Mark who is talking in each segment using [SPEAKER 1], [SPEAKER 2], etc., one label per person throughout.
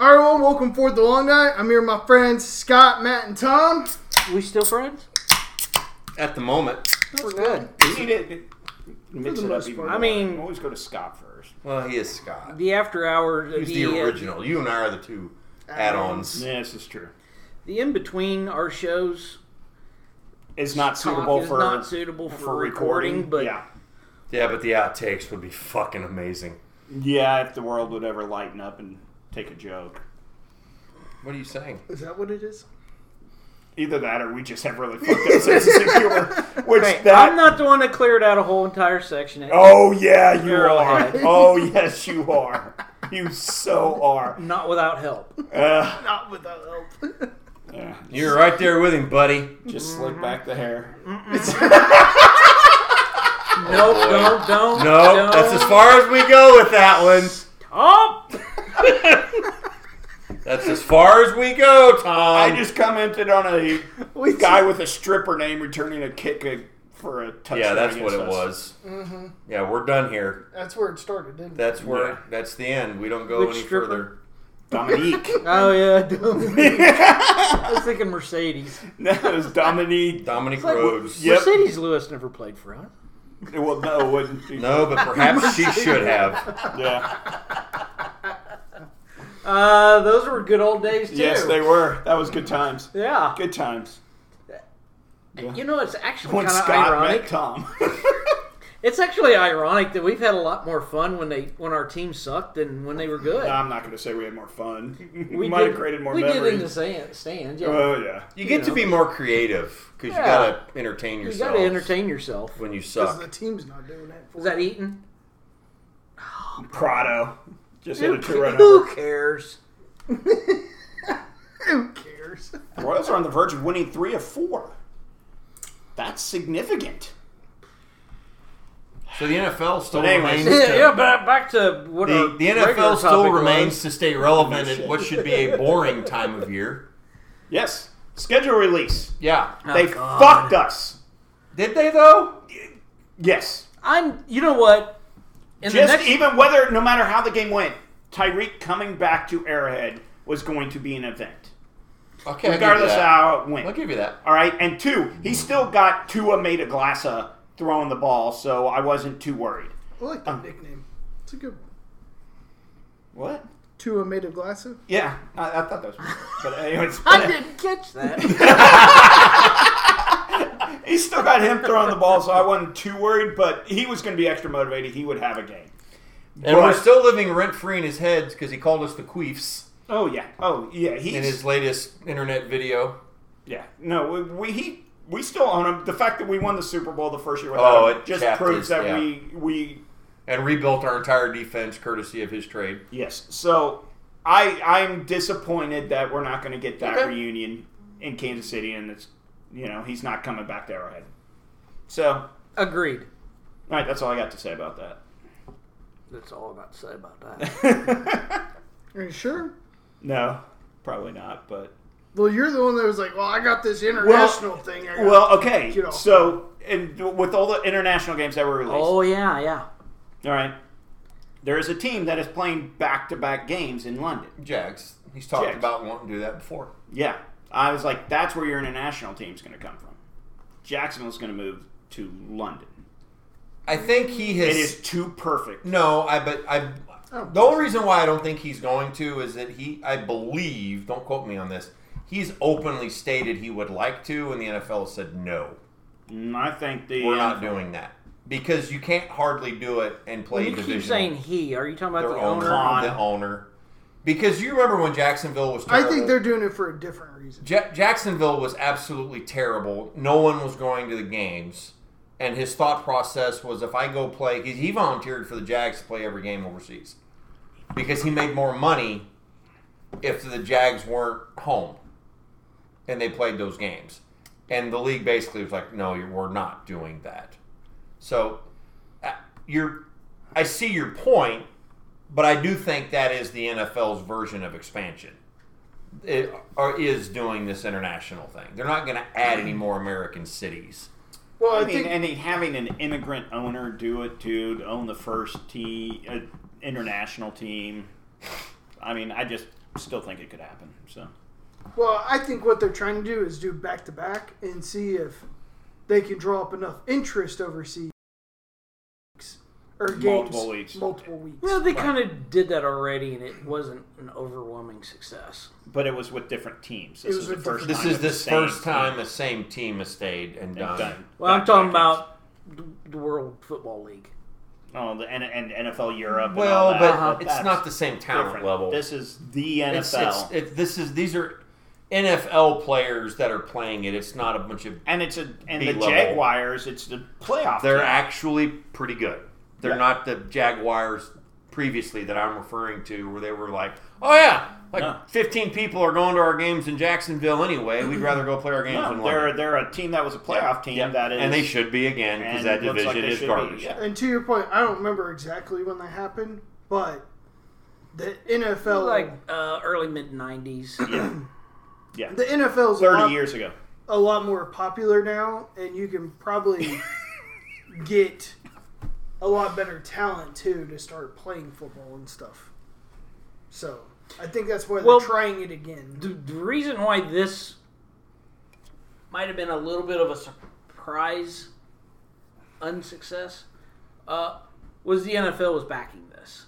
[SPEAKER 1] welcome forth the long guy. I'm here with my friends Scott, Matt, and Tom.
[SPEAKER 2] We still friends?
[SPEAKER 3] At the moment.
[SPEAKER 2] We're good.
[SPEAKER 4] You didn't mix
[SPEAKER 1] the
[SPEAKER 4] it
[SPEAKER 1] most
[SPEAKER 4] up even
[SPEAKER 1] part.
[SPEAKER 4] more.
[SPEAKER 2] I mean-
[SPEAKER 4] always go to Scott first.
[SPEAKER 3] Well, he is Scott.
[SPEAKER 2] The after hours,
[SPEAKER 3] He's the,
[SPEAKER 2] the, uh, Um,
[SPEAKER 3] original. you and I are the two add-ons.
[SPEAKER 4] Yeah, this is true.
[SPEAKER 2] the in between our shows
[SPEAKER 4] It's not
[SPEAKER 2] talk
[SPEAKER 4] suitable
[SPEAKER 2] is
[SPEAKER 4] for
[SPEAKER 2] not suitable for,
[SPEAKER 4] for
[SPEAKER 2] recording,
[SPEAKER 4] recording,
[SPEAKER 2] but
[SPEAKER 4] yeah,
[SPEAKER 3] Yeah, but the outtakes would be fucking amazing.
[SPEAKER 4] yeah. If the world would ever lighten up and take a joke,
[SPEAKER 3] What are you saying?
[SPEAKER 1] Is that what it is?
[SPEAKER 4] either that or we just have really fucked up senses of humor. Which
[SPEAKER 2] Hey,
[SPEAKER 4] that
[SPEAKER 2] I'm not the one that cleared out a whole entire section.
[SPEAKER 4] Oh yeah, you
[SPEAKER 2] You're all
[SPEAKER 4] are.
[SPEAKER 2] right.
[SPEAKER 4] Oh yes, you are. You so are.
[SPEAKER 2] Not without help.
[SPEAKER 4] Uh,
[SPEAKER 1] Not without help.
[SPEAKER 4] yeah.
[SPEAKER 3] You're right there with him, buddy.
[SPEAKER 4] Just slick back the hair.
[SPEAKER 2] Nope, don't, don't.
[SPEAKER 3] No,
[SPEAKER 2] don't.
[SPEAKER 3] that's as far as we go with that one.
[SPEAKER 2] Oh!
[SPEAKER 3] That's as far as we go, Tom.
[SPEAKER 2] Mm-hmm.
[SPEAKER 4] I just commented on a
[SPEAKER 1] We
[SPEAKER 4] guy with a stripper name returning a kick a, for a touchdown.
[SPEAKER 3] yeah, that's what
[SPEAKER 4] against
[SPEAKER 3] it
[SPEAKER 4] us.
[SPEAKER 3] was.
[SPEAKER 2] Mm-hmm.
[SPEAKER 3] Yeah, we're done here.
[SPEAKER 1] That's where it started, didn't it?
[SPEAKER 3] That's where.
[SPEAKER 4] Yeah.
[SPEAKER 3] That's the end. We don't go
[SPEAKER 2] Which
[SPEAKER 3] any
[SPEAKER 2] stripper?
[SPEAKER 3] further.
[SPEAKER 4] Dominique.
[SPEAKER 2] Oh, yeah, don't. I was thinking Mercedes.
[SPEAKER 4] no, it was Dominique.
[SPEAKER 3] Dominic
[SPEAKER 2] like-
[SPEAKER 3] Rhodes.
[SPEAKER 4] Yep.
[SPEAKER 2] Mercedes Lewis never played for us.
[SPEAKER 4] Well, no, it wouldn't. be-
[SPEAKER 3] No, but perhaps she should have.
[SPEAKER 4] Yeah.
[SPEAKER 2] Uh, those were good old days, too.
[SPEAKER 4] Yes, they were. That was good times.
[SPEAKER 2] Yeah.
[SPEAKER 4] Good times.
[SPEAKER 2] You know, it's actually
[SPEAKER 4] When
[SPEAKER 2] kind of
[SPEAKER 4] Scott
[SPEAKER 2] ironic.
[SPEAKER 4] met Tom.
[SPEAKER 2] It's actually ironic that we've had a lot more fun when they when our team sucked than when they were good.
[SPEAKER 4] No, I'm not going to say we had more fun. We,
[SPEAKER 2] we
[SPEAKER 4] might have
[SPEAKER 2] did-
[SPEAKER 4] created more
[SPEAKER 2] we
[SPEAKER 4] memories.
[SPEAKER 2] did in the sand, stand. Yeah,
[SPEAKER 4] Oh yeah.
[SPEAKER 3] You get to be more creative because
[SPEAKER 2] Yeah.
[SPEAKER 3] you gotta entertain
[SPEAKER 2] you
[SPEAKER 3] yourself.
[SPEAKER 2] got to entertain yourself.
[SPEAKER 3] when you
[SPEAKER 1] Because the
[SPEAKER 3] suck.
[SPEAKER 1] team's not doing it. For
[SPEAKER 2] Is that Eaton?
[SPEAKER 4] Prado. Just hit
[SPEAKER 2] Who,
[SPEAKER 4] a two run
[SPEAKER 2] who
[SPEAKER 4] homer.
[SPEAKER 2] cares?
[SPEAKER 1] Who cares?
[SPEAKER 4] Royals are on the verge of winning three of four. That's significant.
[SPEAKER 3] So the NFL still
[SPEAKER 4] But anyways-
[SPEAKER 3] remains.
[SPEAKER 2] yeah,
[SPEAKER 3] to-
[SPEAKER 2] yeah, but back to what our
[SPEAKER 3] The, the
[SPEAKER 2] regular
[SPEAKER 3] NFL still
[SPEAKER 2] topic was.
[SPEAKER 3] remains to stay relevant
[SPEAKER 4] Shit.
[SPEAKER 3] at what should be a boring time of year.
[SPEAKER 4] Yes. Schedule release.
[SPEAKER 3] Yeah.
[SPEAKER 4] they
[SPEAKER 2] Oh, God.
[SPEAKER 4] fucked us.
[SPEAKER 3] Did they though?
[SPEAKER 4] Yes.
[SPEAKER 2] I'm. You know what? In
[SPEAKER 4] Just
[SPEAKER 2] the next,
[SPEAKER 4] even whether, no matter how the game went, Tyreek coming back to Arrowhead was going to be an event.
[SPEAKER 3] Okay. I'll give you
[SPEAKER 4] Regardless of
[SPEAKER 3] that.
[SPEAKER 4] how it went.
[SPEAKER 3] I'll give you that.
[SPEAKER 4] All right. And two, he still got Tua Meta Glassa throwing the ball, so I wasn't too worried.
[SPEAKER 1] I like that nickname. Um, It's a good one.
[SPEAKER 4] What?
[SPEAKER 1] Tua made of glasses.
[SPEAKER 4] Yeah, I, I thought that was. But anyways,
[SPEAKER 2] I didn't catch that.
[SPEAKER 4] He still got him throwing the ball, so I wasn't too worried, but he was going to be extra motivated. He would have a game.
[SPEAKER 3] And
[SPEAKER 4] But-
[SPEAKER 3] we're still living rent free in his head because he called us the queefs
[SPEAKER 4] Oh, yeah. Oh, yeah. He's.
[SPEAKER 3] in his latest internet video.
[SPEAKER 4] yeah. No, we, we, he, we still own him. The fact that we won the Super Bowl the first year without
[SPEAKER 3] Oh,
[SPEAKER 4] him
[SPEAKER 3] it
[SPEAKER 4] just
[SPEAKER 3] capped
[SPEAKER 4] proves
[SPEAKER 3] his-
[SPEAKER 4] that
[SPEAKER 3] yeah.
[SPEAKER 4] we, we.
[SPEAKER 3] And rebuilt our entire defense courtesy of his trade.
[SPEAKER 4] Yes. So I, I'm disappointed that we're not going to get that
[SPEAKER 3] Okay.
[SPEAKER 4] reunion in Kansas City, and it's, you know, he's not coming back to Arrowhead. So, all
[SPEAKER 2] Agreed.
[SPEAKER 4] right, that's all I got to say about that.
[SPEAKER 2] That's all I got to say about that.
[SPEAKER 1] Are you sure?
[SPEAKER 4] no, probably not, but.
[SPEAKER 1] Well, you're the one that was like, "Well, I got this international thing." I got.
[SPEAKER 4] Well, okay.
[SPEAKER 1] You know.
[SPEAKER 4] So, and with all the international games that were released,
[SPEAKER 2] Oh yeah, yeah.
[SPEAKER 4] all right, there is a team that is playing back-to-back games in London.
[SPEAKER 3] Jags. He's talked
[SPEAKER 4] Jags.
[SPEAKER 3] about wanting to do that before.
[SPEAKER 4] Yeah, I was like, that's where your international team's going to come from. Jacksonville's going to move to London.
[SPEAKER 3] I think he
[SPEAKER 4] It
[SPEAKER 3] has.
[SPEAKER 4] is too perfect.
[SPEAKER 3] No, I but I.
[SPEAKER 1] Oh.
[SPEAKER 3] The only reason why I don't think he's going to is that he, I believe, don't quote me on this. He's openly stated he would like to, and the NFL said no.
[SPEAKER 4] And Mm, I think the uh,
[SPEAKER 3] We're not doing that because you can't hardly do it and play.
[SPEAKER 2] When you keep
[SPEAKER 3] divisional.
[SPEAKER 2] saying he, are you talking about
[SPEAKER 3] their
[SPEAKER 2] the
[SPEAKER 3] owner,
[SPEAKER 2] owner?
[SPEAKER 3] the owner. Because you remember when Jacksonville was.
[SPEAKER 1] I
[SPEAKER 3] Terrible.
[SPEAKER 1] think they're doing it for a different reason.
[SPEAKER 3] Ja- Jacksonville was absolutely terrible. No one was going to the games, and his thought process was, if I go play, because he volunteered for the Jags to play every game overseas, because he made more money if the Jags weren't home, and they played those games, and the league basically was like, no, you- we're not doing that. So, uh, you're, I see your point, but I do think that is the NFL's version of expansion it, or is doing this international thing. They're not going to add any more American cities.
[SPEAKER 1] Well,
[SPEAKER 4] I
[SPEAKER 1] I
[SPEAKER 4] mean,
[SPEAKER 1] think
[SPEAKER 4] and then having an immigrant owner do it too, to own the first team, uh, international team. I mean, I just still think it could happen. So
[SPEAKER 1] Well, I think what they're trying to do is do back to back and see if they can draw up enough interest overseas or games
[SPEAKER 4] Multiple weeks.
[SPEAKER 1] multiple weeks.
[SPEAKER 2] Well, they kind of did that already, and it wasn't an overwhelming success.
[SPEAKER 4] but it was with different teams. This
[SPEAKER 1] It was
[SPEAKER 4] is the
[SPEAKER 1] with
[SPEAKER 4] first.
[SPEAKER 1] different-
[SPEAKER 3] This
[SPEAKER 4] time
[SPEAKER 3] is
[SPEAKER 4] with the
[SPEAKER 3] this
[SPEAKER 4] same
[SPEAKER 3] first time the same team has stayed and
[SPEAKER 4] team
[SPEAKER 3] done.
[SPEAKER 4] done
[SPEAKER 2] Well, I'm talking
[SPEAKER 4] back-to-back games.
[SPEAKER 2] about the- the World Football League.
[SPEAKER 4] oh the N- and NFL Europe. and all
[SPEAKER 3] Well,
[SPEAKER 4] that,
[SPEAKER 3] but
[SPEAKER 4] that's
[SPEAKER 3] it's not the same talent
[SPEAKER 4] different.
[SPEAKER 3] level.
[SPEAKER 4] This is the
[SPEAKER 3] it's,
[SPEAKER 4] NFL,
[SPEAKER 3] it's, it, this is these are NFL players that are playing it. It's not a bunch of
[SPEAKER 4] and it's a and the
[SPEAKER 3] B-level.
[SPEAKER 4] Jaguars. It's the playoff.
[SPEAKER 3] They're
[SPEAKER 4] team.
[SPEAKER 3] actually pretty good. They're
[SPEAKER 4] Yeah.
[SPEAKER 3] not the Jaguars previously that I'm referring to, where they were like, oh yeah, like
[SPEAKER 4] No.
[SPEAKER 3] 15 people are going to our games in Jacksonville anyway. We'd rather go play our games in
[SPEAKER 4] no,
[SPEAKER 3] London.
[SPEAKER 4] they're they're a team that was a playoff team
[SPEAKER 3] Yeah.
[SPEAKER 4] that is
[SPEAKER 3] and they should be again because
[SPEAKER 4] and
[SPEAKER 3] that
[SPEAKER 4] looks
[SPEAKER 3] division
[SPEAKER 4] like they
[SPEAKER 3] is
[SPEAKER 4] should be,
[SPEAKER 3] garbage.
[SPEAKER 4] yeah.
[SPEAKER 1] And to your point, I don't remember exactly when that happened, but the NFL,
[SPEAKER 2] Like uh, early mid '90s.
[SPEAKER 4] yeah, yeah.
[SPEAKER 1] the NFL's a
[SPEAKER 4] Thirty
[SPEAKER 1] lot,
[SPEAKER 4] years ago,
[SPEAKER 1] a lot more popular now, and you can probably get a lot better talent too to start playing football and stuff. So I think that's why they're
[SPEAKER 2] Well-
[SPEAKER 1] trying it again.
[SPEAKER 2] the, the reason why this might have been a little bit of a surprise unsuccess uh, was the NFL was backing this.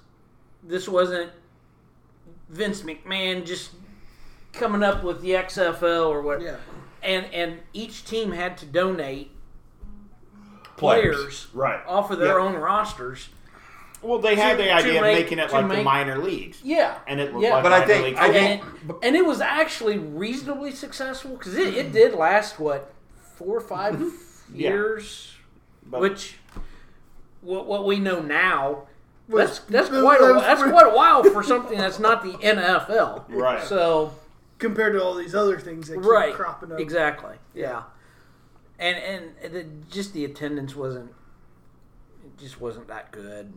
[SPEAKER 2] This wasn't Vince McMahon just coming up with the XFL or what.
[SPEAKER 1] Yeah.
[SPEAKER 2] And and each team had to donate
[SPEAKER 3] Players.
[SPEAKER 2] players
[SPEAKER 4] right?
[SPEAKER 2] off of their
[SPEAKER 4] Yeah.
[SPEAKER 2] own rosters.
[SPEAKER 4] Well, they had
[SPEAKER 2] Uh, To-
[SPEAKER 4] the
[SPEAKER 2] to
[SPEAKER 4] idea
[SPEAKER 2] make-
[SPEAKER 4] of making it
[SPEAKER 2] to
[SPEAKER 4] like the
[SPEAKER 2] make-
[SPEAKER 4] minor leagues,
[SPEAKER 2] Yeah.
[SPEAKER 4] and it looked
[SPEAKER 2] Yeah.
[SPEAKER 4] like
[SPEAKER 3] But I
[SPEAKER 4] minor
[SPEAKER 3] think-
[SPEAKER 4] league
[SPEAKER 3] I
[SPEAKER 4] football.
[SPEAKER 3] think-
[SPEAKER 2] and, and it was actually reasonably successful because it, it did last what four or five
[SPEAKER 4] Yeah.
[SPEAKER 2] years
[SPEAKER 4] But-
[SPEAKER 2] which what, what we know now that's
[SPEAKER 1] Was-
[SPEAKER 2] that's
[SPEAKER 1] that
[SPEAKER 2] quite a
[SPEAKER 1] was-
[SPEAKER 2] that's quite a while for something that's not the NFL
[SPEAKER 4] Right.
[SPEAKER 2] so
[SPEAKER 1] compared to all these other things that keep
[SPEAKER 2] right
[SPEAKER 1] cropping up.
[SPEAKER 2] exactly yeah and and the, just the attendance wasn't it just wasn't that good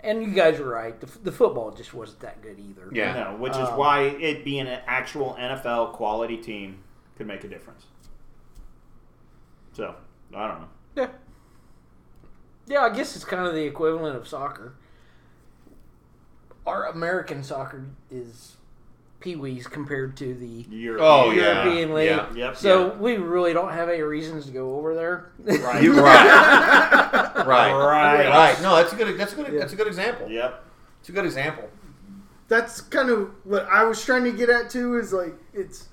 [SPEAKER 2] and you guys were right the, f- the football just wasn't that good either
[SPEAKER 3] Yeah.
[SPEAKER 4] No, which
[SPEAKER 2] Um,
[SPEAKER 4] is why it being an actual NFL quality team could make a difference. So I don't know.
[SPEAKER 2] Yeah. Yeah, I guess it's kind of the equivalent of soccer. Our American soccer is pee wees compared to the
[SPEAKER 4] You're,
[SPEAKER 3] Oh
[SPEAKER 4] you're-
[SPEAKER 3] yeah.
[SPEAKER 2] European League.
[SPEAKER 3] yeah.
[SPEAKER 4] Yep.
[SPEAKER 2] So we really don't have any reasons to go over there.
[SPEAKER 4] Right.
[SPEAKER 3] You right. right.
[SPEAKER 4] Right.
[SPEAKER 3] Right. No, that's a good. That's a good. That's a good example.
[SPEAKER 4] Yep.
[SPEAKER 3] It's a good example.
[SPEAKER 1] That's kind of what I was trying to get at too. Is like it's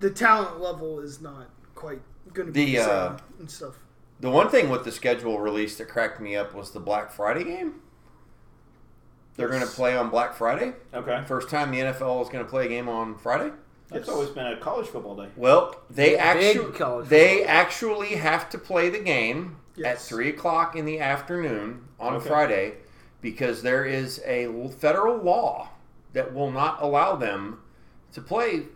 [SPEAKER 1] the talent level is not quite going to be
[SPEAKER 3] The,
[SPEAKER 1] the, same
[SPEAKER 3] uh,
[SPEAKER 1] and stuff.
[SPEAKER 3] The one thing with the schedule release that cracked me up was the Black Friday game. They're going to play on Black Friday.
[SPEAKER 4] Okay.
[SPEAKER 3] First time the NFL is going to play a game on Friday.
[SPEAKER 4] That's always been a college football day.
[SPEAKER 3] Well, they
[SPEAKER 2] Big
[SPEAKER 3] actually
[SPEAKER 2] college
[SPEAKER 3] they actually have to play the game at
[SPEAKER 1] Yes.
[SPEAKER 3] three o'clock in the afternoon on
[SPEAKER 4] Okay.
[SPEAKER 3] Friday because there is a l- federal law that will not allow them to play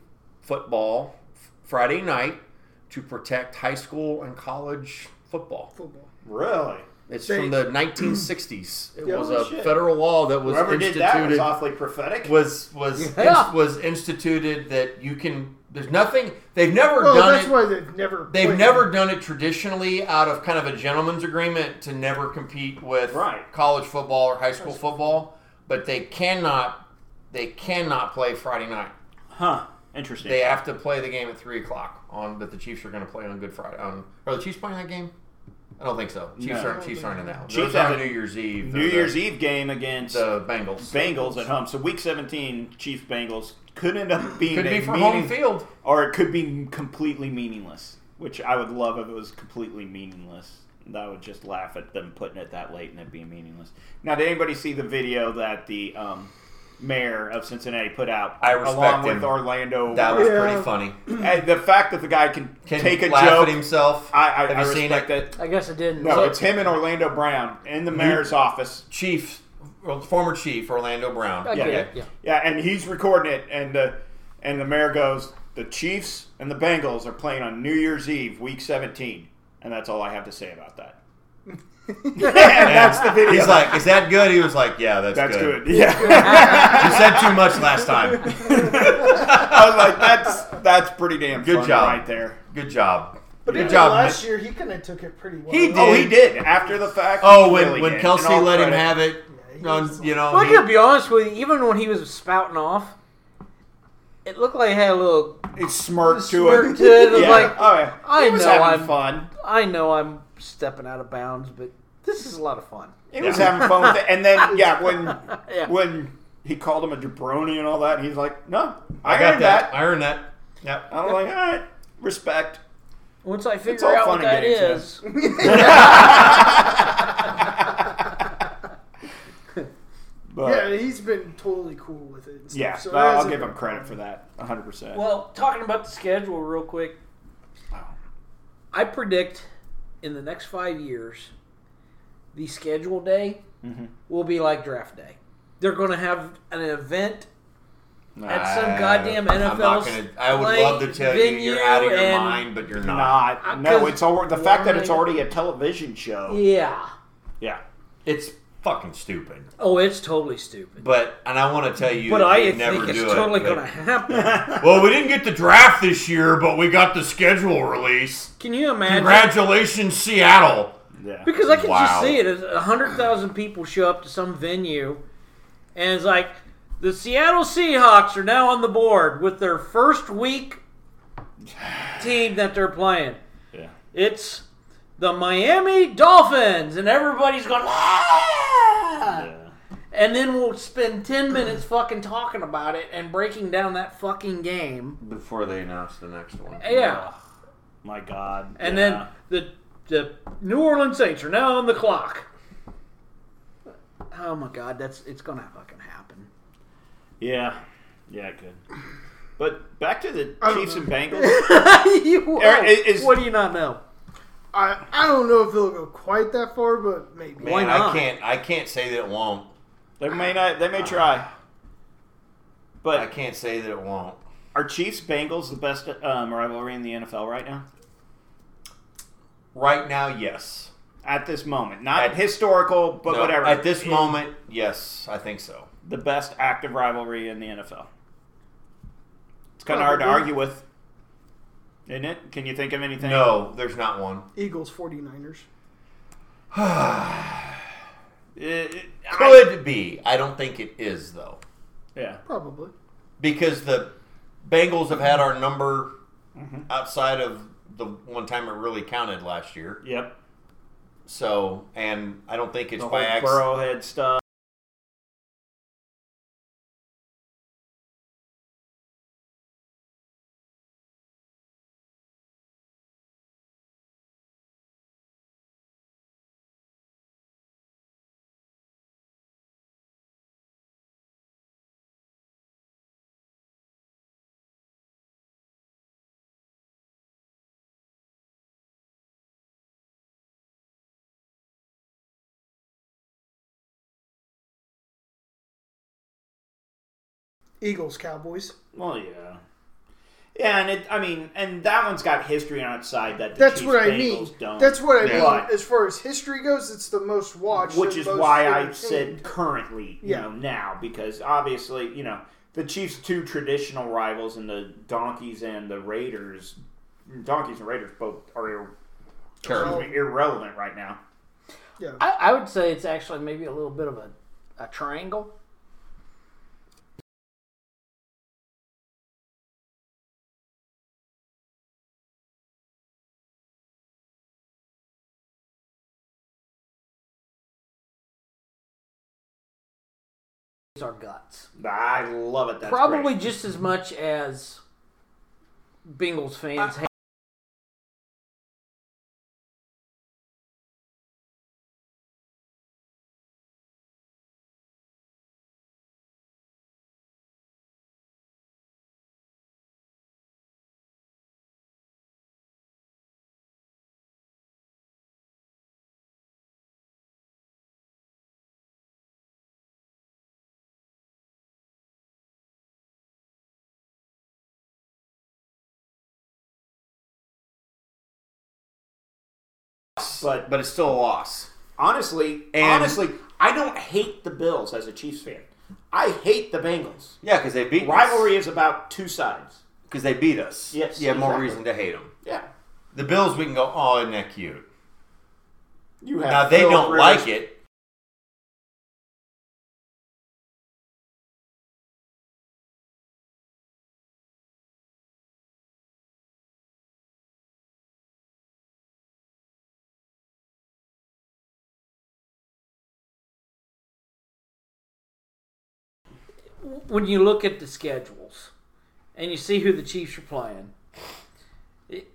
[SPEAKER 3] football f- Friday night to protect high school and college football.
[SPEAKER 1] Football.
[SPEAKER 4] Really?
[SPEAKER 3] It's
[SPEAKER 1] They-
[SPEAKER 3] from the 1960s. It
[SPEAKER 1] Yeah,
[SPEAKER 3] was
[SPEAKER 4] holy
[SPEAKER 3] a
[SPEAKER 4] shit.
[SPEAKER 3] federal law that was
[SPEAKER 4] Whoever did
[SPEAKER 3] instituted
[SPEAKER 4] that was awfully prophetic.
[SPEAKER 3] was was
[SPEAKER 2] Yeah.
[SPEAKER 3] ins- was instituted that you can. There's nothing. They've never
[SPEAKER 1] Well,
[SPEAKER 3] done
[SPEAKER 1] that's
[SPEAKER 3] it.
[SPEAKER 1] why they've never.
[SPEAKER 3] They've
[SPEAKER 1] played.
[SPEAKER 3] never done it traditionally out of kind of a gentleman's agreement to never compete with
[SPEAKER 4] Right.
[SPEAKER 3] college football or high school football, but they cannot they cannot play Friday night.
[SPEAKER 4] Huh. Interesting.
[SPEAKER 3] They have to play the game at three o'clock on that the Chiefs are going to play on Good Friday. On, are the Chiefs playing that game? I don't think so. Chiefs
[SPEAKER 4] No.
[SPEAKER 3] aren't Chiefs aren't in that. one.
[SPEAKER 4] Chiefs
[SPEAKER 3] Those are
[SPEAKER 4] have
[SPEAKER 3] New
[SPEAKER 4] a-
[SPEAKER 3] Year's Eve.
[SPEAKER 4] New Year's Eve game against
[SPEAKER 3] the Bengals
[SPEAKER 4] Bengals at home. So week 17, Chiefs Bengals could end up being
[SPEAKER 3] could
[SPEAKER 4] a
[SPEAKER 3] be for
[SPEAKER 4] meaning-
[SPEAKER 3] home field.
[SPEAKER 4] or it could be completely meaningless, which I would love if it was completely meaningless. I would just laugh at them putting it that late and it being meaningless. Now, did anybody see the video that the um, mayor of Cincinnati put out
[SPEAKER 3] I respect
[SPEAKER 4] along
[SPEAKER 3] him.
[SPEAKER 4] with Orlando?
[SPEAKER 3] That was
[SPEAKER 1] Yeah.
[SPEAKER 3] pretty funny.
[SPEAKER 4] And the fact that the guy can,
[SPEAKER 3] Can
[SPEAKER 4] take a
[SPEAKER 3] laugh
[SPEAKER 4] joke.
[SPEAKER 3] at himself.
[SPEAKER 4] I, I,
[SPEAKER 3] Have
[SPEAKER 4] I
[SPEAKER 3] you seen
[SPEAKER 4] respect that.
[SPEAKER 2] I guess it didn't.
[SPEAKER 4] No,
[SPEAKER 2] So-
[SPEAKER 4] it's him and Orlando Brown in the mayor's office.
[SPEAKER 3] Chief, well, former Chief Orlando Brown.
[SPEAKER 2] I get
[SPEAKER 4] yeah.
[SPEAKER 2] it, yeah.
[SPEAKER 4] Yeah, and he's recording it, and uh, and the mayor goes, "The Chiefs and the Bengals are playing on New Year's Eve, Week 17," and that's all I have to say about that. and that's the video.
[SPEAKER 3] He's like, is that good? He was like, yeah, that's,
[SPEAKER 4] "That's
[SPEAKER 3] good.
[SPEAKER 4] good." Yeah,
[SPEAKER 3] You said too much last time.
[SPEAKER 4] I was like, "That's that's pretty damn
[SPEAKER 3] Good
[SPEAKER 4] funny
[SPEAKER 3] job.
[SPEAKER 4] right there."
[SPEAKER 3] Good job.
[SPEAKER 1] But
[SPEAKER 3] good
[SPEAKER 1] even
[SPEAKER 3] job.
[SPEAKER 1] last year, he kind of took it pretty well.
[SPEAKER 3] He did.
[SPEAKER 4] Oh, he did after the fact.
[SPEAKER 3] oh,
[SPEAKER 4] he
[SPEAKER 3] when
[SPEAKER 4] really
[SPEAKER 3] when
[SPEAKER 4] did.
[SPEAKER 3] Kelsey
[SPEAKER 4] And all
[SPEAKER 3] let him
[SPEAKER 4] credit.
[SPEAKER 3] have it,
[SPEAKER 1] Yeah, He
[SPEAKER 3] No,
[SPEAKER 1] was
[SPEAKER 3] you
[SPEAKER 1] like-
[SPEAKER 3] know,
[SPEAKER 2] Well, I
[SPEAKER 3] he-
[SPEAKER 2] gotta be honest with you. Even when he was spouting off, it looked like he had a little.
[SPEAKER 4] It's smirk to
[SPEAKER 2] Smirk
[SPEAKER 4] it.
[SPEAKER 2] to it, it's
[SPEAKER 4] yeah.
[SPEAKER 2] like,
[SPEAKER 4] oh, yeah.
[SPEAKER 2] I
[SPEAKER 4] He was
[SPEAKER 2] know
[SPEAKER 4] having
[SPEAKER 2] I'm-
[SPEAKER 4] fun.
[SPEAKER 2] I know I'm stepping out of bounds, but this is a lot of fun.
[SPEAKER 4] He was having fun with it. And then, yeah, when
[SPEAKER 2] Yeah.
[SPEAKER 4] when he called him a jabroni and all that, he's like, no, I,
[SPEAKER 3] I got
[SPEAKER 4] earned that.
[SPEAKER 3] that. I earned that. Yep.
[SPEAKER 4] I'm like, all right, respect.
[SPEAKER 2] Once I figure
[SPEAKER 4] all
[SPEAKER 2] out
[SPEAKER 4] fun
[SPEAKER 2] what
[SPEAKER 4] and
[SPEAKER 2] that
[SPEAKER 4] games,
[SPEAKER 2] is,
[SPEAKER 4] But,
[SPEAKER 1] yeah, he's been totally cool with it. And stuff,
[SPEAKER 4] Yeah,
[SPEAKER 1] so
[SPEAKER 4] well,
[SPEAKER 1] that
[SPEAKER 4] I'll
[SPEAKER 1] hasn't
[SPEAKER 4] give
[SPEAKER 1] been
[SPEAKER 4] him
[SPEAKER 1] a
[SPEAKER 4] credit for
[SPEAKER 1] problem.
[SPEAKER 4] that, 100%.
[SPEAKER 2] well, talking about the schedule real quick, I predict in the next five years, the schedule day
[SPEAKER 4] Mhm.
[SPEAKER 2] will be like draft day. They're going to have an event At some
[SPEAKER 3] I-
[SPEAKER 2] goddamn
[SPEAKER 3] I'm
[SPEAKER 2] NFL
[SPEAKER 3] not gonna- I would
[SPEAKER 2] play
[SPEAKER 3] love to tell you you're
[SPEAKER 2] venue
[SPEAKER 3] out of your
[SPEAKER 2] and-
[SPEAKER 3] mind, but you're not.
[SPEAKER 4] Nah,
[SPEAKER 2] Uh,
[SPEAKER 4] no,
[SPEAKER 2] 'cause
[SPEAKER 4] it's over. The fact that it's
[SPEAKER 2] why-
[SPEAKER 4] already a television show.
[SPEAKER 2] Yeah.
[SPEAKER 4] Yeah,
[SPEAKER 3] It's fucking stupid.
[SPEAKER 2] Oh, it's totally stupid.
[SPEAKER 3] But and I want to tell you,
[SPEAKER 2] But
[SPEAKER 3] that
[SPEAKER 2] I
[SPEAKER 3] you'd never
[SPEAKER 2] think it's
[SPEAKER 3] do
[SPEAKER 2] totally
[SPEAKER 3] it, but-
[SPEAKER 2] going to happen.
[SPEAKER 3] Well, we didn't get the draft this year, but we got the schedule release.
[SPEAKER 2] Can you imagine?
[SPEAKER 3] Congratulations, Seattle.
[SPEAKER 4] yeah.
[SPEAKER 2] Because I can
[SPEAKER 3] Wow.
[SPEAKER 2] just see it. As a hundred thousand people show up to some venue, and it's like the Seattle Seahawks are now on the board with their first week team that they're playing.
[SPEAKER 4] yeah.
[SPEAKER 2] It's the Miami Dolphins, and everybody's going. "Ah!"
[SPEAKER 4] yeah.
[SPEAKER 2] And then we'll spend ten minutes fucking talking about it and breaking down that fucking game.
[SPEAKER 3] Before they announce the next one.
[SPEAKER 2] Yeah.
[SPEAKER 4] My God.
[SPEAKER 2] And
[SPEAKER 4] yeah.
[SPEAKER 2] then the the New Orleans Saints are now on the clock. Oh my God, that's it's gonna fucking happen.
[SPEAKER 4] Yeah. Yeah, good. But back to the
[SPEAKER 1] I don't
[SPEAKER 4] Chiefs
[SPEAKER 1] know.
[SPEAKER 4] and Bengals.
[SPEAKER 2] you,
[SPEAKER 4] Er, it is-
[SPEAKER 2] what do you not know?
[SPEAKER 1] I, I don't know if it'll go quite that far, but maybe.
[SPEAKER 3] Man,
[SPEAKER 2] Why not?
[SPEAKER 3] I can't. I can't say that it won't.
[SPEAKER 4] they may not. They may try.
[SPEAKER 3] I
[SPEAKER 4] But
[SPEAKER 3] can't say that it won't.
[SPEAKER 4] are Chiefs Bengals the best um, rivalry in the NFL right now?
[SPEAKER 3] Right now, yes.
[SPEAKER 4] At this moment, not
[SPEAKER 3] At-
[SPEAKER 4] historical, but
[SPEAKER 3] No,
[SPEAKER 4] whatever.
[SPEAKER 3] At this
[SPEAKER 4] In-
[SPEAKER 3] moment, yes, I think so.
[SPEAKER 4] the best active rivalry in the NFL. It's kind of hard to
[SPEAKER 1] Probably.
[SPEAKER 4] argue with, isn't it? Can you think of anything?
[SPEAKER 3] No, there's not one.
[SPEAKER 1] Eagles 49ers.
[SPEAKER 4] It- it- I-
[SPEAKER 3] Could be. I don't think it is though,
[SPEAKER 4] yeah.
[SPEAKER 1] Probably.
[SPEAKER 3] because the Bengals have had our number Mm-hmm. outside of the one time it really counted last year.
[SPEAKER 4] Yep.
[SPEAKER 3] So, and I don't think it's
[SPEAKER 4] The whole
[SPEAKER 3] by accident.
[SPEAKER 4] Burrowhead stuff.
[SPEAKER 1] Eagles Cowboys.
[SPEAKER 4] Well, yeah. Yeah, and it, I mean, and that one's got history on its side that the
[SPEAKER 1] That's
[SPEAKER 4] Chiefs
[SPEAKER 1] what I
[SPEAKER 4] Bengals
[SPEAKER 1] mean.
[SPEAKER 4] don't.
[SPEAKER 1] That's what I
[SPEAKER 4] Yeah.
[SPEAKER 1] mean.
[SPEAKER 4] But-
[SPEAKER 1] As far as history goes, it's the most watched.
[SPEAKER 4] which
[SPEAKER 1] and
[SPEAKER 4] is
[SPEAKER 1] most
[SPEAKER 4] why I
[SPEAKER 1] entertained.
[SPEAKER 4] said currently, you
[SPEAKER 1] Yeah.
[SPEAKER 4] know, now because obviously, you know, the Chiefs' two traditional rivals and the Donkeys and the Raiders, Donkeys and Raiders both are ir-
[SPEAKER 3] Terrible.
[SPEAKER 4] excuse me, irrelevant right now.
[SPEAKER 1] Yeah.
[SPEAKER 2] I, I would say it's actually maybe a little bit of a, a triangle. It's Our guts,
[SPEAKER 4] I love it. That's
[SPEAKER 2] probably
[SPEAKER 4] great.
[SPEAKER 2] just as much as Bengals fans. hate
[SPEAKER 4] But-
[SPEAKER 3] but it's still a loss.
[SPEAKER 4] honestly,
[SPEAKER 3] And-
[SPEAKER 4] honestly, I don't hate the Bills as a Chiefs fan. I hate the Bengals.
[SPEAKER 3] Yeah, because they beat
[SPEAKER 4] Rivalry is about two sides.
[SPEAKER 3] because they beat us.
[SPEAKER 4] Yes,
[SPEAKER 3] you have more
[SPEAKER 4] exactly.
[SPEAKER 3] reason to hate them.
[SPEAKER 4] Yeah,
[SPEAKER 3] The Bills, we can go, oh, isn't that cute?
[SPEAKER 4] you have
[SPEAKER 3] Now they
[SPEAKER 4] Phil
[SPEAKER 3] don't
[SPEAKER 4] Rivers
[SPEAKER 3] like it.
[SPEAKER 2] when you look at the schedules and you see who the Chiefs are playing, it-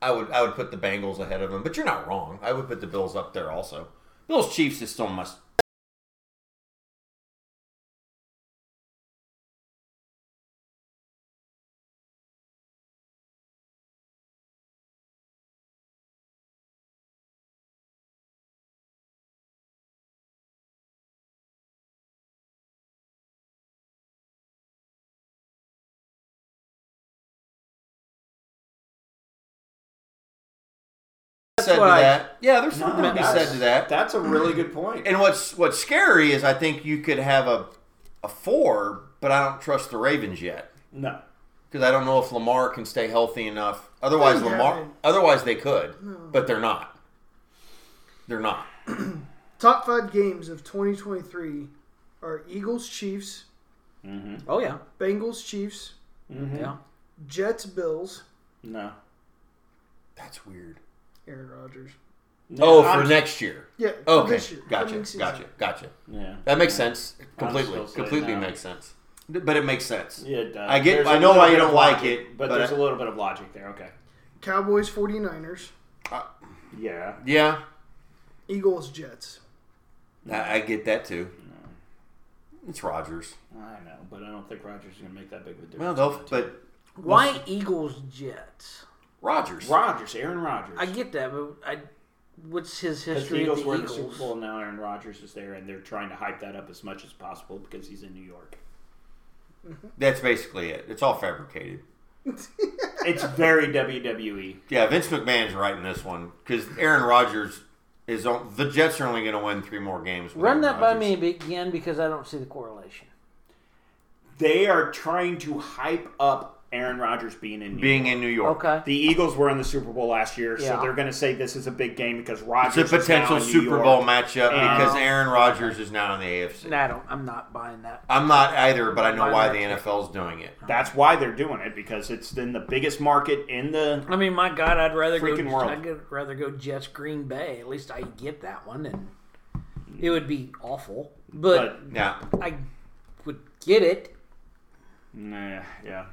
[SPEAKER 3] I would I would put the Bengals ahead of them, but you're not wrong. I would put the Bills up there also. Bills Chiefs is still must. Said to
[SPEAKER 2] what I-
[SPEAKER 3] that. Yeah, there's something to be
[SPEAKER 4] that's-
[SPEAKER 3] said to that.
[SPEAKER 4] That's a really good point.
[SPEAKER 3] And what's what's scary is I think you could have a a four, but I don't trust the Ravens yet
[SPEAKER 4] No.
[SPEAKER 3] because I don't know if Lamar can stay healthy enough. Otherwise,
[SPEAKER 1] They
[SPEAKER 3] Lamar.
[SPEAKER 1] haven't.
[SPEAKER 3] Otherwise, they could, but they're not. They're not.
[SPEAKER 1] Top five games of 2023 are Eagles Chiefs,
[SPEAKER 2] oh yeah,
[SPEAKER 1] Bengals Chiefs,
[SPEAKER 2] yeah.
[SPEAKER 1] Jets Bills,
[SPEAKER 4] Mm-hmm. No.
[SPEAKER 3] That's weird.
[SPEAKER 1] Aaron Rodgers.
[SPEAKER 3] oh, for
[SPEAKER 4] I'm-
[SPEAKER 3] next year.
[SPEAKER 1] Yeah.
[SPEAKER 3] Okay,
[SPEAKER 1] This year,
[SPEAKER 3] gotcha,
[SPEAKER 1] coming
[SPEAKER 3] gotcha,
[SPEAKER 1] season.
[SPEAKER 3] gotcha,
[SPEAKER 4] Yeah.
[SPEAKER 3] That makes sense completely.
[SPEAKER 4] still saying
[SPEAKER 3] Completely
[SPEAKER 4] no.
[SPEAKER 3] makes sense. But it makes sense.
[SPEAKER 4] Yeah, it does.
[SPEAKER 3] I get-
[SPEAKER 4] There's
[SPEAKER 3] I
[SPEAKER 4] a
[SPEAKER 3] know
[SPEAKER 4] little
[SPEAKER 3] why you
[SPEAKER 4] bit
[SPEAKER 3] don't
[SPEAKER 4] of
[SPEAKER 3] like
[SPEAKER 4] logic,
[SPEAKER 3] it,
[SPEAKER 4] but,
[SPEAKER 3] but
[SPEAKER 4] there's
[SPEAKER 3] I-
[SPEAKER 4] a little bit of logic there. Okay.
[SPEAKER 1] Cowboys 49ers,
[SPEAKER 4] Yeah.
[SPEAKER 3] Yeah,
[SPEAKER 1] Eagles Jets.
[SPEAKER 3] I, I get that too. It's Rogers.
[SPEAKER 4] I know, but I don't think Rogers is going to make that big of a difference.
[SPEAKER 3] Well, they'll, but
[SPEAKER 2] Why Eagles Jets?
[SPEAKER 3] Rogers.
[SPEAKER 4] Rogers, Aaron Rodgers.
[SPEAKER 2] I get that, but I what's his
[SPEAKER 4] The
[SPEAKER 2] history?
[SPEAKER 4] Eagles
[SPEAKER 2] Eagles with
[SPEAKER 4] were in
[SPEAKER 2] the
[SPEAKER 4] the
[SPEAKER 2] Eagles?
[SPEAKER 4] Super Bowl, and now Aaron Rodgers is there, and they're trying to hype that up as much as possible because he's in New York.
[SPEAKER 3] That's basically it. It's all fabricated.
[SPEAKER 4] It's very E. WWE.
[SPEAKER 3] Yeah, Vince McMahon's right in this one because Aaron Rodgers is on. The Jets are only going to win three more games. with
[SPEAKER 2] Run
[SPEAKER 3] Aaron
[SPEAKER 2] that by
[SPEAKER 3] Rodgers.
[SPEAKER 2] me again because I don't see the correlation.
[SPEAKER 4] They are trying to hype up Aaron Rodgers being in New
[SPEAKER 3] Being in New York,
[SPEAKER 2] Okay.
[SPEAKER 4] The Eagles were in the Super Bowl last year,
[SPEAKER 2] Yeah.
[SPEAKER 4] so they're going to say this is a big game because Rodgers
[SPEAKER 3] it's a potential
[SPEAKER 4] is now in New
[SPEAKER 3] Super
[SPEAKER 4] York.
[SPEAKER 3] Bowl matchup
[SPEAKER 4] And-
[SPEAKER 3] because Aaron Rodgers is now in the AFC.
[SPEAKER 2] No, I don't. I'm not buying that.
[SPEAKER 3] I'm not either, but I know
[SPEAKER 2] Why
[SPEAKER 3] why
[SPEAKER 2] not?
[SPEAKER 3] the NFL's doing it.
[SPEAKER 4] That's why they're doing it because it's in the biggest market in the.
[SPEAKER 2] I mean, my God, I'd rather
[SPEAKER 4] Freaking
[SPEAKER 2] go.
[SPEAKER 4] world.
[SPEAKER 2] I'd rather go Jets Green Bay. At least I get that one, and it would be awful, but,
[SPEAKER 4] But
[SPEAKER 3] Yeah,
[SPEAKER 2] I would get it.
[SPEAKER 4] nah, yeah,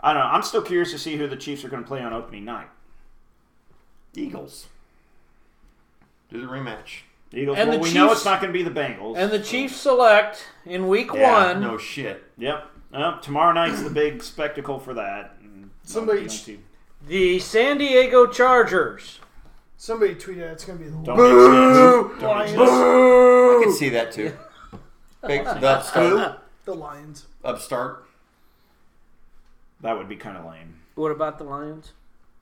[SPEAKER 4] I don't know. I'm still curious to see who the Chiefs are going to play on opening night.
[SPEAKER 3] Eagles. Do the rematch.
[SPEAKER 4] The Eagles.
[SPEAKER 2] And
[SPEAKER 4] well,
[SPEAKER 2] the
[SPEAKER 4] we know
[SPEAKER 2] Chiefs-
[SPEAKER 4] it's not going to be the Bengals.
[SPEAKER 2] And the Chiefs select in Week
[SPEAKER 3] Yeah,
[SPEAKER 2] One.
[SPEAKER 3] no shit.
[SPEAKER 4] Yep. Well, tomorrow night's the big spectacle for that. And
[SPEAKER 1] Somebody-
[SPEAKER 4] don't, don't,
[SPEAKER 2] The San Diego Chargers.
[SPEAKER 1] Somebody tweeted out it's going to be the
[SPEAKER 4] don't exist. Don't
[SPEAKER 1] Lions.
[SPEAKER 4] exist.
[SPEAKER 3] I can see that too. Big that's who?
[SPEAKER 1] The Lions.
[SPEAKER 3] Upstart.
[SPEAKER 4] That would be kind of lame.
[SPEAKER 2] What about the Lions?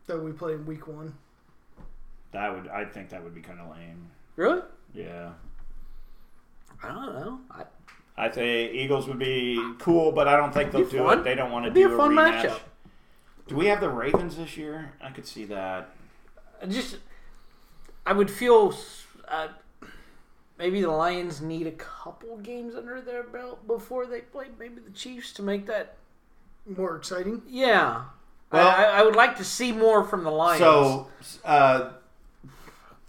[SPEAKER 1] that we play in week one.
[SPEAKER 4] That would. I think that would be kind of lame.
[SPEAKER 2] Really?
[SPEAKER 4] Yeah.
[SPEAKER 2] I don't know. I,
[SPEAKER 4] I think Eagles would be cool, but I don't think they'll
[SPEAKER 2] Be
[SPEAKER 4] do
[SPEAKER 2] fun.
[SPEAKER 4] it. They don't want to
[SPEAKER 2] be
[SPEAKER 4] do
[SPEAKER 2] a
[SPEAKER 4] a
[SPEAKER 2] fun
[SPEAKER 4] rematch.
[SPEAKER 2] matchup.
[SPEAKER 4] Do we have the Ravens this year? I could see that.
[SPEAKER 2] I just, I would feel s- uh, maybe the Lions need a couple games under their belt before they play maybe the Chiefs to make that.
[SPEAKER 1] More exciting.
[SPEAKER 2] Yeah.
[SPEAKER 3] Well-
[SPEAKER 2] I, I- I would like to see more from the Lions.
[SPEAKER 3] So uh,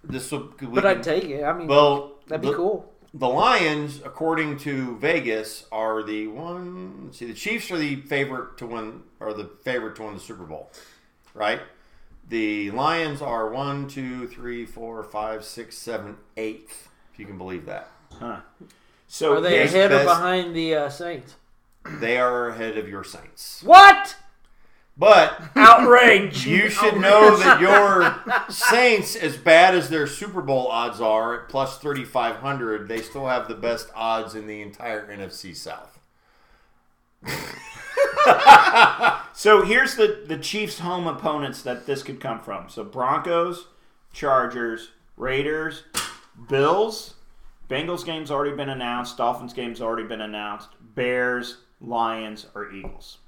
[SPEAKER 3] this will. we
[SPEAKER 2] but I'd
[SPEAKER 3] can-
[SPEAKER 2] take it. I mean,
[SPEAKER 3] Well,
[SPEAKER 2] that'd be
[SPEAKER 3] the,
[SPEAKER 2] cool.
[SPEAKER 3] The Lions, according to Vegas, are the one. Let's see, the Chiefs are the favorite to win, are the favorite to win the Super Bowl, right? The Lions are one, two, three, four, five, six, seven, eighth. If you can believe that,
[SPEAKER 4] Huh. So
[SPEAKER 2] Are they
[SPEAKER 4] here's-
[SPEAKER 2] ahead or
[SPEAKER 3] best-
[SPEAKER 2] behind the uh, Saints?
[SPEAKER 3] they are ahead of your Saints.
[SPEAKER 2] What?
[SPEAKER 3] But
[SPEAKER 2] Outrage.
[SPEAKER 3] you should know that your Saints, as bad as their Super Bowl odds are at plus 3,500, they still have the best odds in the entire NFC South.
[SPEAKER 4] So here's the the Chiefs' home opponents that this could come from. So Broncos, Chargers, Raiders, Bills, Bengals game's already been announced. Dolphins game's already been announced. Bears, Lions, or Eagles.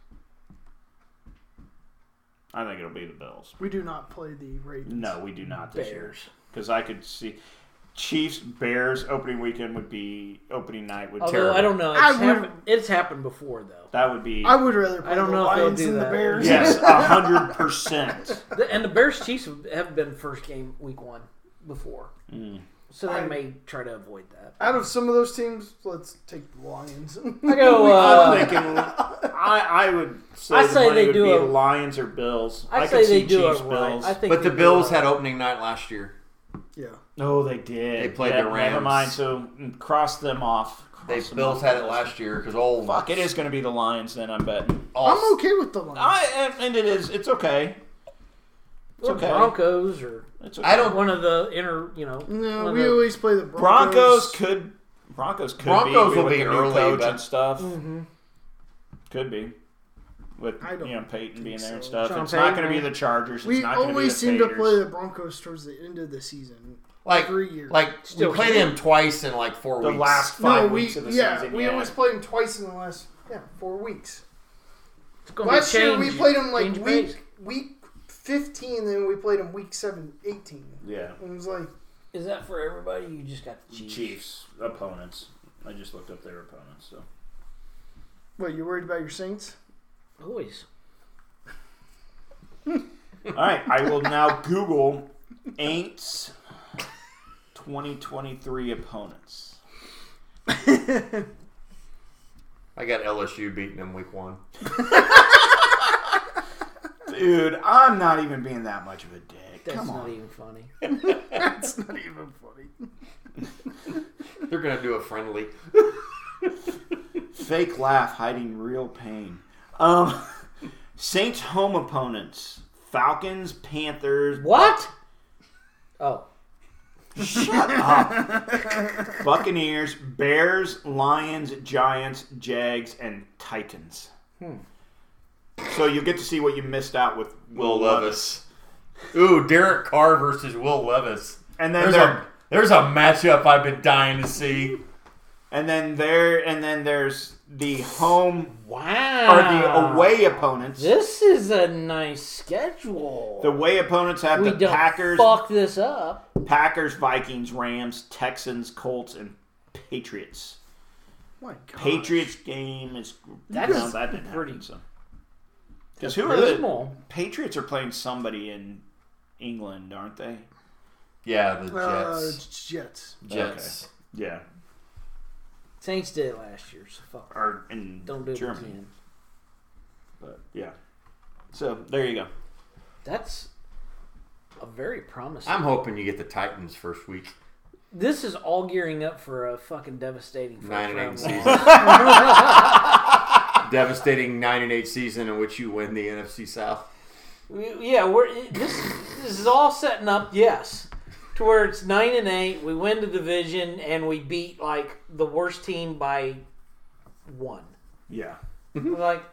[SPEAKER 4] I think it'll be the Bills.
[SPEAKER 1] We do not play the Ravens.
[SPEAKER 4] No, we do not this year
[SPEAKER 2] Bears.
[SPEAKER 4] because I could see Chiefs Bears opening weekend would be opening night would
[SPEAKER 2] Although
[SPEAKER 3] Terrible.
[SPEAKER 2] I don't know, it's,
[SPEAKER 1] I would-
[SPEAKER 2] happened, it's happened before though,
[SPEAKER 4] that would be
[SPEAKER 1] I would rather play
[SPEAKER 2] I don't
[SPEAKER 1] the
[SPEAKER 2] know if they'll
[SPEAKER 1] Lions
[SPEAKER 2] do
[SPEAKER 1] than
[SPEAKER 2] that.
[SPEAKER 1] the Bears.
[SPEAKER 4] yes hundred percent.
[SPEAKER 2] The- and the Bears Chiefs have- have been first game week one before,
[SPEAKER 3] Mm.
[SPEAKER 2] so they
[SPEAKER 1] I-
[SPEAKER 2] may try to avoid that.
[SPEAKER 1] Out of some of those teams, let's take the Lions.
[SPEAKER 2] I go.
[SPEAKER 4] I'm
[SPEAKER 2] Uh,
[SPEAKER 4] thinking. I, I would say
[SPEAKER 2] I
[SPEAKER 4] the
[SPEAKER 2] say
[SPEAKER 4] money
[SPEAKER 2] they
[SPEAKER 4] would
[SPEAKER 2] do
[SPEAKER 4] be
[SPEAKER 2] a-
[SPEAKER 4] Lions or Bills.
[SPEAKER 2] I
[SPEAKER 4] could
[SPEAKER 2] say they
[SPEAKER 4] see
[SPEAKER 2] do
[SPEAKER 4] Chiefs
[SPEAKER 2] it right.
[SPEAKER 4] Bills.
[SPEAKER 2] I think
[SPEAKER 3] But the
[SPEAKER 2] they do
[SPEAKER 3] Bills
[SPEAKER 2] it right.
[SPEAKER 3] had opening night last year.
[SPEAKER 1] yeah.
[SPEAKER 4] No, they did.
[SPEAKER 3] They played the
[SPEAKER 4] Yeah, Never
[SPEAKER 3] Rams.
[SPEAKER 4] mind. So mm, cross them off. Cross
[SPEAKER 3] They
[SPEAKER 4] them
[SPEAKER 3] Bills
[SPEAKER 4] off.
[SPEAKER 3] had it last year oh because old
[SPEAKER 4] Fuck, it is going to be the Lions then. I'm betting.
[SPEAKER 3] all-
[SPEAKER 1] I'm okay with the Lions.
[SPEAKER 4] I and it is. It's okay. It's
[SPEAKER 2] or
[SPEAKER 4] okay.
[SPEAKER 2] Broncos or
[SPEAKER 4] It's okay.
[SPEAKER 3] I don't-
[SPEAKER 2] one of the inner, you know, one
[SPEAKER 1] no,
[SPEAKER 2] of
[SPEAKER 1] we
[SPEAKER 2] the-
[SPEAKER 1] always play the Broncos.
[SPEAKER 4] Broncos could. Broncos could
[SPEAKER 3] Broncos
[SPEAKER 4] be,
[SPEAKER 3] will
[SPEAKER 4] with
[SPEAKER 3] be
[SPEAKER 4] the new
[SPEAKER 3] early,
[SPEAKER 4] coach
[SPEAKER 3] but-
[SPEAKER 4] and stuff. Could be. With
[SPEAKER 1] Mm-hmm. I don't
[SPEAKER 4] you know Peyton being
[SPEAKER 1] think
[SPEAKER 4] there and
[SPEAKER 1] so.
[SPEAKER 4] stuff,
[SPEAKER 2] Sean
[SPEAKER 4] it's not
[SPEAKER 2] Payton,
[SPEAKER 4] going to be
[SPEAKER 2] right?
[SPEAKER 4] the Chargers.
[SPEAKER 1] We
[SPEAKER 4] it's not gonna
[SPEAKER 1] always
[SPEAKER 4] be the
[SPEAKER 1] seem to play
[SPEAKER 4] Raiders.
[SPEAKER 1] the Broncos towards the end of the season.
[SPEAKER 3] like
[SPEAKER 1] every year.
[SPEAKER 3] like
[SPEAKER 2] Still
[SPEAKER 3] we played
[SPEAKER 2] can't.
[SPEAKER 3] them twice in like four
[SPEAKER 4] the
[SPEAKER 3] weeks.
[SPEAKER 4] last five
[SPEAKER 1] no, we
[SPEAKER 4] weeks of the
[SPEAKER 1] yeah,
[SPEAKER 4] season.
[SPEAKER 1] we
[SPEAKER 4] yeah.
[SPEAKER 1] always played them twice in the last yeah four weeks.
[SPEAKER 2] it's gonna be
[SPEAKER 1] Last year we
[SPEAKER 2] change-
[SPEAKER 1] played them like
[SPEAKER 2] change
[SPEAKER 1] week
[SPEAKER 2] pace.
[SPEAKER 1] week fifteen, then we played them week seven, 18.
[SPEAKER 4] Yeah.
[SPEAKER 1] And it was like
[SPEAKER 2] Is that for everybody? You just got the Chiefs.
[SPEAKER 4] Chiefs opponents. I just looked up their opponents. So
[SPEAKER 1] what you worried about your Saints?
[SPEAKER 2] Always.
[SPEAKER 4] all right, I will now Google Aints 2023 opponents.
[SPEAKER 3] I got LSU beating them week one.
[SPEAKER 4] Dude, I'm not even being that much of a dick.
[SPEAKER 2] That's
[SPEAKER 4] Come
[SPEAKER 2] not
[SPEAKER 4] on.
[SPEAKER 2] even funny.
[SPEAKER 1] That's not even funny.
[SPEAKER 3] They're gonna do a friendly.
[SPEAKER 4] Fake laugh hiding real pain. Um, Saints home opponents. Falcons, Panthers,
[SPEAKER 2] What? Oh,
[SPEAKER 4] Shut up. Buccaneers, Bears, Lions, Giants, Jags, and Titans.
[SPEAKER 2] Hmm.
[SPEAKER 4] So you'll get to see what you missed out with Will,
[SPEAKER 3] Will
[SPEAKER 4] Levis.
[SPEAKER 3] Levis. Ooh, Derek Carr versus Will Levis.
[SPEAKER 4] And then
[SPEAKER 3] There's
[SPEAKER 4] there,
[SPEAKER 3] a there's a matchup I've been dying to see.
[SPEAKER 4] and then there, and then there's the home
[SPEAKER 2] wow.
[SPEAKER 4] or the away opponents.
[SPEAKER 2] Ah. This is a nice schedule.
[SPEAKER 4] The away opponents have
[SPEAKER 2] we
[SPEAKER 4] the
[SPEAKER 2] don't
[SPEAKER 4] Packers,
[SPEAKER 2] fuck this up.
[SPEAKER 4] Packers, Vikings, Rams, Texans, Colts, and Patriots.
[SPEAKER 1] My God.
[SPEAKER 4] Patriots game is
[SPEAKER 2] That is
[SPEAKER 4] no, that didn't
[SPEAKER 2] pretty-
[SPEAKER 4] happen, so. 'Cause who are the
[SPEAKER 2] Abysmal.
[SPEAKER 4] Patriots are playing somebody in England, aren't they?
[SPEAKER 3] Yeah, the
[SPEAKER 1] Uh,
[SPEAKER 3] Jets.
[SPEAKER 1] Jets.
[SPEAKER 3] Jets.
[SPEAKER 4] Yeah.
[SPEAKER 2] Saints did it last year, so fuck.
[SPEAKER 4] Or in
[SPEAKER 2] Don't do it
[SPEAKER 4] Germany.
[SPEAKER 2] again.
[SPEAKER 4] But yeah. So there you go.
[SPEAKER 2] That's a very promising.
[SPEAKER 3] I'm hoping you get the Titans first week.
[SPEAKER 2] This is all gearing up for a fucking devastating first
[SPEAKER 3] Nine and
[SPEAKER 2] round
[SPEAKER 3] eight
[SPEAKER 2] loss.
[SPEAKER 3] season. Devastating nine and eight season in which you win the NFC South.
[SPEAKER 2] We- Yeah, we're this. This is all setting up. Yes, to where it's nine and eight. We win the division and we beat like the worst team by one.
[SPEAKER 4] Yeah.
[SPEAKER 2] We're like,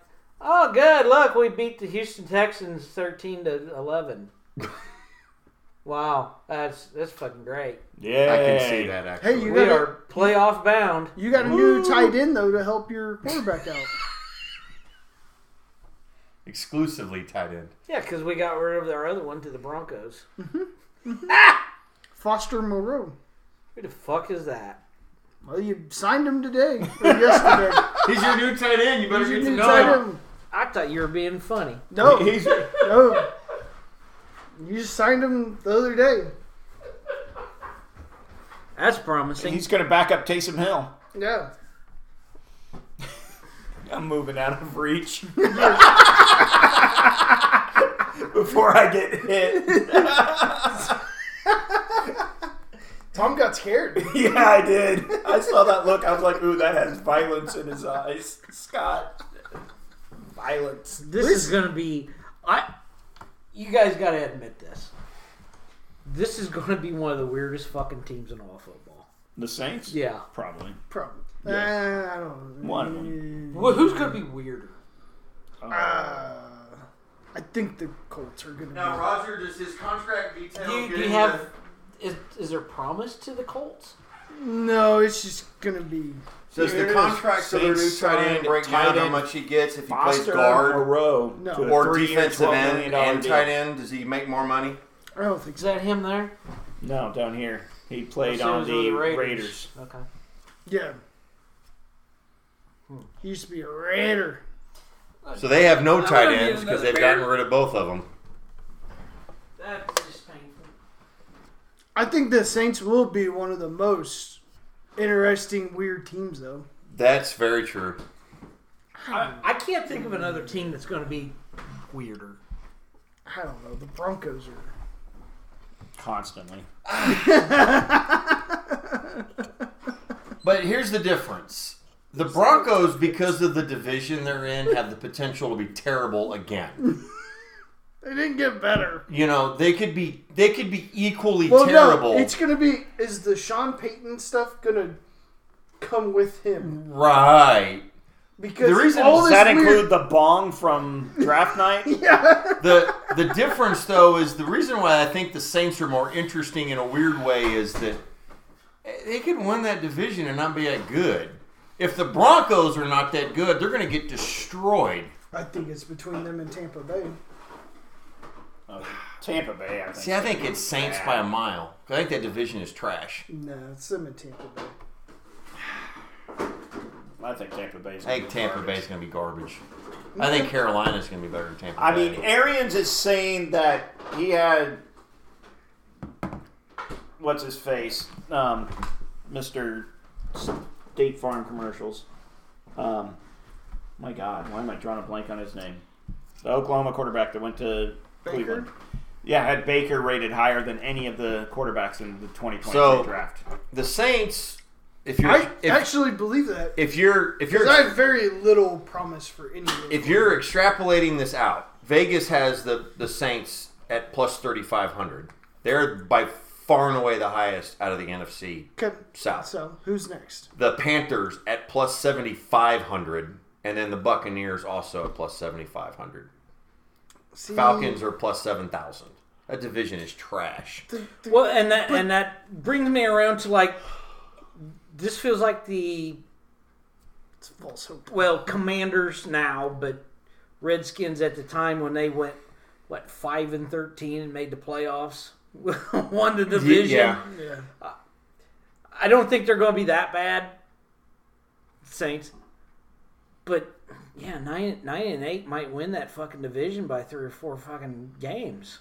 [SPEAKER 2] oh, good. Look, we beat the Houston Texans thirteen to eleven. Wow, that's that's fucking great.
[SPEAKER 4] Yeah.
[SPEAKER 3] I can see that actually.
[SPEAKER 1] Hey, you
[SPEAKER 2] We
[SPEAKER 1] got a,
[SPEAKER 2] are playoff bound.
[SPEAKER 1] you got a new tight end though to help your quarterback out.
[SPEAKER 3] Exclusively tight end.
[SPEAKER 2] Yeah, because we got rid of our other one to the Broncos.
[SPEAKER 1] Foster Moreau.
[SPEAKER 2] Who the fuck is that?
[SPEAKER 1] Well, you signed him today or yesterday.
[SPEAKER 3] He's your new tight end. You better
[SPEAKER 1] He's your
[SPEAKER 3] get to
[SPEAKER 1] new
[SPEAKER 3] know
[SPEAKER 1] tight
[SPEAKER 3] him.
[SPEAKER 1] end.
[SPEAKER 2] I thought you were being funny.
[SPEAKER 1] No,
[SPEAKER 4] He's,
[SPEAKER 1] no. You just signed him the other day.
[SPEAKER 2] That's promising.
[SPEAKER 4] he's going to back up Taysom Hill.
[SPEAKER 1] Yeah.
[SPEAKER 4] I'm moving out of reach. Before I get hit.
[SPEAKER 1] Tom got scared.
[SPEAKER 4] Yeah, I did. I saw that look. I was like, ooh, that has violence in his eyes. Scott. Violence.
[SPEAKER 2] This is going to be. I. You guys got to admit this. This is going to be one of the weirdest fucking teams in all football.
[SPEAKER 4] The Saints?
[SPEAKER 2] Yeah.
[SPEAKER 4] Probably.
[SPEAKER 1] Probably. Uh, I don't know.
[SPEAKER 4] One of them.
[SPEAKER 2] Well, who's going to be weirder?
[SPEAKER 1] Uh, I think the Colts are going to be.
[SPEAKER 3] Roger, does his contract
[SPEAKER 2] Do
[SPEAKER 3] detail
[SPEAKER 2] you, do you have. Is, is there promise to the Colts?
[SPEAKER 1] No, it's just gonna be.
[SPEAKER 3] Does
[SPEAKER 4] Here it
[SPEAKER 3] the
[SPEAKER 4] is.
[SPEAKER 3] contract for their new
[SPEAKER 4] Saints
[SPEAKER 3] tight end
[SPEAKER 4] signed
[SPEAKER 3] break
[SPEAKER 4] tight
[SPEAKER 3] down how
[SPEAKER 4] end
[SPEAKER 3] much he gets if he plays
[SPEAKER 4] Foster
[SPEAKER 3] guard
[SPEAKER 4] Moreau
[SPEAKER 1] No.
[SPEAKER 4] to a
[SPEAKER 3] or
[SPEAKER 4] three-year,
[SPEAKER 3] defensive
[SPEAKER 4] $12
[SPEAKER 3] end
[SPEAKER 4] million
[SPEAKER 3] and
[SPEAKER 4] deal.
[SPEAKER 3] tight end? Does he make more money?
[SPEAKER 1] I don't think
[SPEAKER 2] Is
[SPEAKER 1] so.
[SPEAKER 2] that him there?
[SPEAKER 4] No, down here. He played
[SPEAKER 2] I assume
[SPEAKER 4] on
[SPEAKER 2] it was
[SPEAKER 4] the,
[SPEAKER 2] with
[SPEAKER 4] Raiders.
[SPEAKER 2] Okay.
[SPEAKER 1] Yeah. He used to be a raider.
[SPEAKER 3] So they have no
[SPEAKER 2] I
[SPEAKER 3] tight
[SPEAKER 2] wouldn't
[SPEAKER 3] ends
[SPEAKER 2] even know
[SPEAKER 3] because
[SPEAKER 2] the
[SPEAKER 3] they've gotten
[SPEAKER 2] Bears-
[SPEAKER 3] rid of both of them.
[SPEAKER 2] That's just painful.
[SPEAKER 1] I think the Saints will be one of the most interesting, weird teams, though.
[SPEAKER 3] That's very true.
[SPEAKER 2] I, I can't think of another team that's going to be weirder.
[SPEAKER 1] I don't know. The Broncos are.
[SPEAKER 4] Constantly.
[SPEAKER 3] But here's the difference. The Broncos, because of the division they're in, have the potential to be terrible again.
[SPEAKER 1] They didn't get better.
[SPEAKER 3] You know, they could be they could be equally
[SPEAKER 1] Well,
[SPEAKER 3] terrible.
[SPEAKER 1] no, it's gonna be. Is the Sean Payton stuff gonna come with him?
[SPEAKER 3] right.
[SPEAKER 1] Because
[SPEAKER 3] The reason-
[SPEAKER 1] all
[SPEAKER 4] Does
[SPEAKER 1] this
[SPEAKER 4] that
[SPEAKER 1] weird-
[SPEAKER 4] include the bong from draft night?
[SPEAKER 1] Yeah.
[SPEAKER 3] The the difference though is the reason why I think the Saints are more interesting in a weird way is that they could win that division and not be that good. If the Broncos are not that good, they're going to get destroyed.
[SPEAKER 1] I think it's between them and Tampa Bay.
[SPEAKER 4] Oh, Tampa Bay, I think.
[SPEAKER 3] See, I think it's Saints by a mile. I think that division is trash.
[SPEAKER 1] No, it's them and Tampa Bay.
[SPEAKER 4] I think Tampa Bay's
[SPEAKER 3] I think Tampa Bay's going to be garbage. I think Carolina's going to be better than Tampa
[SPEAKER 4] I
[SPEAKER 3] Bay.
[SPEAKER 4] mean, Arians is saying that he had what's his face, um, Mister State Farm commercials. Um, my God, why am I drawing a blank on his name? The Oklahoma quarterback that went to
[SPEAKER 1] Baker?
[SPEAKER 4] Cleveland. Yeah, had Baker rated higher than any of the quarterbacks in the 2023
[SPEAKER 3] So-
[SPEAKER 4] draft.
[SPEAKER 3] the Saints. If you're
[SPEAKER 1] I
[SPEAKER 3] if,
[SPEAKER 1] actually believe that
[SPEAKER 3] if you're if you're
[SPEAKER 1] because I have very little promise for any. of
[SPEAKER 3] if
[SPEAKER 1] them.
[SPEAKER 3] you're extrapolating this out, Vegas has the the Saints at plus thirty five hundred. They're by far and away the highest out of the NFC
[SPEAKER 1] Okay,
[SPEAKER 3] South.
[SPEAKER 1] so who's next?
[SPEAKER 3] The Panthers at plus seventy five hundred, and then the Buccaneers also at plus seventy five hundred.
[SPEAKER 1] See,
[SPEAKER 3] Falcons are plus seven thousand. That division is trash.
[SPEAKER 1] the- the-
[SPEAKER 2] Well, and that and that brings me around to like this feels like the
[SPEAKER 1] it's false hope.
[SPEAKER 2] well Commanders now, but Redskins at the time when they went what five and thirteen and made the playoffs, won the division.
[SPEAKER 3] Yeah.
[SPEAKER 1] Yeah.
[SPEAKER 2] I don't think they're going to be that bad, Saints. But yeah, nine nine and eight might win that fucking division by three or four fucking games.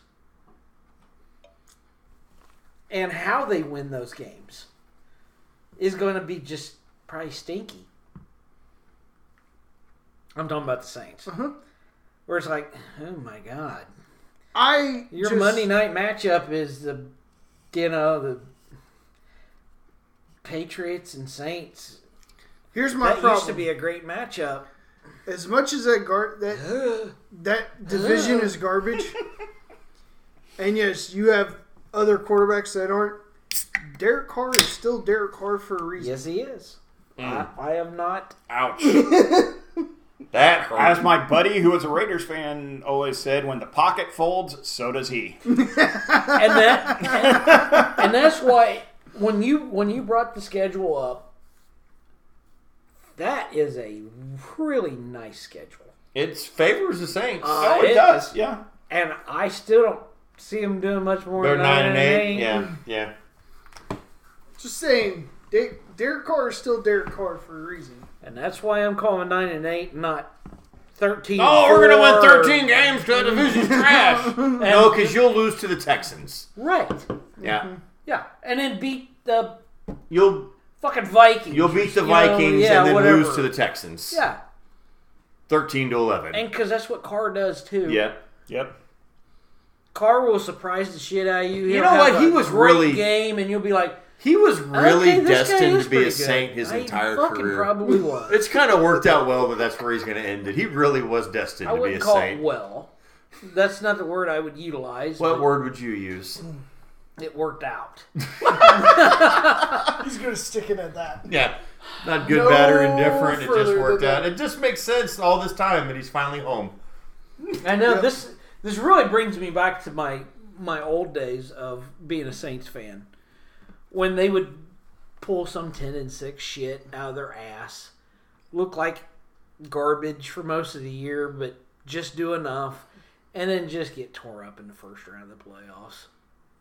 [SPEAKER 2] And how they win those games is going to be just probably stinky. I'm talking about the Saints, where it's like, oh my god,
[SPEAKER 1] I
[SPEAKER 2] your
[SPEAKER 1] just-
[SPEAKER 2] Monday night matchup is the, you know, the Patriots and Saints.
[SPEAKER 1] Here's my
[SPEAKER 2] That
[SPEAKER 1] problem.
[SPEAKER 2] used to be a great matchup.
[SPEAKER 1] as much as that gar- that that division is garbage, and yes, you have other quarterbacks that aren't. Derek Carr is still Derek Carr for a reason.
[SPEAKER 2] Yes, he is.
[SPEAKER 3] Mm.
[SPEAKER 2] I, I am not.
[SPEAKER 3] Ouch. that hurt.
[SPEAKER 4] As my buddy, who was a Raiders fan, always said, "When the pocket folds, so does he."
[SPEAKER 2] And that, and, that's why when you when you brought the schedule up, that is a really nice schedule.
[SPEAKER 3] It favors the Saints.
[SPEAKER 4] Oh, it,
[SPEAKER 2] it-
[SPEAKER 4] does, yeah.
[SPEAKER 2] And I still don't see him doing much more
[SPEAKER 3] They're
[SPEAKER 2] than
[SPEAKER 3] nine and eight. Yeah, yeah.
[SPEAKER 1] Just saying, De- Derek Carr is still Derek Carr for a reason.
[SPEAKER 2] And that's why I'm calling nine and eight, not thirteen.
[SPEAKER 3] Oh, we're gonna win
[SPEAKER 2] four.
[SPEAKER 3] thirteen games to a division trash. no, because you'll lose to the Texans.
[SPEAKER 2] Right.
[SPEAKER 3] Yeah,
[SPEAKER 2] Yeah, and then beat the
[SPEAKER 3] you'll
[SPEAKER 2] fucking Vikings.
[SPEAKER 3] you'll beat the
[SPEAKER 2] You know,
[SPEAKER 3] Vikings
[SPEAKER 2] yeah,
[SPEAKER 3] and then
[SPEAKER 2] whatever.
[SPEAKER 3] lose to the Texans.
[SPEAKER 2] Yeah,
[SPEAKER 3] thirteen to eleven.
[SPEAKER 2] and because that's what Carr does too.
[SPEAKER 3] yeah.
[SPEAKER 4] Yep.
[SPEAKER 2] Carr will surprise the shit out of you. He'll
[SPEAKER 3] know
[SPEAKER 2] have
[SPEAKER 3] what? He
[SPEAKER 2] a
[SPEAKER 3] was
[SPEAKER 2] great
[SPEAKER 3] really-
[SPEAKER 2] game, and you'll be like,
[SPEAKER 3] He was really
[SPEAKER 2] okay, this guy
[SPEAKER 3] destined
[SPEAKER 2] is
[SPEAKER 3] to be a
[SPEAKER 2] pretty good.
[SPEAKER 3] Saint his
[SPEAKER 2] I
[SPEAKER 3] entire
[SPEAKER 2] fucking
[SPEAKER 3] career.
[SPEAKER 2] Probably was.
[SPEAKER 3] It's kind of worked out well, but that's where he's going to end it. He really was destined
[SPEAKER 2] I
[SPEAKER 3] to be a
[SPEAKER 2] wouldn't call
[SPEAKER 3] Saint.
[SPEAKER 2] it well. That's not the word I would utilize.
[SPEAKER 3] What
[SPEAKER 2] but
[SPEAKER 3] word would you use?
[SPEAKER 2] It worked out.
[SPEAKER 1] He's gonna stick it at that.
[SPEAKER 3] Yeah. Not good,
[SPEAKER 1] No
[SPEAKER 3] bad, or indifferent. It just
[SPEAKER 1] further
[SPEAKER 3] worked
[SPEAKER 1] than
[SPEAKER 3] out. It just makes sense all this time that he's finally home.
[SPEAKER 2] I know this. This really brings me back to my my old days of being a Saints fan, when they would pull some ten and six shit out of their ass, look like garbage for most of the year, but just do enough, and then just get tore up in the first round of the playoffs.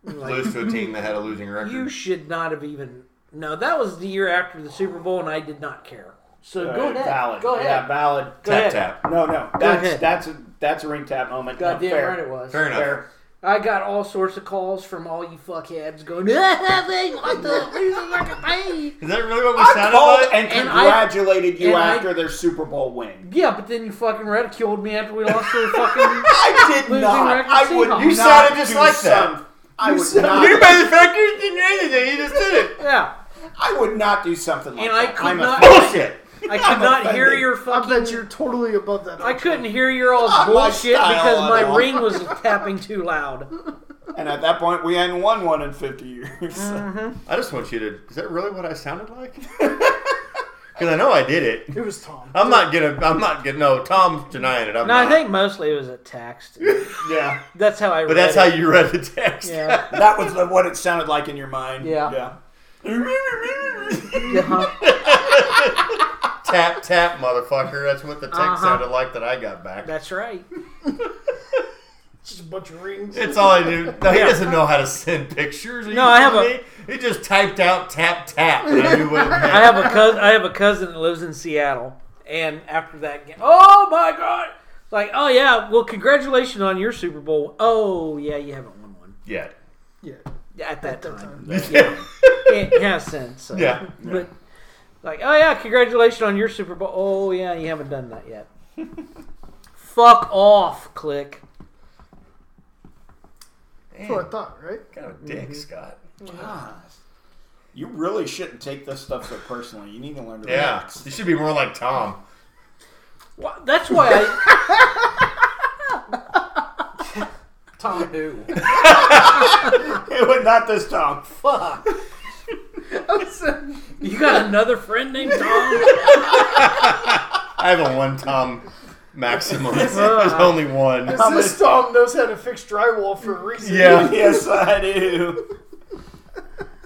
[SPEAKER 2] Like,
[SPEAKER 3] Lose to a team that had a losing record.
[SPEAKER 2] you should not have even. No, that was the year after the Super Bowl, and I did not care. So go
[SPEAKER 4] Uh,
[SPEAKER 2] ahead.
[SPEAKER 4] Valid.
[SPEAKER 2] Go ahead.
[SPEAKER 4] Yeah, valid.
[SPEAKER 2] Go
[SPEAKER 3] tap
[SPEAKER 2] ahead.
[SPEAKER 3] tap.
[SPEAKER 4] No, no. That's
[SPEAKER 2] ahead.
[SPEAKER 4] that's a that's a ring tap moment. No,
[SPEAKER 2] Goddamn
[SPEAKER 4] fair.
[SPEAKER 2] right it was.
[SPEAKER 3] Fair enough.
[SPEAKER 4] Fair.
[SPEAKER 2] I got all sorts of calls from all you fuckheads going, "Ah, they want the losers like a pain."
[SPEAKER 3] Is that really what we
[SPEAKER 4] I
[SPEAKER 3] sounded
[SPEAKER 4] called
[SPEAKER 3] like?
[SPEAKER 4] and
[SPEAKER 2] And I-
[SPEAKER 4] congratulated you
[SPEAKER 2] and I-
[SPEAKER 4] after their Super Bowl win.
[SPEAKER 2] Yeah, but then you fucking ridiculed me after we lost to the fucking.
[SPEAKER 4] I did
[SPEAKER 2] Losing
[SPEAKER 4] not.
[SPEAKER 2] record
[SPEAKER 4] I
[SPEAKER 2] Seahawks.
[SPEAKER 4] would. not
[SPEAKER 2] You
[SPEAKER 3] sounded just
[SPEAKER 4] do
[SPEAKER 3] like that.
[SPEAKER 4] some- I
[SPEAKER 1] You
[SPEAKER 4] would
[SPEAKER 1] sound-
[SPEAKER 4] not.
[SPEAKER 3] you motherfuckers didn't do anything. You just did it.
[SPEAKER 2] Yeah,
[SPEAKER 4] I would not do something like
[SPEAKER 2] And I
[SPEAKER 4] that.
[SPEAKER 2] could
[SPEAKER 4] I'm
[SPEAKER 2] not-
[SPEAKER 4] offended.
[SPEAKER 3] Bullshit.
[SPEAKER 2] I could not hear
[SPEAKER 4] offended.
[SPEAKER 1] I
[SPEAKER 2] your
[SPEAKER 1] bet
[SPEAKER 2] fucking.
[SPEAKER 1] you're totally above that.
[SPEAKER 2] I couldn't hear your all
[SPEAKER 4] Not my
[SPEAKER 2] bullshit
[SPEAKER 4] style
[SPEAKER 2] because
[SPEAKER 4] at
[SPEAKER 2] my
[SPEAKER 4] all.
[SPEAKER 2] ring was tapping too loud.
[SPEAKER 4] And at that point, we hadn't won one in 50 years.
[SPEAKER 2] Mm-hmm.
[SPEAKER 3] I just want you to. Is that really what I sounded like? Because I know I did it.
[SPEAKER 1] It was Tom.
[SPEAKER 3] I'm not gonna. I'm not gonna. No, Tom's denying it. I'm
[SPEAKER 2] No,
[SPEAKER 3] not.
[SPEAKER 2] I think mostly it was a text.
[SPEAKER 4] yeah.
[SPEAKER 2] That's how I.
[SPEAKER 3] but that's how you read the text.
[SPEAKER 2] Yeah.
[SPEAKER 4] That was the- what it sounded like in your mind.
[SPEAKER 2] Yeah.
[SPEAKER 4] Yeah.
[SPEAKER 2] Uh-huh.
[SPEAKER 3] tap tap, motherfucker. That's what the text
[SPEAKER 2] Uh-huh.
[SPEAKER 3] sounded like that I got back.
[SPEAKER 2] That's right.
[SPEAKER 1] Just a bunch of rings.
[SPEAKER 3] It's all I do. No, he doesn't know how to send pictures. Are you
[SPEAKER 2] No, I have
[SPEAKER 3] kidding me? He just typed out tap tap, and I knew what it meant.
[SPEAKER 2] I have a cousin. I have a cousin that lives in Seattle, and after that game, oh my god! It's Like, oh yeah, well, congratulations on your Super Bowl. Oh yeah, you haven't won one
[SPEAKER 3] yeah.
[SPEAKER 1] yeah.
[SPEAKER 2] at that
[SPEAKER 1] that time.
[SPEAKER 2] time.
[SPEAKER 3] Yeah.
[SPEAKER 2] It yeah, since so.
[SPEAKER 3] Yeah.
[SPEAKER 2] but like, oh yeah, congratulations on your Super Bowl. Oh yeah, you haven't done that yet. Fuck off, click.
[SPEAKER 1] That's what I thought, right?
[SPEAKER 3] Kind of a dick, Scott.
[SPEAKER 4] God. You really shouldn't take this stuff so personally. You need to learn to
[SPEAKER 3] Yeah.
[SPEAKER 4] relax.
[SPEAKER 3] You should be more like Tom.
[SPEAKER 2] Wha- That's why I.
[SPEAKER 1] Tom who?
[SPEAKER 4] It was not this time.
[SPEAKER 2] Fuck. You got another friend named Tom?
[SPEAKER 3] I have a one Tom maximum. There's
[SPEAKER 2] Uh.
[SPEAKER 3] only one.
[SPEAKER 1] this Tom knows how to fix drywall for a reason.
[SPEAKER 3] Yeah.
[SPEAKER 4] yes, I do.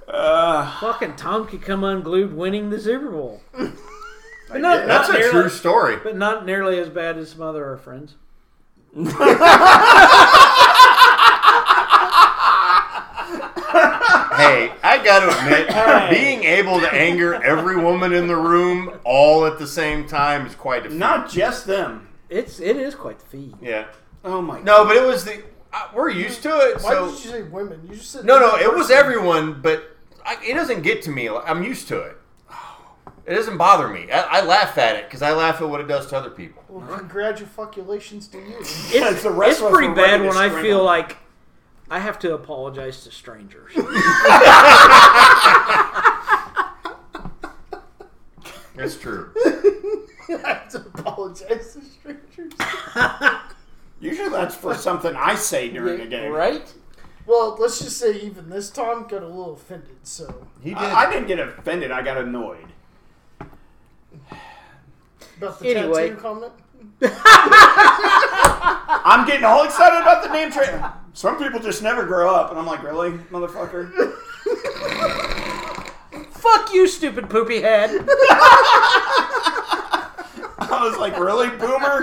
[SPEAKER 4] Uh,
[SPEAKER 2] Fucking Tom could come unglued, winning the Super Bowl. But not,
[SPEAKER 3] That's
[SPEAKER 2] not
[SPEAKER 3] a
[SPEAKER 2] nearly-
[SPEAKER 3] true story.
[SPEAKER 2] But not nearly as bad as some other of our friends.
[SPEAKER 3] Hey, I gotta admit, being able to anger every woman in the room all at the same time is quite a feat.
[SPEAKER 4] not just them.
[SPEAKER 2] It's it is quite the feat.
[SPEAKER 3] Yeah.
[SPEAKER 4] Oh my
[SPEAKER 3] No, but it was the. I, we're used to it.
[SPEAKER 1] Why
[SPEAKER 3] so
[SPEAKER 1] did you say women? You just said
[SPEAKER 3] no, no, it was everyone, but I, it doesn't get to me. I'm used to it. It doesn't bother me. I, I laugh at it because I laugh at what it does to other people.
[SPEAKER 1] Well, congratulations to you.
[SPEAKER 2] It's,
[SPEAKER 4] the
[SPEAKER 2] it's
[SPEAKER 4] rest of us
[SPEAKER 2] pretty
[SPEAKER 4] were ready
[SPEAKER 2] bad
[SPEAKER 4] to
[SPEAKER 2] when I
[SPEAKER 4] strangle.
[SPEAKER 2] feel like I have to apologize to strangers.
[SPEAKER 3] It's true.
[SPEAKER 1] I have to apologize to strangers.
[SPEAKER 4] Usually that's for something I say during a game.
[SPEAKER 2] right?
[SPEAKER 1] Well, let's just say even this Tom got a little offended. So,
[SPEAKER 3] He did.
[SPEAKER 4] I, I didn't get offended. I got annoyed.
[SPEAKER 1] about the
[SPEAKER 2] Anyway.
[SPEAKER 1] tattoo comment,
[SPEAKER 4] I'm getting all excited about the damn trailer. Some people just never grow up, and I'm like, really, motherfucker?
[SPEAKER 2] Fuck you, stupid poopy head.
[SPEAKER 4] I was like, really, boomer?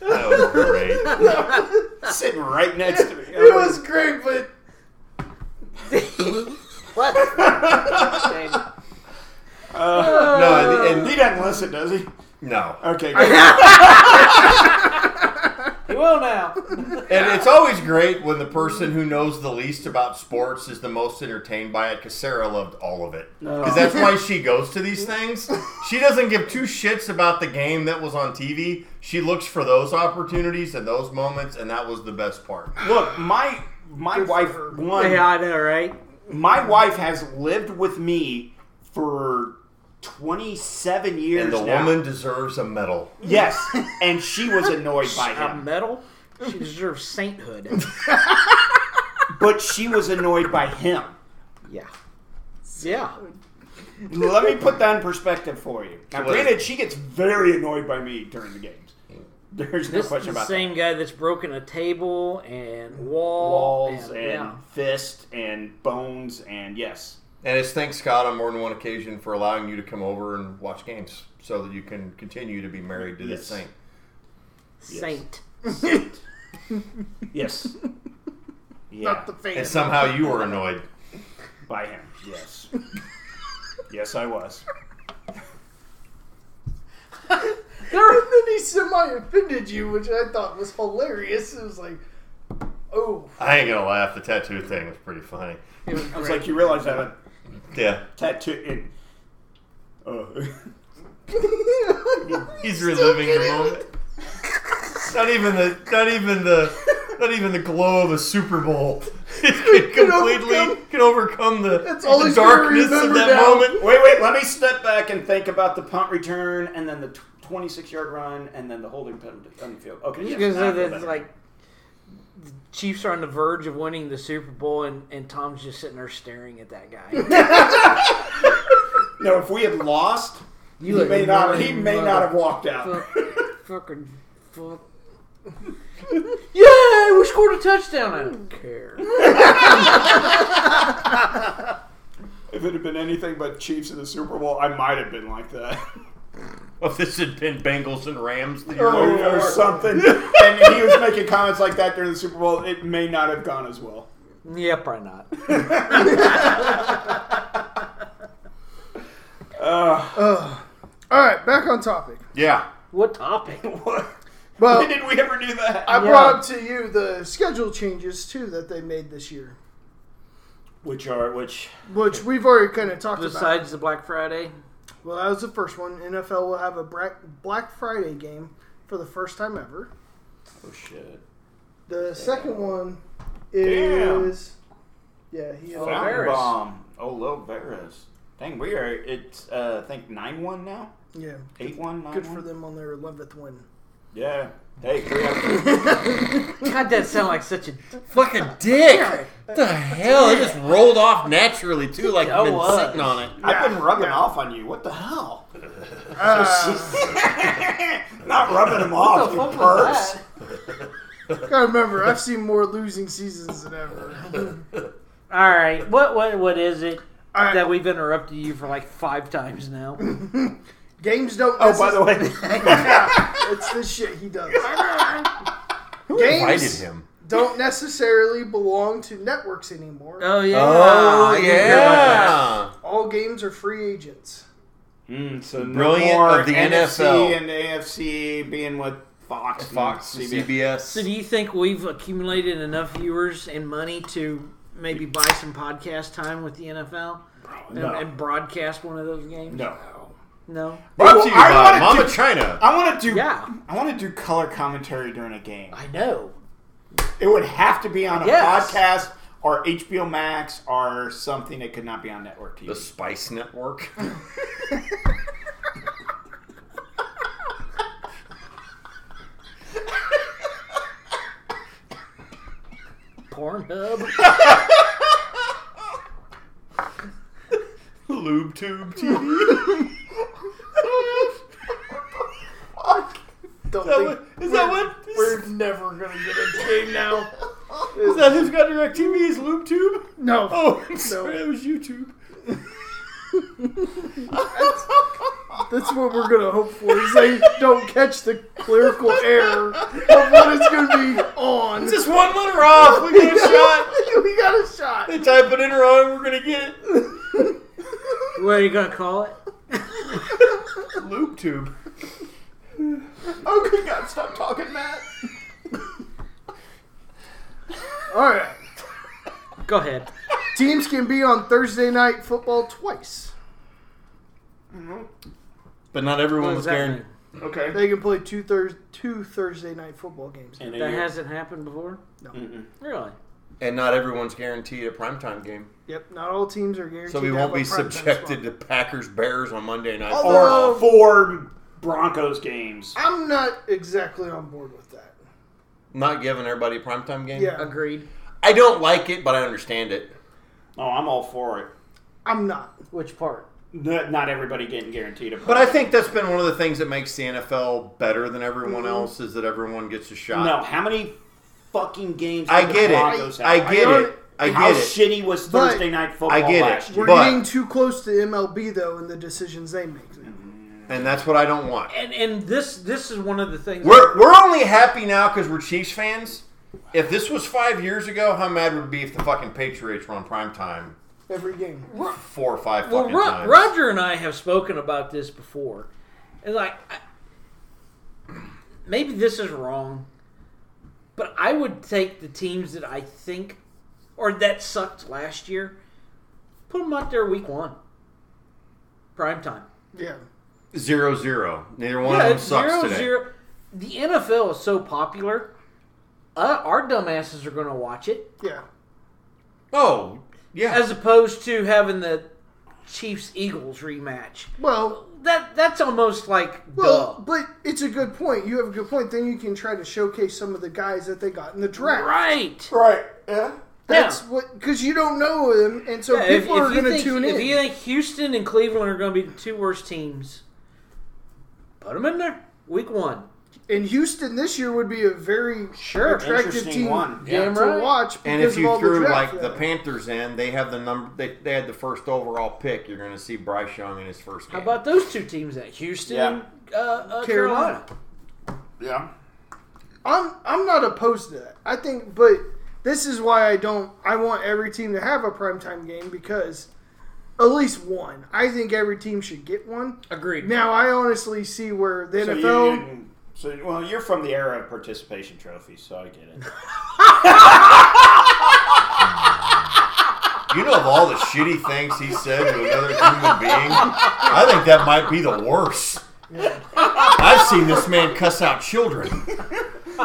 [SPEAKER 3] that was great.
[SPEAKER 4] Sitting right next to me.
[SPEAKER 1] it was great, but
[SPEAKER 2] What?
[SPEAKER 4] Uh,
[SPEAKER 3] No, and,
[SPEAKER 4] he
[SPEAKER 3] and
[SPEAKER 4] doesn't listen, does he?
[SPEAKER 3] no.
[SPEAKER 4] Okay, good.
[SPEAKER 2] you will now.
[SPEAKER 3] And it's always great when the person who knows the least about sports is the most entertained by it because Sarah loved all of it. Because that's why she goes to these things. She doesn't give two shits about the game that was on TV. She looks for those opportunities and those moments, and that was the best part.
[SPEAKER 4] Look, my my wife one
[SPEAKER 2] Yeah, I know, right?
[SPEAKER 4] my wife has lived with me for 27 years
[SPEAKER 3] And the
[SPEAKER 4] now.
[SPEAKER 3] woman deserves a medal.
[SPEAKER 4] yes and she was annoyed by
[SPEAKER 2] A
[SPEAKER 4] him
[SPEAKER 2] medal? She deserves sainthood.
[SPEAKER 4] but she was annoyed by him
[SPEAKER 2] Yeah. Yeah.
[SPEAKER 4] let me put that in perspective for you now
[SPEAKER 3] What?
[SPEAKER 4] granted she gets very annoyed by me during the games there's no
[SPEAKER 2] This is
[SPEAKER 4] question
[SPEAKER 2] the
[SPEAKER 4] about
[SPEAKER 2] same guy that's broken a table and
[SPEAKER 4] that
[SPEAKER 2] wall
[SPEAKER 4] walls and
[SPEAKER 2] yeah.
[SPEAKER 4] fist and bones and yes
[SPEAKER 3] And it's thanks Scott on more than one occasion for allowing you to come over and watch games so that you can continue to be married to this
[SPEAKER 4] Yes.
[SPEAKER 3] saint.
[SPEAKER 4] Yes.
[SPEAKER 2] Saint.
[SPEAKER 4] Yes. yeah.
[SPEAKER 1] Not the fan.
[SPEAKER 3] And somehow you were annoyed.
[SPEAKER 4] By him. Yes. yes, I was.
[SPEAKER 1] and then he semi offended you, which I thought was hilarious. It was like, oh,
[SPEAKER 3] I ain't gonna laugh. The tattoo thing was pretty funny.
[SPEAKER 2] It was
[SPEAKER 4] I was
[SPEAKER 2] great.
[SPEAKER 4] like, you realize I have a
[SPEAKER 3] Yeah,
[SPEAKER 4] tattoo in. Oh.
[SPEAKER 3] he's reliving your moment. Not even the, not even the, not even the glow of a Super Bowl it can
[SPEAKER 1] Can
[SPEAKER 3] completely
[SPEAKER 1] overcome-
[SPEAKER 3] can overcome the,
[SPEAKER 1] That's all
[SPEAKER 3] the
[SPEAKER 1] he's gonna
[SPEAKER 3] darkness of
[SPEAKER 1] remember
[SPEAKER 3] that
[SPEAKER 1] now.
[SPEAKER 3] moment.
[SPEAKER 4] Wait, wait. Let me step back and think about the punt return, and then the tw- 26-yard run, and then the holding penalty on the field. Okay,
[SPEAKER 2] You
[SPEAKER 4] yes,
[SPEAKER 2] guys
[SPEAKER 4] now I
[SPEAKER 2] know
[SPEAKER 4] feel
[SPEAKER 2] that
[SPEAKER 4] better.
[SPEAKER 2] like the Chiefs are on the verge of winning the Super Bowl, and, and Tom's just sitting there staring at that guy.
[SPEAKER 4] no. If we had lost,
[SPEAKER 2] You
[SPEAKER 4] he may not. He may not have walked out.
[SPEAKER 2] Fucking fuck. Yay! We scored a touchdown. I don't care.
[SPEAKER 4] if it had been anything but Chiefs in the Super Bowl, I might have been like that.
[SPEAKER 3] If this had been Bengals and Rams, the year
[SPEAKER 4] or,
[SPEAKER 3] before.
[SPEAKER 4] or something. and he was making comments like that during the Super Bowl. It may not have gone as well.
[SPEAKER 2] Yeah, probably not.
[SPEAKER 4] Uh,
[SPEAKER 1] Ugh. all right, back on topic.
[SPEAKER 3] yeah,
[SPEAKER 2] What topic?
[SPEAKER 4] what?
[SPEAKER 1] Well,
[SPEAKER 2] Oh.
[SPEAKER 4] When did we ever do that?
[SPEAKER 1] I
[SPEAKER 2] Yeah.
[SPEAKER 1] brought to you the schedule changes too that they made this year,
[SPEAKER 4] which are which?
[SPEAKER 1] which we've already kind of talked about.
[SPEAKER 2] Besides the Black Friday,
[SPEAKER 1] Well, that was the first one. NFL will have a Bra- Black Friday game for the first time ever.
[SPEAKER 4] Oh shit!
[SPEAKER 1] The second one is yeah, he
[SPEAKER 2] Oh, Veras.
[SPEAKER 4] bomb. Oh, low Veras. Dang, we are. It's uh, I think nine one now.
[SPEAKER 1] yeah.
[SPEAKER 4] Eight one.
[SPEAKER 1] Good for them on their eleventh win.
[SPEAKER 4] Yeah. Hey, we have,
[SPEAKER 2] God, that sound like such a fucking dick.
[SPEAKER 3] What the hell? It just rolled off naturally too, like
[SPEAKER 2] Yeah,
[SPEAKER 3] you've
[SPEAKER 2] it
[SPEAKER 3] been
[SPEAKER 2] was.
[SPEAKER 3] sitting on it.
[SPEAKER 4] I've been rubbing
[SPEAKER 1] Yeah.
[SPEAKER 4] off on you. What the hell?
[SPEAKER 1] Uh,
[SPEAKER 4] Not rubbing them off, you pervs.
[SPEAKER 1] gotta remember, I've seen more losing seasons than ever.
[SPEAKER 2] All right, what what what is it
[SPEAKER 1] All right.
[SPEAKER 2] that we've interrupted you for like five times now?
[SPEAKER 1] Games don't.
[SPEAKER 4] Oh, by the way,
[SPEAKER 1] it's the shit he does.
[SPEAKER 3] Who
[SPEAKER 1] Games-
[SPEAKER 3] invited him?
[SPEAKER 1] Don't necessarily belong to networks anymore.
[SPEAKER 2] Oh yeah.
[SPEAKER 3] Oh yeah.
[SPEAKER 1] All games are free agents.
[SPEAKER 4] Mm, so no
[SPEAKER 3] Brilliant
[SPEAKER 4] more
[SPEAKER 3] of the
[SPEAKER 4] NFC
[SPEAKER 3] NFL.
[SPEAKER 4] and AFC being with Fox,
[SPEAKER 3] Fox,
[SPEAKER 4] and
[SPEAKER 3] CBS.
[SPEAKER 4] CBS.
[SPEAKER 2] So do you think we've accumulated enough viewers and money to maybe buy some podcast time with the NFL and,
[SPEAKER 4] No.
[SPEAKER 2] and broadcast one of those games?
[SPEAKER 4] No,
[SPEAKER 2] No?
[SPEAKER 3] Brought
[SPEAKER 4] Well,
[SPEAKER 3] to you
[SPEAKER 4] I
[SPEAKER 3] by
[SPEAKER 4] wanted
[SPEAKER 3] Mama
[SPEAKER 4] to-
[SPEAKER 3] China.
[SPEAKER 4] I want to do.
[SPEAKER 2] Yeah.
[SPEAKER 4] I want to do color commentary during a game.
[SPEAKER 2] I know.
[SPEAKER 4] It would have to be on a
[SPEAKER 2] Yes.
[SPEAKER 4] podcast or HBO Max or something. It could not be on network TV.
[SPEAKER 3] The Spice Network.
[SPEAKER 2] Pornhub.
[SPEAKER 3] Lube Tube TV.
[SPEAKER 1] Don't
[SPEAKER 3] That
[SPEAKER 1] think
[SPEAKER 3] what- is that
[SPEAKER 1] we're-
[SPEAKER 3] what-
[SPEAKER 1] We're never gonna get into game now.
[SPEAKER 3] Is that who's got direct TV? Is Lube Tube?
[SPEAKER 1] No.
[SPEAKER 3] Oh, I'm sorry, that was YouTube.
[SPEAKER 1] That's what we're gonna hope for. Is they don't catch the clerical error of what it's gonna be on.
[SPEAKER 3] Just one letter off. We get a shot.
[SPEAKER 1] we got a shot.
[SPEAKER 3] They type it in wrong. We're gonna get it.
[SPEAKER 2] what are you gonna call it?
[SPEAKER 3] Lube Tube.
[SPEAKER 4] oh, good God! Stop talking, Matt.
[SPEAKER 1] All right.
[SPEAKER 2] Go ahead.
[SPEAKER 1] Teams can be on Thursday night football twice.
[SPEAKER 3] But not
[SPEAKER 2] What
[SPEAKER 3] everyone
[SPEAKER 2] does
[SPEAKER 3] was
[SPEAKER 2] that
[SPEAKER 3] Karen.
[SPEAKER 2] mean?
[SPEAKER 4] Okay.
[SPEAKER 1] They can play two thurs two Thursday night football games.
[SPEAKER 4] And
[SPEAKER 2] That hasn't happened before?
[SPEAKER 1] No.
[SPEAKER 2] Really?
[SPEAKER 3] And not everyone's guaranteed a primetime game.
[SPEAKER 1] Yep. Not all teams are guaranteed.
[SPEAKER 3] So we
[SPEAKER 1] to
[SPEAKER 3] won't
[SPEAKER 1] have a
[SPEAKER 3] be
[SPEAKER 1] primetime
[SPEAKER 3] subjected
[SPEAKER 1] spot.
[SPEAKER 3] to Packers Bears on Monday night.
[SPEAKER 1] Although-
[SPEAKER 4] or four Broncos games.
[SPEAKER 1] I'm not exactly on board with that.
[SPEAKER 3] not giving everybody a primetime game.
[SPEAKER 1] Yeah.
[SPEAKER 2] Agreed.
[SPEAKER 3] I don't like it, but I understand it.
[SPEAKER 4] Oh, I'm all for it.
[SPEAKER 1] I'm not.
[SPEAKER 2] Which part?
[SPEAKER 4] Not not everybody getting guaranteed a.
[SPEAKER 3] But I think that's been one of the things that makes the NFL better than everyone
[SPEAKER 1] Mm-hmm.
[SPEAKER 3] else is that everyone gets a shot.
[SPEAKER 4] no. How many fucking games?
[SPEAKER 3] I
[SPEAKER 4] did the
[SPEAKER 3] get it.
[SPEAKER 4] Broncos have?
[SPEAKER 3] I get
[SPEAKER 1] I
[SPEAKER 3] it. I
[SPEAKER 4] How
[SPEAKER 3] get it.
[SPEAKER 4] shitty was
[SPEAKER 1] But-
[SPEAKER 4] Thursday night football
[SPEAKER 3] I get it.
[SPEAKER 4] last year?
[SPEAKER 1] We're
[SPEAKER 3] But-
[SPEAKER 1] getting too close to MLB though in the decisions they make.
[SPEAKER 3] and that's what I don't want.
[SPEAKER 2] And and this this is one of the things.
[SPEAKER 3] We're we're only happy now because we're Chiefs fans. If this was five years ago, how mad would we be if the fucking Patriots were on prime time
[SPEAKER 1] Every game.
[SPEAKER 3] four or five
[SPEAKER 2] well,
[SPEAKER 3] fucking
[SPEAKER 2] Ro-
[SPEAKER 3] times?
[SPEAKER 2] Roger and I have spoken about this before. And like, I- maybe this is wrong, but I would take the teams that I think or that sucked last year, put them out there week one, prime time.
[SPEAKER 1] Yeah.
[SPEAKER 3] Zero zero. Neither one
[SPEAKER 2] yeah,
[SPEAKER 3] of them
[SPEAKER 2] it's
[SPEAKER 3] sucks
[SPEAKER 2] zero,
[SPEAKER 3] today.
[SPEAKER 2] zero. The NFL is so popular. Uh, our dumbasses are going to watch it,
[SPEAKER 1] Yeah.
[SPEAKER 3] Oh yeah.
[SPEAKER 2] as opposed to having the Chiefs Eagles rematch.
[SPEAKER 1] Well,
[SPEAKER 2] That that's almost like
[SPEAKER 1] well,
[SPEAKER 2] duh.
[SPEAKER 1] but it's a good point. You have a good point. Then you can try to showcase some of the guys that they got in the draft.
[SPEAKER 2] Right.
[SPEAKER 3] right. Yeah.
[SPEAKER 1] That's
[SPEAKER 2] Yeah.
[SPEAKER 1] what because you don't know them, and so
[SPEAKER 2] Yeah, if,
[SPEAKER 1] people
[SPEAKER 2] if
[SPEAKER 1] are
[SPEAKER 2] you
[SPEAKER 1] going to
[SPEAKER 2] think,
[SPEAKER 1] tune
[SPEAKER 2] if
[SPEAKER 1] in.
[SPEAKER 2] you think Houston and Cleveland are going to be the two worst teams, put them in there. Week one.
[SPEAKER 1] and Houston this year would be a very
[SPEAKER 2] Sure.
[SPEAKER 1] attractive
[SPEAKER 4] Interesting
[SPEAKER 1] team
[SPEAKER 4] one.
[SPEAKER 1] game
[SPEAKER 2] Damn
[SPEAKER 1] to
[SPEAKER 2] right.
[SPEAKER 1] watch. Because
[SPEAKER 3] And if
[SPEAKER 1] of all
[SPEAKER 3] you threw
[SPEAKER 1] the draft
[SPEAKER 3] like the
[SPEAKER 1] value.
[SPEAKER 3] Panthers in, they have the number. They, they had the first overall pick. You're going to see Bryce Young in his first game.
[SPEAKER 2] How about those two teams? That Houston
[SPEAKER 4] Yeah.
[SPEAKER 2] and uh, uh,
[SPEAKER 1] Carolina.
[SPEAKER 2] Carolina.
[SPEAKER 4] Yeah.
[SPEAKER 1] I'm I'm not opposed to that. I think, but this is why I don't. I want every team to have a primetime game because at least one. I think every team should get one.
[SPEAKER 2] Agreed.
[SPEAKER 1] Now I honestly see where the
[SPEAKER 4] So, you
[SPEAKER 1] NFL.
[SPEAKER 4] didn't- so well, you're from the era of participation trophies, so I get it.
[SPEAKER 3] You know of all the shitty things he said to another human being, I think that might be the worst. I've seen this man cuss out children.
[SPEAKER 1] You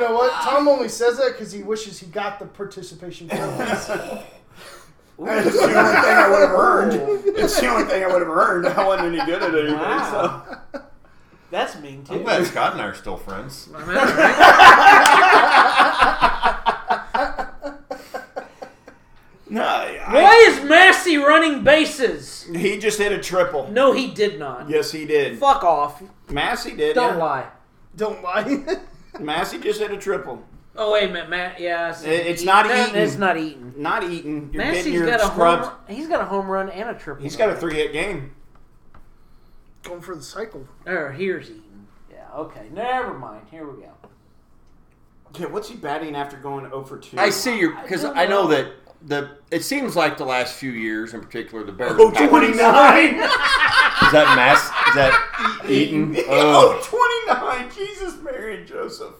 [SPEAKER 1] know what? Tom only says that because he wishes he got the participation. trophies.
[SPEAKER 4] That's the only thing I would have earned. It's the only thing I would have earned. I wasn't any good at anything.
[SPEAKER 2] Wow. That's mean too.
[SPEAKER 3] I'm glad Scott and I are still friends.
[SPEAKER 2] I know, right?
[SPEAKER 4] No, I,
[SPEAKER 2] Why is Massey running bases?
[SPEAKER 4] he just hit a triple.
[SPEAKER 2] No, he did not.
[SPEAKER 4] Yes, he did.
[SPEAKER 2] Fuck off.
[SPEAKER 4] Massey did.
[SPEAKER 2] Don't
[SPEAKER 4] yeah.
[SPEAKER 2] lie.
[SPEAKER 1] Don't lie.
[SPEAKER 4] Massey just hit a triple.
[SPEAKER 2] Oh wait a minute, Matt. Yeah, I see.
[SPEAKER 4] It- it's not
[SPEAKER 2] That-
[SPEAKER 4] eaten.
[SPEAKER 2] It's not eaten.
[SPEAKER 4] Not eating. You're getting
[SPEAKER 2] Massey's
[SPEAKER 4] your
[SPEAKER 2] got a home.
[SPEAKER 4] scrubs.
[SPEAKER 2] Run, he's got a home run and a triple.
[SPEAKER 4] He's got a three-hit game.
[SPEAKER 1] Going for the cycle.
[SPEAKER 2] Or here's eaten. Yeah. Okay. Never mind. Here we go.
[SPEAKER 4] Yeah, what's he batting after going 0 for 2?
[SPEAKER 3] I see you because
[SPEAKER 2] I don't
[SPEAKER 3] I know
[SPEAKER 2] know.
[SPEAKER 3] that the. It seems like the last few years, in particular, the Bears.
[SPEAKER 4] Oh, 29!
[SPEAKER 3] Is that mass? Is that Eaton? Oh,
[SPEAKER 4] Oh, 29! Jesus, Mary, and Joseph.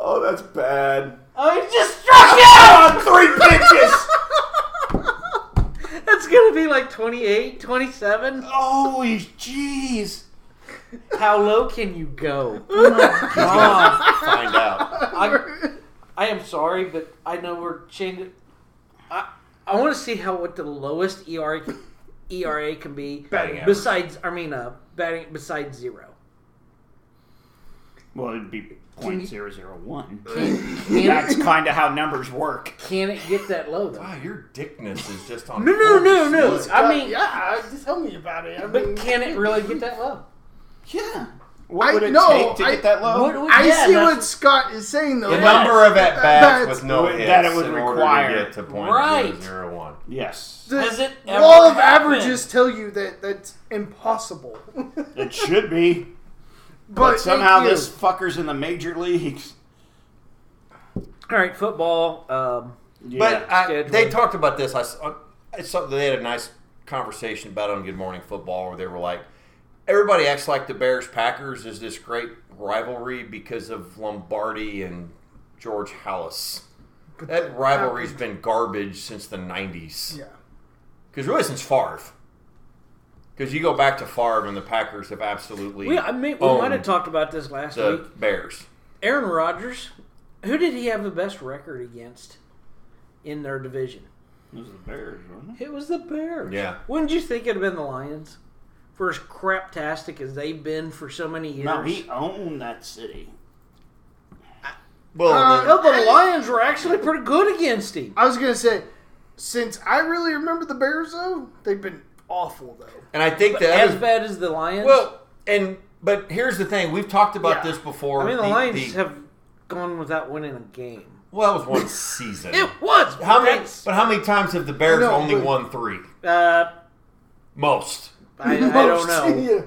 [SPEAKER 4] Oh, that's bad.
[SPEAKER 2] Oh, he just struck out.
[SPEAKER 4] On three pitches!
[SPEAKER 2] That's gonna be like 28, 27.
[SPEAKER 4] Holy jeez.
[SPEAKER 2] How low can you go? Oh my god.
[SPEAKER 3] find out.
[SPEAKER 2] I, I am sorry, but I know we're changing. I I want to see how what the lowest ERA can- ERA can be
[SPEAKER 3] Batting average.
[SPEAKER 2] besides I mean uh batting besides zero.
[SPEAKER 4] Well, it'd be .001.
[SPEAKER 2] Can it,
[SPEAKER 4] That's kind of how numbers work.
[SPEAKER 2] can it get that low though?
[SPEAKER 3] Wow, ah, your dickness is just on.
[SPEAKER 2] No, no, no, no.
[SPEAKER 1] It's got-
[SPEAKER 2] I mean,
[SPEAKER 1] yeah. Just tell me about it. I mean,
[SPEAKER 2] but can it really get that low?
[SPEAKER 4] Yeah. What
[SPEAKER 1] I-
[SPEAKER 4] would it
[SPEAKER 1] no,
[SPEAKER 4] take to
[SPEAKER 1] I-
[SPEAKER 4] get that low?
[SPEAKER 2] What would-
[SPEAKER 1] I
[SPEAKER 2] yeah,
[SPEAKER 1] see
[SPEAKER 2] that's-
[SPEAKER 1] what Scott is saying though.
[SPEAKER 3] The
[SPEAKER 2] Yes.
[SPEAKER 3] number of at bats
[SPEAKER 1] That's-
[SPEAKER 3] with no
[SPEAKER 4] That
[SPEAKER 3] hits
[SPEAKER 4] it would
[SPEAKER 3] in
[SPEAKER 4] require.
[SPEAKER 3] order to get to point
[SPEAKER 2] Right.
[SPEAKER 3] zero zero one.
[SPEAKER 4] yes.
[SPEAKER 1] The
[SPEAKER 2] Has it ever
[SPEAKER 1] law of
[SPEAKER 2] happened?
[SPEAKER 1] averages tell you that that's impossible.
[SPEAKER 4] It should be.
[SPEAKER 1] But,
[SPEAKER 4] But somehow
[SPEAKER 1] thank you.
[SPEAKER 4] this fucker's in the major leagues.
[SPEAKER 2] All right, football. Um,
[SPEAKER 4] Yeah.
[SPEAKER 3] But I,
[SPEAKER 2] schedule.
[SPEAKER 3] they talked about this. I saw, I saw they had a nice conversation about it on Good Morning Football, where they were like, everybody acts like the Bears Packers is this great rivalry because of Lombardi and George Hallis. That rivalry's been garbage since the '90s,
[SPEAKER 1] yeah.
[SPEAKER 3] because really since Favre. Because you go back to Favre and the Packers have absolutely
[SPEAKER 2] we I mean, we
[SPEAKER 3] owned
[SPEAKER 2] might have talked about this last week.
[SPEAKER 3] the Bears.
[SPEAKER 2] Aaron Rodgers, who did he have the best record against in their division?
[SPEAKER 4] It was the Bears, wasn't it?
[SPEAKER 2] It was the Bears.
[SPEAKER 3] Yeah.
[SPEAKER 2] Wouldn't you think it'd have been the Lions? For as craptastic as they've been for so many years.
[SPEAKER 4] No, he owned that city.
[SPEAKER 3] Well,
[SPEAKER 1] Uh,
[SPEAKER 3] the-
[SPEAKER 2] No, the Lions were actually pretty good against him.
[SPEAKER 1] I was gonna say, since I really remember the Bears though, they've been awful though.
[SPEAKER 3] and I think that
[SPEAKER 2] As
[SPEAKER 3] is-
[SPEAKER 2] bad as the Lions.
[SPEAKER 3] Well, and but here's the thing: we've talked about
[SPEAKER 1] Yeah.
[SPEAKER 3] this before.
[SPEAKER 2] I mean, the,
[SPEAKER 3] The-
[SPEAKER 2] Lions
[SPEAKER 3] the-
[SPEAKER 2] have gone without winning a game.
[SPEAKER 3] Well, that was one season.
[SPEAKER 2] It was.
[SPEAKER 3] how many?
[SPEAKER 2] That's-
[SPEAKER 3] But how many times have the Bears
[SPEAKER 1] No,
[SPEAKER 3] only
[SPEAKER 1] but-
[SPEAKER 3] won three?
[SPEAKER 2] Uh,
[SPEAKER 3] Most.
[SPEAKER 2] I, I don't know.
[SPEAKER 1] Yeah.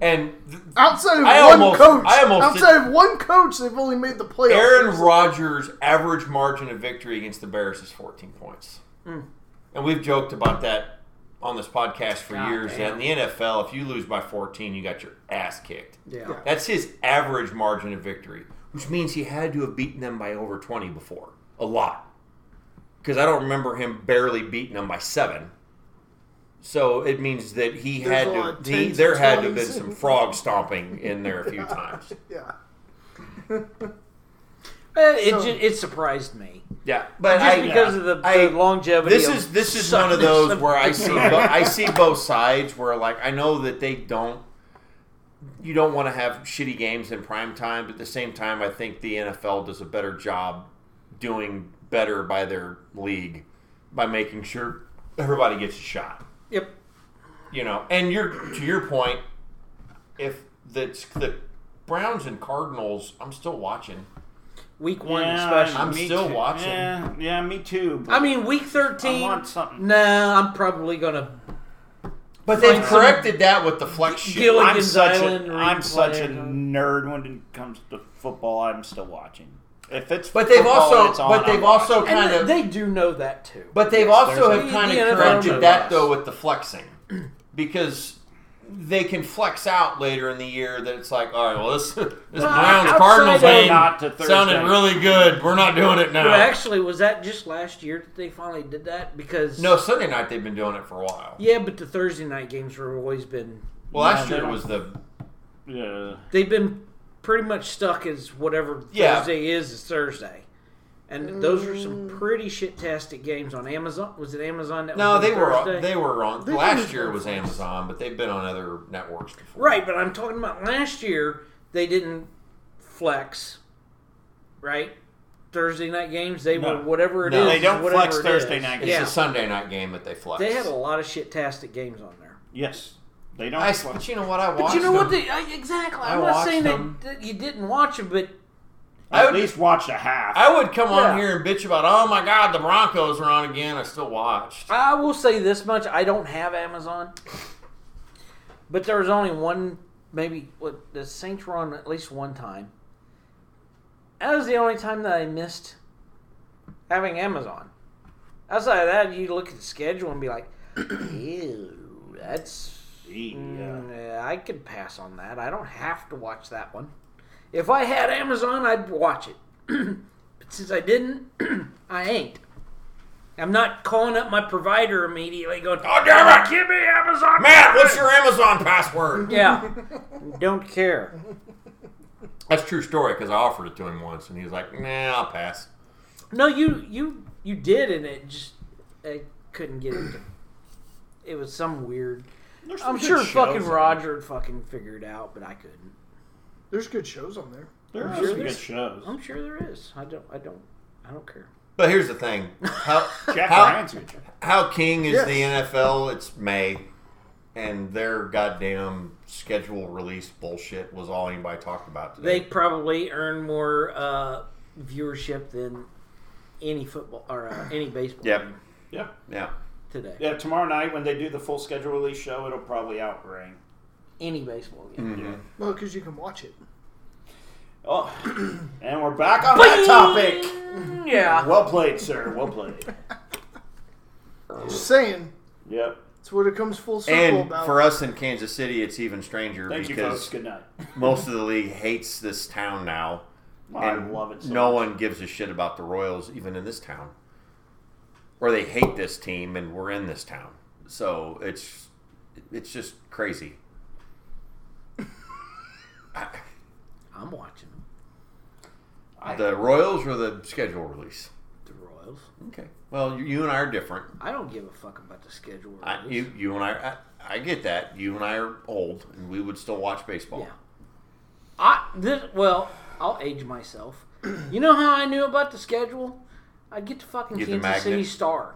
[SPEAKER 3] And th-
[SPEAKER 1] uh, Outside of
[SPEAKER 3] I
[SPEAKER 1] one
[SPEAKER 3] almost-
[SPEAKER 1] coach,
[SPEAKER 3] I almost
[SPEAKER 1] outside of one coach, they've only made the playoffs.
[SPEAKER 3] Aaron Rodgers' average margin of victory against the Bears is 14 points.
[SPEAKER 2] Mm.
[SPEAKER 3] And we've joked about that on this podcast for
[SPEAKER 2] God
[SPEAKER 3] years. That
[SPEAKER 2] damn.
[SPEAKER 3] in the NFL, if you lose by 14, you got your ass kicked.
[SPEAKER 2] Yeah.
[SPEAKER 1] Yeah.
[SPEAKER 3] That's his average margin of victory, which means he had to have beaten them by over 20 before. A lot. Because I don't remember him barely beating them by seven. So it means that he
[SPEAKER 1] There's a lot
[SPEAKER 3] had
[SPEAKER 1] of
[SPEAKER 3] to, he,
[SPEAKER 1] tens
[SPEAKER 3] there
[SPEAKER 1] and
[SPEAKER 3] had to have been
[SPEAKER 1] twenties.
[SPEAKER 3] some frog stomping in there a few times.
[SPEAKER 1] yeah.
[SPEAKER 2] Uh, It,
[SPEAKER 1] So-
[SPEAKER 2] ju- it surprised me
[SPEAKER 3] Yeah, but
[SPEAKER 2] just
[SPEAKER 3] I,
[SPEAKER 2] because of the, the
[SPEAKER 3] I-
[SPEAKER 2] longevity.
[SPEAKER 3] this
[SPEAKER 2] of
[SPEAKER 3] is this is one of
[SPEAKER 2] suckness
[SPEAKER 3] those
[SPEAKER 2] of-
[SPEAKER 3] where I see bo- I see both sides where like I know that they don't you don't want to have shitty games in prime time, but at the same time I think the NFL does a better job doing better by their league by making sure everybody gets a shot.
[SPEAKER 2] Yep.
[SPEAKER 3] You know, and your to your point, if the the Browns and Cardinals, I'm still watching.
[SPEAKER 2] Week one,
[SPEAKER 4] Yeah,
[SPEAKER 2] especially.
[SPEAKER 3] I'm
[SPEAKER 4] me
[SPEAKER 3] still
[SPEAKER 4] too.
[SPEAKER 3] watching.
[SPEAKER 4] Yeah, yeah, me too. but
[SPEAKER 2] I mean, week thirteen.
[SPEAKER 4] I want something.
[SPEAKER 2] No, I'm probably gonna.
[SPEAKER 3] But they've
[SPEAKER 2] Like some-
[SPEAKER 3] corrected that with the flex shit.
[SPEAKER 2] Gilligan-
[SPEAKER 4] I'm such,
[SPEAKER 2] Island
[SPEAKER 4] a, I'm such a
[SPEAKER 2] replay.
[SPEAKER 4] nerd when it comes to football. I'm still watching. If it's
[SPEAKER 3] But they've
[SPEAKER 4] football,
[SPEAKER 3] also,
[SPEAKER 4] it's on,
[SPEAKER 3] but
[SPEAKER 4] I'm
[SPEAKER 3] they've
[SPEAKER 4] watching.
[SPEAKER 3] also kind
[SPEAKER 2] And
[SPEAKER 3] of,
[SPEAKER 2] they do know that too.
[SPEAKER 3] but they've also
[SPEAKER 2] a-
[SPEAKER 3] have
[SPEAKER 4] there's
[SPEAKER 3] kind
[SPEAKER 2] The NFL
[SPEAKER 3] of corrected
[SPEAKER 2] knows
[SPEAKER 3] that
[SPEAKER 4] us.
[SPEAKER 3] though with the flexing, because they can flex out later in the year that it's like, all right, well this this Browns
[SPEAKER 2] outside
[SPEAKER 3] Cardinals
[SPEAKER 2] of-
[SPEAKER 4] Not to
[SPEAKER 3] game
[SPEAKER 4] Thursday.
[SPEAKER 3] sounded really good. We're not doing it now.
[SPEAKER 2] But actually, was that just last year that they finally did that? Because
[SPEAKER 3] no, Sunday night they've been doing it for a while.
[SPEAKER 2] yeah, but the Thursday night games have always been
[SPEAKER 3] Well, last
[SPEAKER 4] they
[SPEAKER 3] year it
[SPEAKER 4] don't.
[SPEAKER 3] was the
[SPEAKER 4] Yeah.
[SPEAKER 2] they've been pretty much stuck as whatever
[SPEAKER 3] Yeah.
[SPEAKER 2] Thursday is is Thursday, and those are some pretty shit-tastic games on Amazon. Was it Amazon? That
[SPEAKER 3] no,
[SPEAKER 2] was
[SPEAKER 3] they
[SPEAKER 2] on
[SPEAKER 3] were
[SPEAKER 2] Thursday?
[SPEAKER 3] they were on
[SPEAKER 1] They
[SPEAKER 3] last
[SPEAKER 1] didn't-
[SPEAKER 3] year it was Amazon, but they've been on other networks before.
[SPEAKER 2] right. But I'm talking about last year. They didn't flex, right? Thursday night games. They
[SPEAKER 4] No.
[SPEAKER 2] were whatever it is.
[SPEAKER 3] No.
[SPEAKER 4] They don't
[SPEAKER 2] whatever
[SPEAKER 4] flex
[SPEAKER 2] it
[SPEAKER 4] Thursday
[SPEAKER 2] is.
[SPEAKER 4] night
[SPEAKER 3] It's
[SPEAKER 2] Yeah,
[SPEAKER 3] a Sunday night game that they flex.
[SPEAKER 2] they had a lot of shit-tastic games on there.
[SPEAKER 4] Yes. They don't.
[SPEAKER 3] I, but you know what? I watched.
[SPEAKER 2] But you know what?
[SPEAKER 3] them.
[SPEAKER 2] They, I, exactly.
[SPEAKER 3] I
[SPEAKER 2] I'm not
[SPEAKER 3] watched
[SPEAKER 2] saying
[SPEAKER 3] them.
[SPEAKER 2] that, that you didn't watch them, but
[SPEAKER 3] I
[SPEAKER 4] at
[SPEAKER 3] would-
[SPEAKER 4] least watch a half.
[SPEAKER 3] I would come
[SPEAKER 2] Yeah.
[SPEAKER 3] on here and bitch about, oh my god, the Broncos are on again. I still watched.
[SPEAKER 2] I will say this much: I don't have Amazon, but there was only one, maybe what the Saints were on at least one time. That was the only time that I missed having Amazon. Outside of that, you look at the schedule and be like, "Ew, that's
[SPEAKER 4] Yeah.
[SPEAKER 2] mm, I could pass on that. I don't have to watch that one. If I had Amazon, I'd watch it. but since I didn't, I ain't. I'm not calling up my provider immediately going,
[SPEAKER 3] Oh, damn it!
[SPEAKER 2] give me Amazon.
[SPEAKER 3] Matt, what's your Amazon password?
[SPEAKER 2] Yeah. Don't care.
[SPEAKER 3] That's a true story because I offered it to him once and he was like, nah, I'll pass.
[SPEAKER 2] No, you you you did and it just I couldn't get it. to- It was some weird
[SPEAKER 4] There's
[SPEAKER 2] I'm
[SPEAKER 4] some good
[SPEAKER 2] sure
[SPEAKER 4] shows
[SPEAKER 2] fucking
[SPEAKER 4] on-
[SPEAKER 2] Roger would fucking figure it out, but I couldn't.
[SPEAKER 1] There's good shows on there.
[SPEAKER 4] There are
[SPEAKER 2] sure
[SPEAKER 4] some
[SPEAKER 2] there's-
[SPEAKER 4] good shows.
[SPEAKER 2] I'm sure there is. I don't I don't I don't care.
[SPEAKER 3] But here's the thing how,
[SPEAKER 4] Jack
[SPEAKER 3] how,
[SPEAKER 4] Ryan's a good show.
[SPEAKER 3] how king is
[SPEAKER 1] Yes.
[SPEAKER 3] the NFL? It's May. And their goddamn schedule release bullshit was all anybody talked about
[SPEAKER 2] They
[SPEAKER 3] today.
[SPEAKER 2] probably earn more uh, viewership than any football or uh, any baseball
[SPEAKER 3] yep.
[SPEAKER 2] team
[SPEAKER 4] Yeah.
[SPEAKER 3] Yeah.
[SPEAKER 2] today.
[SPEAKER 4] Yeah. Tomorrow night when they do the full schedule release show, it'll probably outrank.
[SPEAKER 2] Any baseball game.
[SPEAKER 1] Well, because you can watch it.
[SPEAKER 4] Oh, and we're back on that topic. Mm.
[SPEAKER 2] Yeah.
[SPEAKER 4] Well played, sir. Well played.
[SPEAKER 1] Just saying.
[SPEAKER 4] Yep.
[SPEAKER 1] It's what it comes full circle
[SPEAKER 3] And
[SPEAKER 1] about.
[SPEAKER 3] for us in Kansas City, it's even stranger
[SPEAKER 4] Thank you, folks.
[SPEAKER 3] because
[SPEAKER 4] Good night.
[SPEAKER 3] most of the league hates this town now.
[SPEAKER 4] I
[SPEAKER 3] And
[SPEAKER 4] love it. So
[SPEAKER 3] no
[SPEAKER 4] much.
[SPEAKER 3] one gives a shit about the Royals, even in this town, or they hate this team, and we're in this town. So it's it's just crazy.
[SPEAKER 2] I'm watching them.
[SPEAKER 3] The Royals or the schedule release.
[SPEAKER 2] The Royals.
[SPEAKER 3] Okay. Well, you, you and I are different.
[SPEAKER 2] I don't give a fuck about the schedule. or
[SPEAKER 3] I,
[SPEAKER 2] this.
[SPEAKER 3] you you and I, I I get that. You and I are old, and we would still watch baseball.
[SPEAKER 2] Yeah. I this well, I'll age myself. You know how I knew about the schedule? I'd get the fucking
[SPEAKER 3] Get the
[SPEAKER 2] Kansas City
[SPEAKER 3] magnet?
[SPEAKER 2] Star.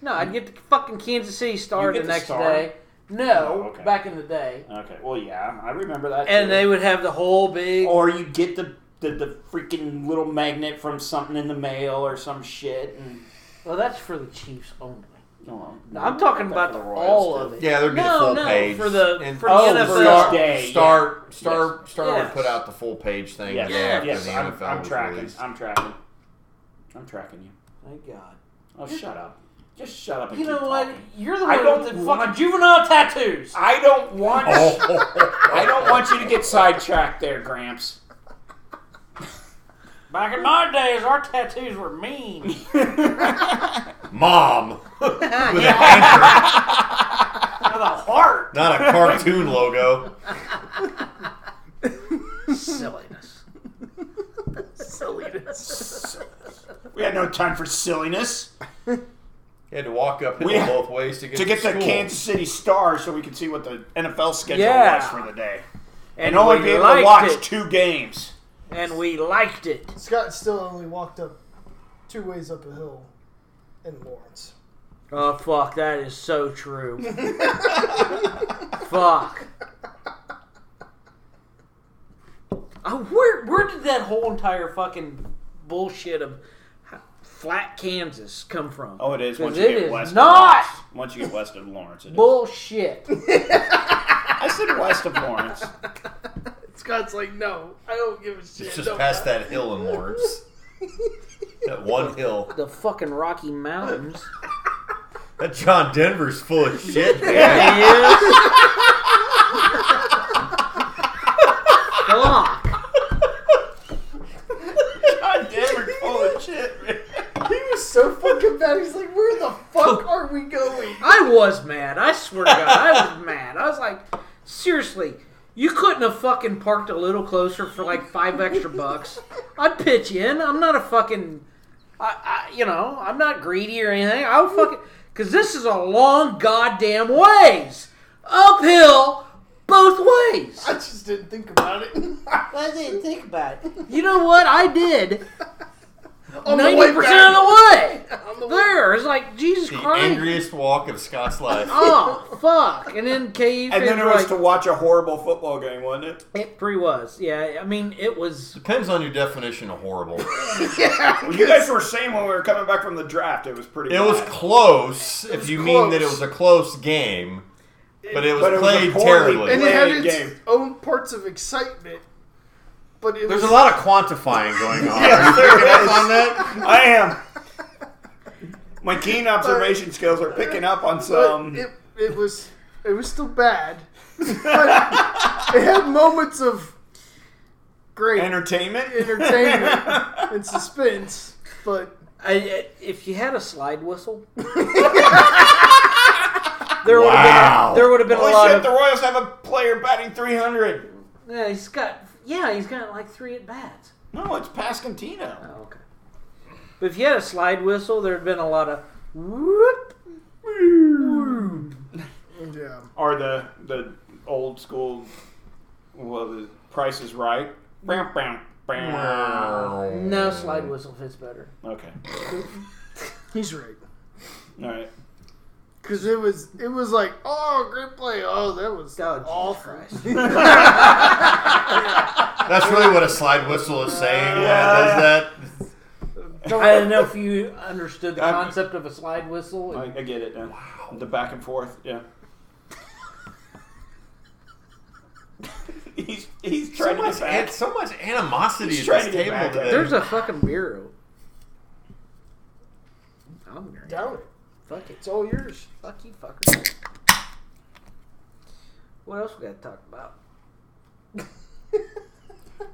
[SPEAKER 2] No, I'd get the fucking Kansas City Star
[SPEAKER 4] You
[SPEAKER 2] the
[SPEAKER 4] get the
[SPEAKER 2] next
[SPEAKER 4] Star?
[SPEAKER 2] day. No,
[SPEAKER 4] Oh, okay.
[SPEAKER 2] back in the day.
[SPEAKER 4] Okay. Well, yeah, I remember that.
[SPEAKER 2] And
[SPEAKER 4] too.
[SPEAKER 2] they would have the whole big
[SPEAKER 4] or you get the did the freaking little magnet from something in the mail or some shit. And
[SPEAKER 2] Well, that's for the Chiefs only.
[SPEAKER 4] oh,
[SPEAKER 2] No, I'm talking about
[SPEAKER 4] the Royals
[SPEAKER 2] all
[SPEAKER 4] did.
[SPEAKER 2] of it.
[SPEAKER 3] Yeah, there'd be
[SPEAKER 2] no,
[SPEAKER 3] the full
[SPEAKER 2] no,
[SPEAKER 3] page.
[SPEAKER 2] for the
[SPEAKER 3] And-
[SPEAKER 2] for
[SPEAKER 4] Oh,
[SPEAKER 2] the
[SPEAKER 4] for
[SPEAKER 2] NFL.
[SPEAKER 4] each day,
[SPEAKER 3] Star Star Star
[SPEAKER 2] Yes.
[SPEAKER 3] would put out the full page thing
[SPEAKER 4] Yes,
[SPEAKER 3] the day after
[SPEAKER 4] yes,
[SPEAKER 3] the
[SPEAKER 4] I'm,
[SPEAKER 3] NFL
[SPEAKER 4] I'm
[SPEAKER 3] was
[SPEAKER 4] tracking.
[SPEAKER 3] released.
[SPEAKER 4] I'm tracking. I'm tracking you.
[SPEAKER 2] Thank God.
[SPEAKER 4] Oh, shut up. Just shut up. And
[SPEAKER 2] You know
[SPEAKER 4] keep
[SPEAKER 2] what?
[SPEAKER 4] talking.
[SPEAKER 2] You're the
[SPEAKER 4] I
[SPEAKER 2] one
[SPEAKER 4] don't
[SPEAKER 2] with the
[SPEAKER 4] want-
[SPEAKER 2] fucking juvenile tattoos.
[SPEAKER 4] I don't want.
[SPEAKER 3] Oh.
[SPEAKER 4] I don't want you to get sidetracked there, Gramps.
[SPEAKER 2] Back in my days, our tattoos were mean.
[SPEAKER 3] Mom with an anchor,
[SPEAKER 2] With a heart.
[SPEAKER 3] not a cartoon logo.
[SPEAKER 2] Silliness.
[SPEAKER 4] silliness. We had no time for silliness.
[SPEAKER 3] You had to walk up hill
[SPEAKER 4] We-
[SPEAKER 3] both ways to get
[SPEAKER 4] To get the
[SPEAKER 3] school.
[SPEAKER 4] Kansas City Star so we could see what the NFL schedule
[SPEAKER 2] Yeah.
[SPEAKER 4] was for the day. And, only
[SPEAKER 2] we
[SPEAKER 4] be able to
[SPEAKER 2] liked
[SPEAKER 4] watch
[SPEAKER 2] it.
[SPEAKER 4] two games.
[SPEAKER 2] And we liked it.
[SPEAKER 1] Scott still only walked up two ways up a hill in Lawrence.
[SPEAKER 2] Oh fuck, that is so true. fuck. Uh, where where did that whole entire fucking bullshit of ha- flat Kansas come from?
[SPEAKER 4] Oh, it is
[SPEAKER 2] 'Cause
[SPEAKER 4] once you
[SPEAKER 2] it
[SPEAKER 4] get
[SPEAKER 2] is
[SPEAKER 4] west.
[SPEAKER 2] not
[SPEAKER 4] Of Lawrence. Once you get west of Lawrence, it is.
[SPEAKER 2] bullshit.
[SPEAKER 4] I said west of Lawrence.
[SPEAKER 1] Scott's like, no, I don't give a shit.
[SPEAKER 3] It's just past that hill in Lawrence. that one hill.
[SPEAKER 2] the fucking Rocky Mountains.
[SPEAKER 3] That John Denver's full of shit. man.
[SPEAKER 2] There it is. Fuck.
[SPEAKER 4] God damn, we're full of shit, man.
[SPEAKER 1] He was so fucking bad. He's like, where the fuck are we going?
[SPEAKER 2] I was mad. I swear to God, I was mad. I was like, seriously, you couldn't have fucking parked a little closer for like five extra bucks. I'd pitch in. I'm not a fucking, I, I you know, I'm not greedy or anything. I'll fucking, because this is a long goddamn ways. Uphill, both ways.
[SPEAKER 1] I just didn't think about it.
[SPEAKER 2] I didn't think about it. You know what? I did.
[SPEAKER 1] On the way
[SPEAKER 2] Ninety percent of
[SPEAKER 1] back.
[SPEAKER 2] the
[SPEAKER 1] On the
[SPEAKER 2] way.
[SPEAKER 1] way-
[SPEAKER 2] There, it's like Jesus
[SPEAKER 3] the
[SPEAKER 2] Christ.
[SPEAKER 3] angriest walk of Scott's life.
[SPEAKER 2] Oh fuck! And then Cave
[SPEAKER 4] And then
[SPEAKER 2] is
[SPEAKER 4] it was
[SPEAKER 2] like-
[SPEAKER 4] to watch a horrible football game, wasn't it?
[SPEAKER 2] It pretty was. Yeah, I mean, it was.
[SPEAKER 3] Depends on your definition of horrible.
[SPEAKER 1] Yeah.
[SPEAKER 4] Well, you guys were saying when we were coming back from the draft, it was pretty.
[SPEAKER 3] It was
[SPEAKER 4] bad.
[SPEAKER 3] close, if you mean that it was a close game, but it was
[SPEAKER 4] But it was a
[SPEAKER 3] played
[SPEAKER 4] poorly-
[SPEAKER 3] terribly.
[SPEAKER 1] And it had its
[SPEAKER 4] Game.
[SPEAKER 1] own parts of excitement, but it
[SPEAKER 3] There's a
[SPEAKER 1] was
[SPEAKER 3] lot of quantifying going on.
[SPEAKER 4] Yes,
[SPEAKER 3] Are you
[SPEAKER 4] there
[SPEAKER 3] picking up
[SPEAKER 4] is.
[SPEAKER 3] on that?
[SPEAKER 4] I am. My keen observation skills are picking up on
[SPEAKER 1] but
[SPEAKER 4] some.
[SPEAKER 1] it, it was it was still bad. But it had moments of great
[SPEAKER 4] Entertainment?
[SPEAKER 1] entertainment and suspense, but
[SPEAKER 2] I, I- if you had a slide whistle, there would have
[SPEAKER 3] Wow.
[SPEAKER 2] been there would have been
[SPEAKER 4] Holy
[SPEAKER 2] a lot
[SPEAKER 4] shit,
[SPEAKER 2] of.
[SPEAKER 4] the Royals have a player batting 300.
[SPEAKER 2] yeah, he's got. Yeah, he's got like three at bats.
[SPEAKER 4] No, it's Pascantino.
[SPEAKER 2] Oh, okay. But if you had a slide whistle, there had been a lot of. Whoop, whoop.
[SPEAKER 1] yeah.
[SPEAKER 4] Or the the old school, well, the Price is Right. Bam, bam, bam.
[SPEAKER 2] No slide whistle fits better.
[SPEAKER 4] Okay.
[SPEAKER 1] He's right.
[SPEAKER 4] All right.
[SPEAKER 1] Cause it was it was like, oh great play. Oh, that was
[SPEAKER 2] Oh, Jesus
[SPEAKER 1] awful.
[SPEAKER 2] Christ.
[SPEAKER 3] That's really what a slide whistle is saying. Yeah, does that?
[SPEAKER 2] I don't know if you understood the
[SPEAKER 4] I'm-
[SPEAKER 2] concept of a slide whistle.
[SPEAKER 4] I, I get it now. The back and forth, yeah. he's he's
[SPEAKER 3] So
[SPEAKER 4] trying to
[SPEAKER 3] much,
[SPEAKER 4] get back.
[SPEAKER 3] an- so much animosity
[SPEAKER 4] He's
[SPEAKER 3] at
[SPEAKER 4] trying
[SPEAKER 3] this
[SPEAKER 4] to get
[SPEAKER 3] table
[SPEAKER 4] back.
[SPEAKER 3] today.
[SPEAKER 2] There's a fucking bureau. I'm gonna
[SPEAKER 1] Down it.
[SPEAKER 2] fuck it.
[SPEAKER 1] It's all yours.
[SPEAKER 2] Fuck you, fucker. What else we got to talk about?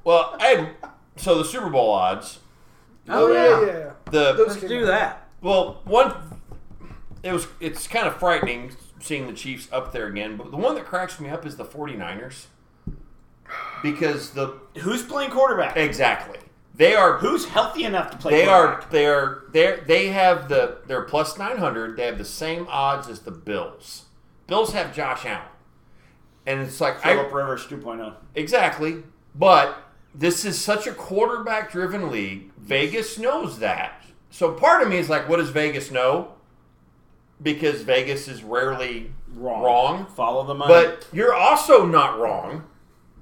[SPEAKER 3] well, I had, so the Super Bowl odds.
[SPEAKER 2] Oh,
[SPEAKER 1] yeah,
[SPEAKER 2] yeah.
[SPEAKER 1] yeah.
[SPEAKER 3] The
[SPEAKER 2] Let's do that.
[SPEAKER 3] Well, one, it was it's kind of frightening seeing the Chiefs up there again. But the one that cracks me up is the 49ers because the
[SPEAKER 4] Who's playing quarterback?
[SPEAKER 3] exactly they are
[SPEAKER 4] Who's healthy enough to play
[SPEAKER 3] they are
[SPEAKER 4] quarterback?
[SPEAKER 3] they are they they have the they're plus 900. They have the same odds as the Bills. Bills have Josh Allen, and it's like I,
[SPEAKER 4] Philip Rivers oh. 2.0.
[SPEAKER 3] Exactly. But this is such a quarterback driven league. Vegas knows that. So part of me is like, what does Vegas know? Because Vegas is rarely wrong.
[SPEAKER 4] Follow the money.
[SPEAKER 3] But you're also not wrong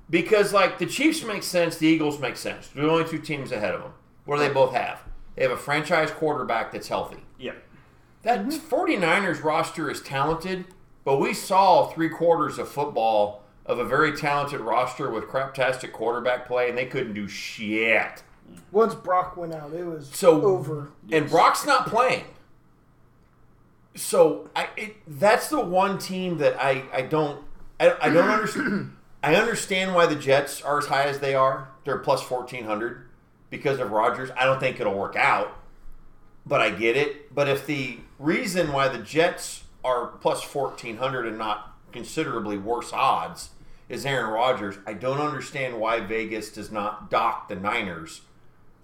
[SPEAKER 3] Because like the Chiefs make sense, the Eagles make sense. They're the only two teams ahead of them. What do they both have? They have a franchise quarterback that's healthy.
[SPEAKER 4] Yeah.
[SPEAKER 3] That 49ers roster is talented, but we saw three quarters of football of a very talented roster with craptastic quarterback play, and they couldn't do shit.
[SPEAKER 1] Once Brock went out, it was
[SPEAKER 3] So-
[SPEAKER 1] over.
[SPEAKER 3] And Brock's not playing. So I, it, that's the one team that I, I don't I, I don't understand. I understand why the Jets are as high as they are. They're plus fourteen hundred because of Rodgers. I don't think it'll work out, but I get it. But if the reason why the Jets are plus fourteen hundred and not considerably worse odds is Aaron Rodgers, I don't understand why Vegas does not dock the Niners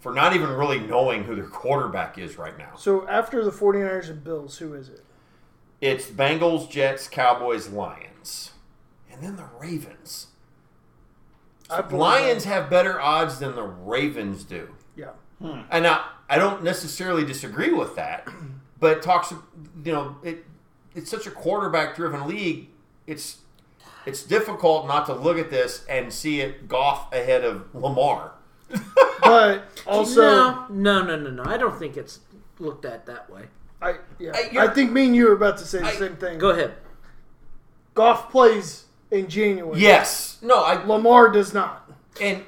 [SPEAKER 3] for not even really knowing who their quarterback is right now.
[SPEAKER 1] So after the 49ers and Bills, who is it?
[SPEAKER 3] It's Bengals, Jets, Cowboys, Lions, and then the Ravens.
[SPEAKER 1] I believe
[SPEAKER 3] Lions have better odds than the Ravens do.
[SPEAKER 1] that. Yeah.
[SPEAKER 3] And I, I don't necessarily disagree with that, but it talks you know, it it's such a quarterback driven league, it's it's difficult not to look at this and see it Goff ahead of Lamar.
[SPEAKER 1] But also,
[SPEAKER 2] no, no, no, no, no. I don't think it's looked at that way.
[SPEAKER 1] I yeah,
[SPEAKER 3] I- you're-
[SPEAKER 1] I think me and you were about to say the
[SPEAKER 3] I-
[SPEAKER 1] same thing.
[SPEAKER 2] Go ahead.
[SPEAKER 1] Golf plays in January.
[SPEAKER 3] Yes. No, I
[SPEAKER 1] Lamar does not.
[SPEAKER 3] and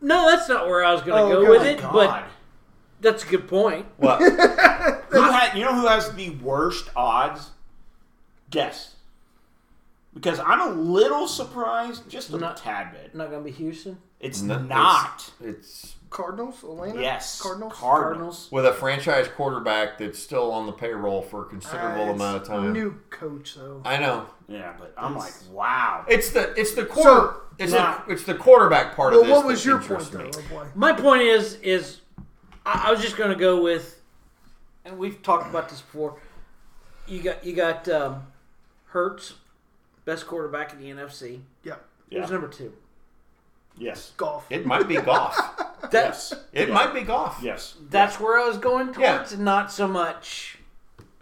[SPEAKER 2] No, that's not where I was going to
[SPEAKER 1] Oh,
[SPEAKER 2] go
[SPEAKER 1] God.
[SPEAKER 2] with it,
[SPEAKER 4] God.
[SPEAKER 2] but that's a good point.
[SPEAKER 3] well,
[SPEAKER 4] Who ha- you know who has the worst odds? Guess. Because I'm a little surprised, just a
[SPEAKER 2] Not-
[SPEAKER 4] tad bit.
[SPEAKER 2] Not going to be Houston.
[SPEAKER 4] It's
[SPEAKER 3] No, it's-
[SPEAKER 4] not.
[SPEAKER 3] it's
[SPEAKER 1] Cardinals, Atlanta.
[SPEAKER 4] yes.
[SPEAKER 1] Cardinals.
[SPEAKER 4] Cardinals.
[SPEAKER 3] with a franchise quarterback that's still on the payroll for a considerable
[SPEAKER 1] Uh,
[SPEAKER 3] amount
[SPEAKER 1] it's
[SPEAKER 3] of time.
[SPEAKER 1] New coach though.
[SPEAKER 3] I know.
[SPEAKER 4] Yeah, but I'm like, wow.
[SPEAKER 3] It's the it's the quarter
[SPEAKER 1] So,
[SPEAKER 3] it's,
[SPEAKER 4] now-
[SPEAKER 3] the, it's the quarterback part
[SPEAKER 1] Well,
[SPEAKER 3] of this.
[SPEAKER 1] what was
[SPEAKER 3] that
[SPEAKER 1] your point
[SPEAKER 3] interests
[SPEAKER 1] though?
[SPEAKER 3] me.
[SPEAKER 1] of why?
[SPEAKER 2] My point is, is I, I was just going to go with, and we've talked about this before. You got you got um, Hertz, best quarterback in the NFC.
[SPEAKER 1] Yeah,
[SPEAKER 2] Who's
[SPEAKER 4] Yeah.
[SPEAKER 2] number two?
[SPEAKER 4] Yes.
[SPEAKER 1] golf.
[SPEAKER 3] It might be Goff.
[SPEAKER 2] That's
[SPEAKER 3] It
[SPEAKER 4] Yeah.
[SPEAKER 3] might be Goff.
[SPEAKER 4] Yes.
[SPEAKER 2] that's where I was going towards,
[SPEAKER 3] Yeah.
[SPEAKER 2] and not so much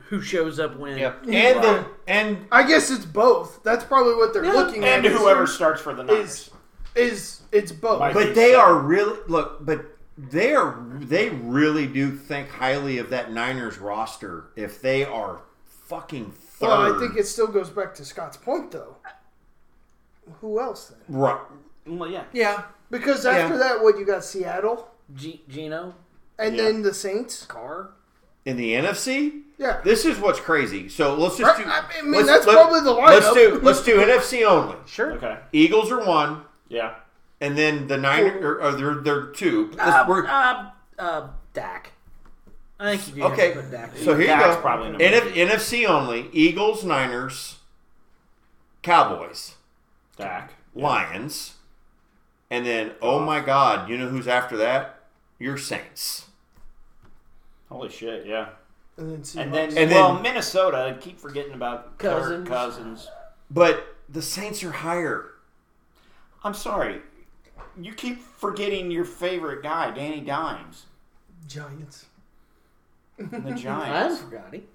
[SPEAKER 2] who shows up when.
[SPEAKER 3] Yep. And the and
[SPEAKER 1] I guess it's both. That's probably what they're
[SPEAKER 2] Yeah.
[SPEAKER 1] looking at.
[SPEAKER 4] And
[SPEAKER 1] is-
[SPEAKER 4] whoever starts for the Niners.
[SPEAKER 1] is is it's both.
[SPEAKER 4] Like-
[SPEAKER 3] but they are really look, but they are they really do think highly of that Niners roster if they are fucking third.
[SPEAKER 1] well, I think it still goes back to Scott's point though. Who else then?
[SPEAKER 3] right.
[SPEAKER 4] Well, yeah.
[SPEAKER 3] Yeah.
[SPEAKER 1] Because after
[SPEAKER 3] Yeah.
[SPEAKER 1] that, what you got? Seattle
[SPEAKER 2] G- Gino
[SPEAKER 1] and
[SPEAKER 4] Yeah.
[SPEAKER 1] then the Saints.
[SPEAKER 2] Carr.
[SPEAKER 3] In the NFC,
[SPEAKER 1] Yeah.
[SPEAKER 3] This is what's crazy. So let's just
[SPEAKER 1] Right,
[SPEAKER 3] do.
[SPEAKER 1] I mean,
[SPEAKER 3] let's-
[SPEAKER 1] that's
[SPEAKER 3] let-
[SPEAKER 1] probably the
[SPEAKER 3] Let's
[SPEAKER 1] lineup.
[SPEAKER 3] do let's do NFC only.
[SPEAKER 1] Sure.
[SPEAKER 4] Okay.
[SPEAKER 3] Eagles are one,
[SPEAKER 4] Yeah.
[SPEAKER 3] and then the Niners are, are they're, they're two. Let's-
[SPEAKER 1] Ah,
[SPEAKER 2] Uh,
[SPEAKER 3] we're-
[SPEAKER 2] uh, uh, Dak. I think you do
[SPEAKER 3] okay,
[SPEAKER 2] have to put Dak.
[SPEAKER 3] so here you
[SPEAKER 4] Dak's
[SPEAKER 3] go.
[SPEAKER 4] probably number
[SPEAKER 3] NF, NFC only: Eagles, Niners, Cowboys,
[SPEAKER 4] Dak.
[SPEAKER 3] Lions, and then oh my God, you know who's after that? Your Saints.
[SPEAKER 4] Holy shit, yeah.
[SPEAKER 1] And then Seahawks.
[SPEAKER 4] And then,
[SPEAKER 3] And
[SPEAKER 4] well,
[SPEAKER 3] then-
[SPEAKER 4] Minnesota. I keep forgetting about Kirk
[SPEAKER 2] Cousins.
[SPEAKER 4] Cousins.
[SPEAKER 3] But the Saints are higher.
[SPEAKER 4] I'm sorry. You keep forgetting your favorite guy, Danny Dimes,
[SPEAKER 1] Giants.
[SPEAKER 4] and the
[SPEAKER 2] I
[SPEAKER 4] Giants.
[SPEAKER 2] almost forgot him.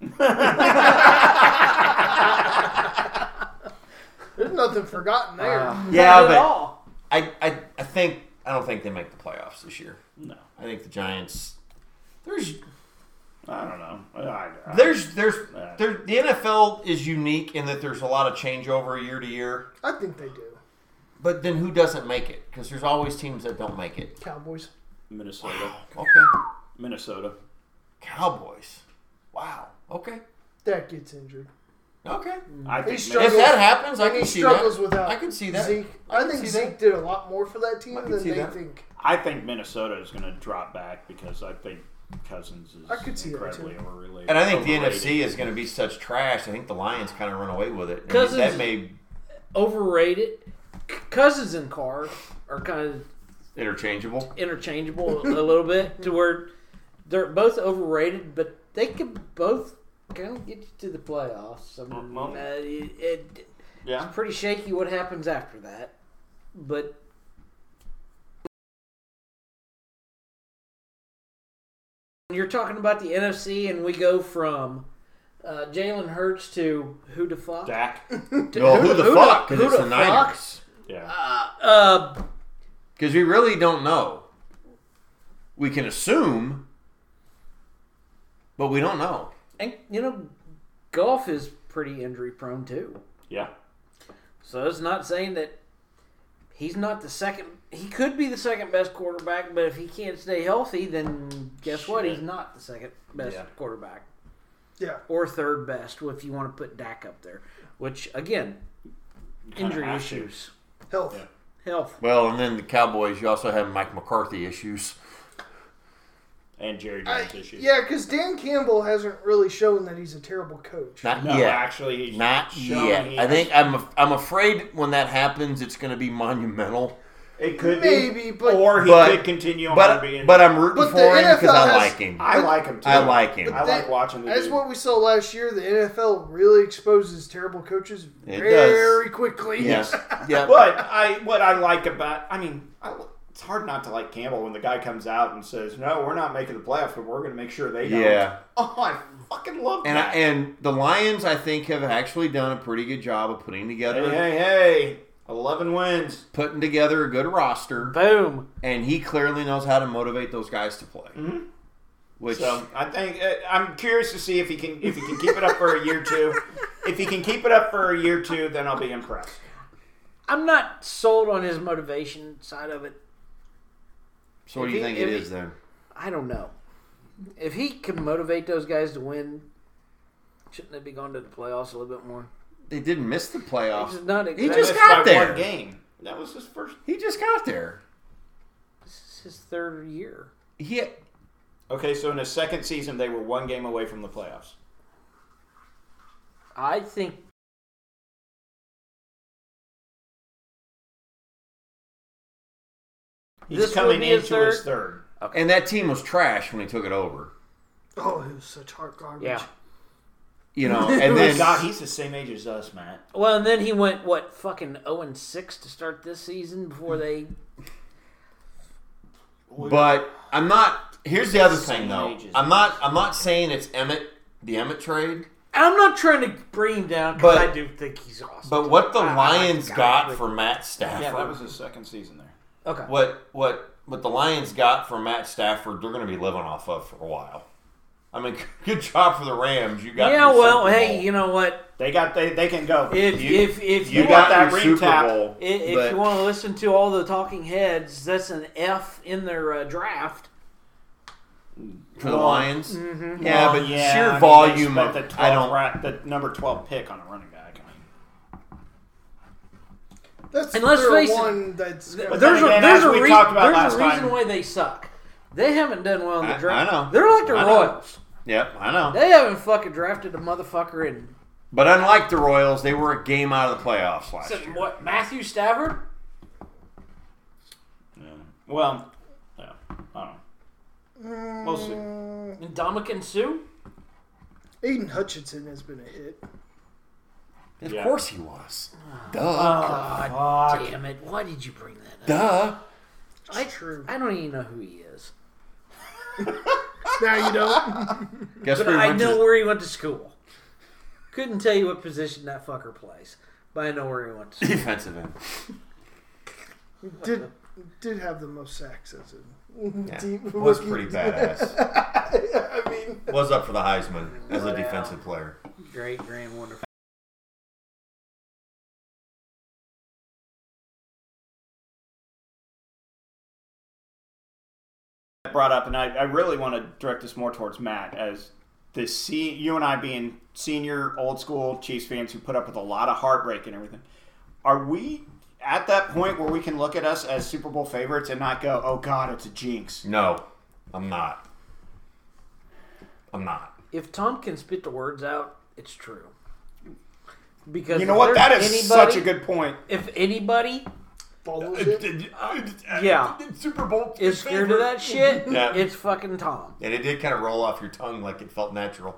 [SPEAKER 1] There's nothing forgotten there.
[SPEAKER 4] Uh,
[SPEAKER 3] Yeah,
[SPEAKER 2] Not at
[SPEAKER 3] but
[SPEAKER 2] all.
[SPEAKER 3] I, I I think I don't think they make the playoffs this year.
[SPEAKER 4] No,
[SPEAKER 3] I think the Giants. There's
[SPEAKER 4] I don't know. I, I,
[SPEAKER 3] There's there's there, the NFL is unique in that there's a lot of changeover year to year.
[SPEAKER 1] I think they do.
[SPEAKER 3] But then who doesn't make it? Because there's always teams that don't make it.
[SPEAKER 1] Cowboys.
[SPEAKER 4] Minnesota.
[SPEAKER 3] Okay,
[SPEAKER 4] Minnesota.
[SPEAKER 3] Cowboys. Wow. Okay.
[SPEAKER 1] That gets injured.
[SPEAKER 3] Okay.
[SPEAKER 1] Mm.
[SPEAKER 4] I think
[SPEAKER 1] struggles-
[SPEAKER 3] If that
[SPEAKER 4] Minnesota.
[SPEAKER 3] happens, I
[SPEAKER 1] And he
[SPEAKER 3] can see that.
[SPEAKER 1] struggles without
[SPEAKER 3] I can see that.
[SPEAKER 1] Zeke. I,
[SPEAKER 3] I can
[SPEAKER 1] think
[SPEAKER 3] see
[SPEAKER 1] Zeke
[SPEAKER 3] that.
[SPEAKER 1] did a lot more for that team
[SPEAKER 3] I can
[SPEAKER 1] than
[SPEAKER 3] see
[SPEAKER 1] they
[SPEAKER 3] that.
[SPEAKER 1] think.
[SPEAKER 4] I think Minnesota is going to drop back because I think Cousins is
[SPEAKER 1] I could see that,
[SPEAKER 4] incredibly
[SPEAKER 1] too.
[SPEAKER 4] overrated.
[SPEAKER 3] And I think the
[SPEAKER 4] overrated.
[SPEAKER 3] NFC is going to be such trash. I think the Lions kind of run away with it. And
[SPEAKER 2] Cousins-
[SPEAKER 3] that may
[SPEAKER 2] Overrated. C- Cousins and Carr are kind of
[SPEAKER 3] interchangeable.
[SPEAKER 2] interchangeable a little bit to where they're both overrated, but they could both kind of get you to the playoffs. I mean,
[SPEAKER 4] Well-
[SPEAKER 2] uh, it, it-
[SPEAKER 4] Yeah.
[SPEAKER 2] it's pretty shaky what happens after that, but you're talking about the NFC, and we go from uh, Jalen Hurts to who the fuck?
[SPEAKER 4] Dak.
[SPEAKER 2] To
[SPEAKER 3] No, who, the fuck? 'Cause
[SPEAKER 2] who
[SPEAKER 3] it's
[SPEAKER 2] the fuck?
[SPEAKER 3] the Niners.
[SPEAKER 4] Yeah.
[SPEAKER 2] Uh, uh,
[SPEAKER 3] Because we really don't know. We can assume, but we don't know.
[SPEAKER 2] and you know, golf is pretty injury prone too.
[SPEAKER 4] Yeah.
[SPEAKER 2] So it's not saying that he's not the second. He could be the second best quarterback, but if he can't stay healthy, then guess what? He's not the second best
[SPEAKER 3] Yeah.
[SPEAKER 2] quarterback
[SPEAKER 1] Yeah.
[SPEAKER 2] or third best if you want to put Dak up there. Which again, injury
[SPEAKER 4] have to.
[SPEAKER 2] issues,
[SPEAKER 1] Health.
[SPEAKER 4] Yeah.
[SPEAKER 2] health.
[SPEAKER 3] Well, and then the Cowboys, you also have Mike McCarthy issues.
[SPEAKER 4] And Jerry
[SPEAKER 1] I,
[SPEAKER 4] Jones issue.
[SPEAKER 1] yeah, because Dan Campbell hasn't really shown that he's a terrible coach.
[SPEAKER 3] Not
[SPEAKER 4] No,
[SPEAKER 3] yet.
[SPEAKER 4] actually, he's
[SPEAKER 3] Not
[SPEAKER 4] shown
[SPEAKER 3] yet.
[SPEAKER 4] he
[SPEAKER 3] I
[SPEAKER 4] has-
[SPEAKER 3] think I'm. af- I'm afraid when that happens, it's going to be monumental.
[SPEAKER 4] it could
[SPEAKER 1] Maybe,
[SPEAKER 4] be,
[SPEAKER 1] but-
[SPEAKER 4] or he
[SPEAKER 3] But-
[SPEAKER 4] could continue on
[SPEAKER 3] But
[SPEAKER 4] being.
[SPEAKER 3] but I'm rooting
[SPEAKER 1] But
[SPEAKER 3] for
[SPEAKER 1] the
[SPEAKER 3] him because
[SPEAKER 1] NFL
[SPEAKER 3] I
[SPEAKER 1] has-
[SPEAKER 3] like him.
[SPEAKER 4] I like him too.
[SPEAKER 3] I like him.
[SPEAKER 4] I like watching the
[SPEAKER 1] That's
[SPEAKER 4] dude.
[SPEAKER 1] what we saw last year. The NFL really exposes terrible coaches
[SPEAKER 3] It
[SPEAKER 1] very quickly.
[SPEAKER 3] Yes. Yeah.
[SPEAKER 4] But I what I like about I mean I, it's hard not to like Campbell when the guy comes out and says no we're not making the playoffs but we're going to make sure they don't.
[SPEAKER 3] Yeah.
[SPEAKER 4] Oh, I fucking love
[SPEAKER 3] And I,
[SPEAKER 4] that.
[SPEAKER 3] and the Lions, I think, have actually done a pretty good job of putting together
[SPEAKER 4] hey hey hey, eleven wins.
[SPEAKER 3] putting together a good roster,
[SPEAKER 2] Boom.
[SPEAKER 3] and he clearly knows how to motivate those guys to play. Which
[SPEAKER 4] So I think uh, I'm curious to see if he can if he can keep it up for a year or two. If he can keep it up for a year or two, then I'll be impressed.
[SPEAKER 2] I'm not sold on his motivation side of it.
[SPEAKER 3] so, what do you
[SPEAKER 2] If he-
[SPEAKER 3] think
[SPEAKER 2] if
[SPEAKER 3] it
[SPEAKER 2] he-
[SPEAKER 3] is then?
[SPEAKER 2] I don't know. If he can motivate those guys to win, shouldn't they be going to the playoffs a little bit more?
[SPEAKER 3] They didn't miss the
[SPEAKER 2] This is
[SPEAKER 3] playoffs.
[SPEAKER 2] not
[SPEAKER 3] He
[SPEAKER 2] exactly.
[SPEAKER 3] just
[SPEAKER 4] Missed
[SPEAKER 3] got
[SPEAKER 4] by
[SPEAKER 3] there.
[SPEAKER 4] One game. That was his first.
[SPEAKER 3] He just got there.
[SPEAKER 2] this is his third year.
[SPEAKER 3] He
[SPEAKER 4] Okay, so in his second season, they were one game away from the playoffs.
[SPEAKER 2] I think
[SPEAKER 4] He's
[SPEAKER 2] This would
[SPEAKER 4] coming
[SPEAKER 2] be his
[SPEAKER 4] into his third.
[SPEAKER 3] and that team was trash when he took it over.
[SPEAKER 1] Oh, it was such hard garbage.
[SPEAKER 2] yeah.
[SPEAKER 3] You know, and then
[SPEAKER 4] Oh God, he's the same age as us, Matt.
[SPEAKER 2] Well, and then he went what fucking zero and six to start this season before they.
[SPEAKER 3] But I'm not. Here's the other thing, though.
[SPEAKER 4] Outrageous.
[SPEAKER 3] I'm not. I'm not saying it's Emmett, the Emmett trade.
[SPEAKER 2] And I'm not trying to bring him down because
[SPEAKER 3] But-
[SPEAKER 2] I do think he's awesome.
[SPEAKER 3] But what the
[SPEAKER 2] I- I like
[SPEAKER 3] Lions
[SPEAKER 2] the guy,
[SPEAKER 3] got
[SPEAKER 2] but-
[SPEAKER 3] for Matt Stafford,
[SPEAKER 4] yeah, that was his second season there.
[SPEAKER 2] okay,
[SPEAKER 3] what what what the Lions got for Matt Stafford, they're going to be living off of for a while. I mean, good job for the Rams. You got
[SPEAKER 2] yeah.
[SPEAKER 3] your
[SPEAKER 2] Well,
[SPEAKER 3] Super
[SPEAKER 2] hey,
[SPEAKER 3] Bowl.
[SPEAKER 2] you know what?
[SPEAKER 4] They got they they can go.
[SPEAKER 2] If
[SPEAKER 3] You-
[SPEAKER 2] if if
[SPEAKER 3] you
[SPEAKER 2] you,
[SPEAKER 4] got
[SPEAKER 2] want,
[SPEAKER 3] got
[SPEAKER 4] that
[SPEAKER 3] your
[SPEAKER 4] ring
[SPEAKER 3] Super
[SPEAKER 4] tap.
[SPEAKER 3] Bowl.
[SPEAKER 2] if, if
[SPEAKER 3] but-
[SPEAKER 2] you want to listen to all the talking heads, that's an F in their uh, draft.
[SPEAKER 3] for the Lions,
[SPEAKER 2] mm-hmm.
[SPEAKER 3] yeah,
[SPEAKER 4] Well,
[SPEAKER 3] but
[SPEAKER 4] yeah, I
[SPEAKER 3] sheer
[SPEAKER 4] mean, they
[SPEAKER 3] volume.
[SPEAKER 4] spent
[SPEAKER 3] of,
[SPEAKER 4] the
[SPEAKER 3] I
[SPEAKER 4] 12th
[SPEAKER 3] don't.
[SPEAKER 4] ra- the number twelve pick on a running back. I mean,
[SPEAKER 1] That's
[SPEAKER 2] And let's
[SPEAKER 1] their
[SPEAKER 2] face it,
[SPEAKER 1] one that's
[SPEAKER 4] But
[SPEAKER 2] there's
[SPEAKER 4] then
[SPEAKER 2] a
[SPEAKER 4] again,
[SPEAKER 2] there's
[SPEAKER 4] as
[SPEAKER 2] a,
[SPEAKER 4] we
[SPEAKER 2] rea-
[SPEAKER 4] talked about
[SPEAKER 2] there's
[SPEAKER 4] last
[SPEAKER 2] a
[SPEAKER 4] time-
[SPEAKER 2] reason why they suck. They haven't done well in
[SPEAKER 3] I-
[SPEAKER 2] the draft.
[SPEAKER 3] I know.
[SPEAKER 2] They're like the
[SPEAKER 3] I know.
[SPEAKER 2] Royals.
[SPEAKER 3] Yep, I know.
[SPEAKER 2] They haven't fucking drafted a motherfucker in
[SPEAKER 3] But unlike the Royals, they were a game out of the playoffs last
[SPEAKER 2] So,
[SPEAKER 3] year.
[SPEAKER 2] what Matthew Stafford?
[SPEAKER 4] yeah. well, yeah, I don't know. We'll see.
[SPEAKER 2] and Dominican Sue?
[SPEAKER 1] Aiden Hutchinson has been a hit.
[SPEAKER 3] Of
[SPEAKER 4] Yeah.
[SPEAKER 3] course he was.
[SPEAKER 2] Uh,
[SPEAKER 3] Duh.
[SPEAKER 4] God, fuck.
[SPEAKER 2] Damn it! Why did you bring Ah, that up?
[SPEAKER 3] Duh.
[SPEAKER 1] It's true.
[SPEAKER 2] I don't even know who he is.
[SPEAKER 1] now you don't.
[SPEAKER 3] Guess
[SPEAKER 2] But
[SPEAKER 3] where he
[SPEAKER 2] I
[SPEAKER 3] went to-
[SPEAKER 2] know where he went to school. Couldn't tell you what position that fucker plays, but I know where he went. To school.
[SPEAKER 3] defensive end.
[SPEAKER 1] did did have the most sacks as a deep
[SPEAKER 3] Was
[SPEAKER 1] rookie.
[SPEAKER 3] pretty badass.
[SPEAKER 1] I mean,
[SPEAKER 3] Was up for the Heisman as a
[SPEAKER 2] Wow.
[SPEAKER 3] defensive player.
[SPEAKER 2] Great, grand, wonderful.
[SPEAKER 4] brought up, and I, I really want to direct this more towards Matt as the se- you and I being senior old school Chiefs fans who put up with a lot of heartbreak and everything. Are we at that point where we can look at us as Super Bowl favorites and not go, "Oh God, it's a jinx"?
[SPEAKER 3] No, I'm not. I'm not.
[SPEAKER 2] If Tom can spit the words out, it's true. Because
[SPEAKER 4] You know
[SPEAKER 2] if
[SPEAKER 4] what? That is
[SPEAKER 2] there's
[SPEAKER 4] such
[SPEAKER 2] anybody-
[SPEAKER 4] a good point.
[SPEAKER 2] If anybody Uh,
[SPEAKER 1] follows it.
[SPEAKER 2] Yeah.
[SPEAKER 3] Super Bowl
[SPEAKER 2] is scared of that shit,
[SPEAKER 3] Yeah.
[SPEAKER 2] it's fucking Tom.
[SPEAKER 3] And it did kind of roll off your tongue like it felt natural.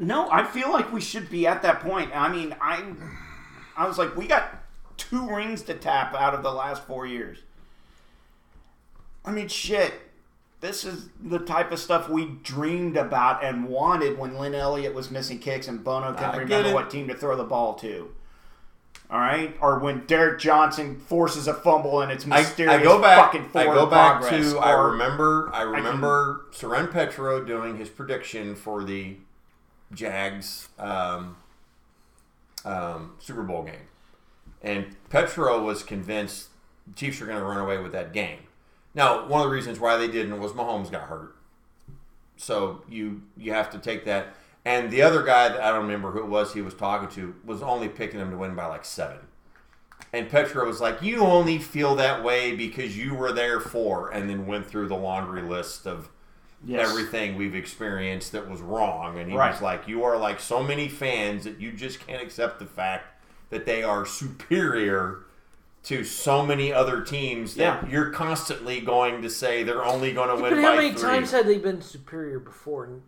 [SPEAKER 4] No, I feel like we should be at that point. I mean, I, I was like, we got two rings to tap out of the last four years. I mean, shit. This is the type of stuff we dreamed about and wanted when Lynn Elliott was missing kicks and Bono
[SPEAKER 3] I
[SPEAKER 4] couldn't
[SPEAKER 3] get
[SPEAKER 4] remember
[SPEAKER 3] it.
[SPEAKER 4] what team to throw the ball to. All right, or when Derek Johnson forces a fumble and it's
[SPEAKER 3] I,
[SPEAKER 4] mysterious
[SPEAKER 3] I go back. I
[SPEAKER 4] fucking forward
[SPEAKER 3] go back
[SPEAKER 4] progress.
[SPEAKER 3] to. I
[SPEAKER 4] or-
[SPEAKER 3] remember. I remember Seren Petro doing his prediction for the Jags um, um, Super Bowl game, and Petro was convinced the Chiefs are going to run away with that game. Now, one of the reasons why they didn't was Mahomes got hurt, so you you have to take that. And the other guy that I don't remember who it was he was talking to was only picking him to win by like seven. And Petro was like, "You only feel that way because you were there for," and then went through the laundry list of
[SPEAKER 4] Yes.
[SPEAKER 3] everything we've experienced that was wrong. And he
[SPEAKER 4] Right.
[SPEAKER 3] was like, "You are like so many fans that you just can't accept the fact that they are superior to so many other teams that
[SPEAKER 4] Yeah.
[SPEAKER 3] you're constantly going to say they're only going to
[SPEAKER 2] But
[SPEAKER 3] win
[SPEAKER 2] how
[SPEAKER 3] by
[SPEAKER 2] many
[SPEAKER 3] three.
[SPEAKER 2] times had they been superior before and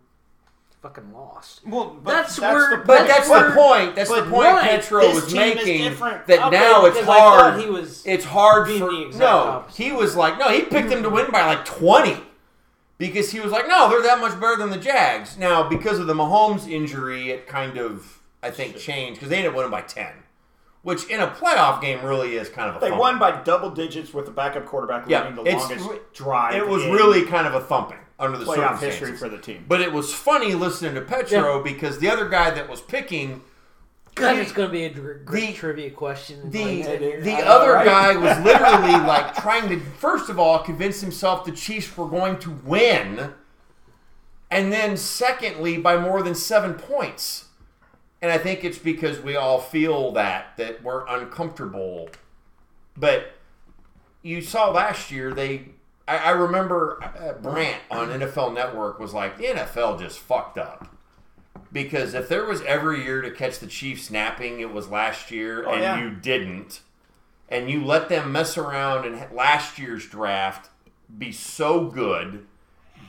[SPEAKER 2] fucking lost?
[SPEAKER 4] Well, but
[SPEAKER 2] That's
[SPEAKER 4] that's,
[SPEAKER 2] where-
[SPEAKER 4] the
[SPEAKER 3] but
[SPEAKER 4] point.
[SPEAKER 3] that's the point. That's the
[SPEAKER 2] but
[SPEAKER 3] point
[SPEAKER 2] why?
[SPEAKER 3] Petro
[SPEAKER 4] This
[SPEAKER 3] was
[SPEAKER 4] team is
[SPEAKER 3] making.
[SPEAKER 4] different.
[SPEAKER 3] That
[SPEAKER 2] Okay,
[SPEAKER 3] now it's
[SPEAKER 2] because I thought
[SPEAKER 3] hard.
[SPEAKER 2] he was
[SPEAKER 3] it's hard
[SPEAKER 2] being
[SPEAKER 3] for
[SPEAKER 2] the exact
[SPEAKER 3] no.
[SPEAKER 2] opposite.
[SPEAKER 3] He was like no. He picked them to win by like twenty because he was like no, they're that much better than the Jags. Now because of the Mahomes injury, it kind of I think changed because they ended up winning by ten, which in a playoff game really is kind of a
[SPEAKER 4] They
[SPEAKER 3] thump.
[SPEAKER 4] won by double digits with the backup quarterback
[SPEAKER 3] Yeah,
[SPEAKER 4] leading the
[SPEAKER 3] it's-
[SPEAKER 4] longest drive.
[SPEAKER 3] It was
[SPEAKER 4] in
[SPEAKER 3] really kind of a thumping under the
[SPEAKER 4] playoff
[SPEAKER 3] circumstances.
[SPEAKER 4] history for the team.
[SPEAKER 3] But it was funny listening to Petro because the other guy that was picking
[SPEAKER 2] God, it's going to be a dr- great
[SPEAKER 3] The-
[SPEAKER 2] trivia question. in
[SPEAKER 3] The
[SPEAKER 2] like 10 years.
[SPEAKER 3] the
[SPEAKER 2] I know,
[SPEAKER 3] other
[SPEAKER 2] right?
[SPEAKER 3] guy was literally like trying to first of all convince himself the Chiefs were going to win, and then secondly by more than seven points. And I think it's because we all feel that that we're uncomfortable. But you saw last year they. I, I remember uh, Brandt on NFL Network was like the NFL just fucked up. Because if there was every year to catch the Chiefs snapping, it was last year,
[SPEAKER 1] Oh,
[SPEAKER 3] and
[SPEAKER 4] yeah.
[SPEAKER 3] you didn't, and you let them mess around in ha- last year's draft be so good,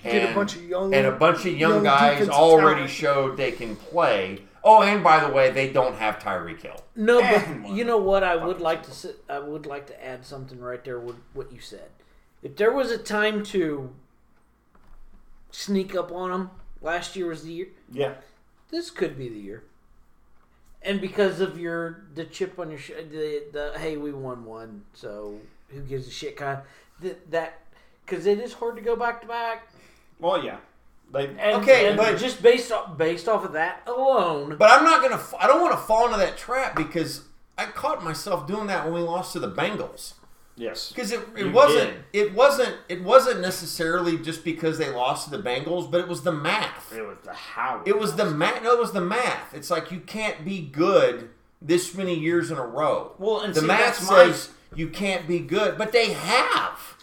[SPEAKER 1] Get a bunch of young-
[SPEAKER 3] and a bunch of young,
[SPEAKER 1] young
[SPEAKER 3] guys
[SPEAKER 1] defensive
[SPEAKER 3] already
[SPEAKER 1] talent.
[SPEAKER 3] showed they can play. Oh, and by the way, they don't have Tyreek Hill.
[SPEAKER 2] No,
[SPEAKER 4] And
[SPEAKER 2] but
[SPEAKER 4] one.
[SPEAKER 2] you know what? I would like to. s- I would like to add something right there with what you said. If there was a time to sneak up on them, last year was the year.
[SPEAKER 4] yeah.
[SPEAKER 2] This could be the year. And because of your the chip on your sh- the, the hey we won one so who gives a shit kind that that because it is hard to go back to back
[SPEAKER 4] Well, yeah. They,
[SPEAKER 2] and,
[SPEAKER 3] Okay,
[SPEAKER 2] and
[SPEAKER 3] but-
[SPEAKER 2] just based off based off of that alone
[SPEAKER 3] But I'm not gonna. f- I don't want to fall into that trap because I caught myself doing that when we lost to the Bengals.
[SPEAKER 4] yes.
[SPEAKER 3] Because it, it
[SPEAKER 4] You
[SPEAKER 3] wasn't
[SPEAKER 4] did.
[SPEAKER 3] it wasn't it wasn't necessarily just because they lost to the Bengals, but it was the math.
[SPEAKER 4] It was the how.
[SPEAKER 3] It was the math. No, it was the math. It's like you can't be good this many years in a row.
[SPEAKER 4] Well, and
[SPEAKER 3] the
[SPEAKER 4] see,
[SPEAKER 3] math
[SPEAKER 4] that's my-
[SPEAKER 3] says you can't be good, but they have.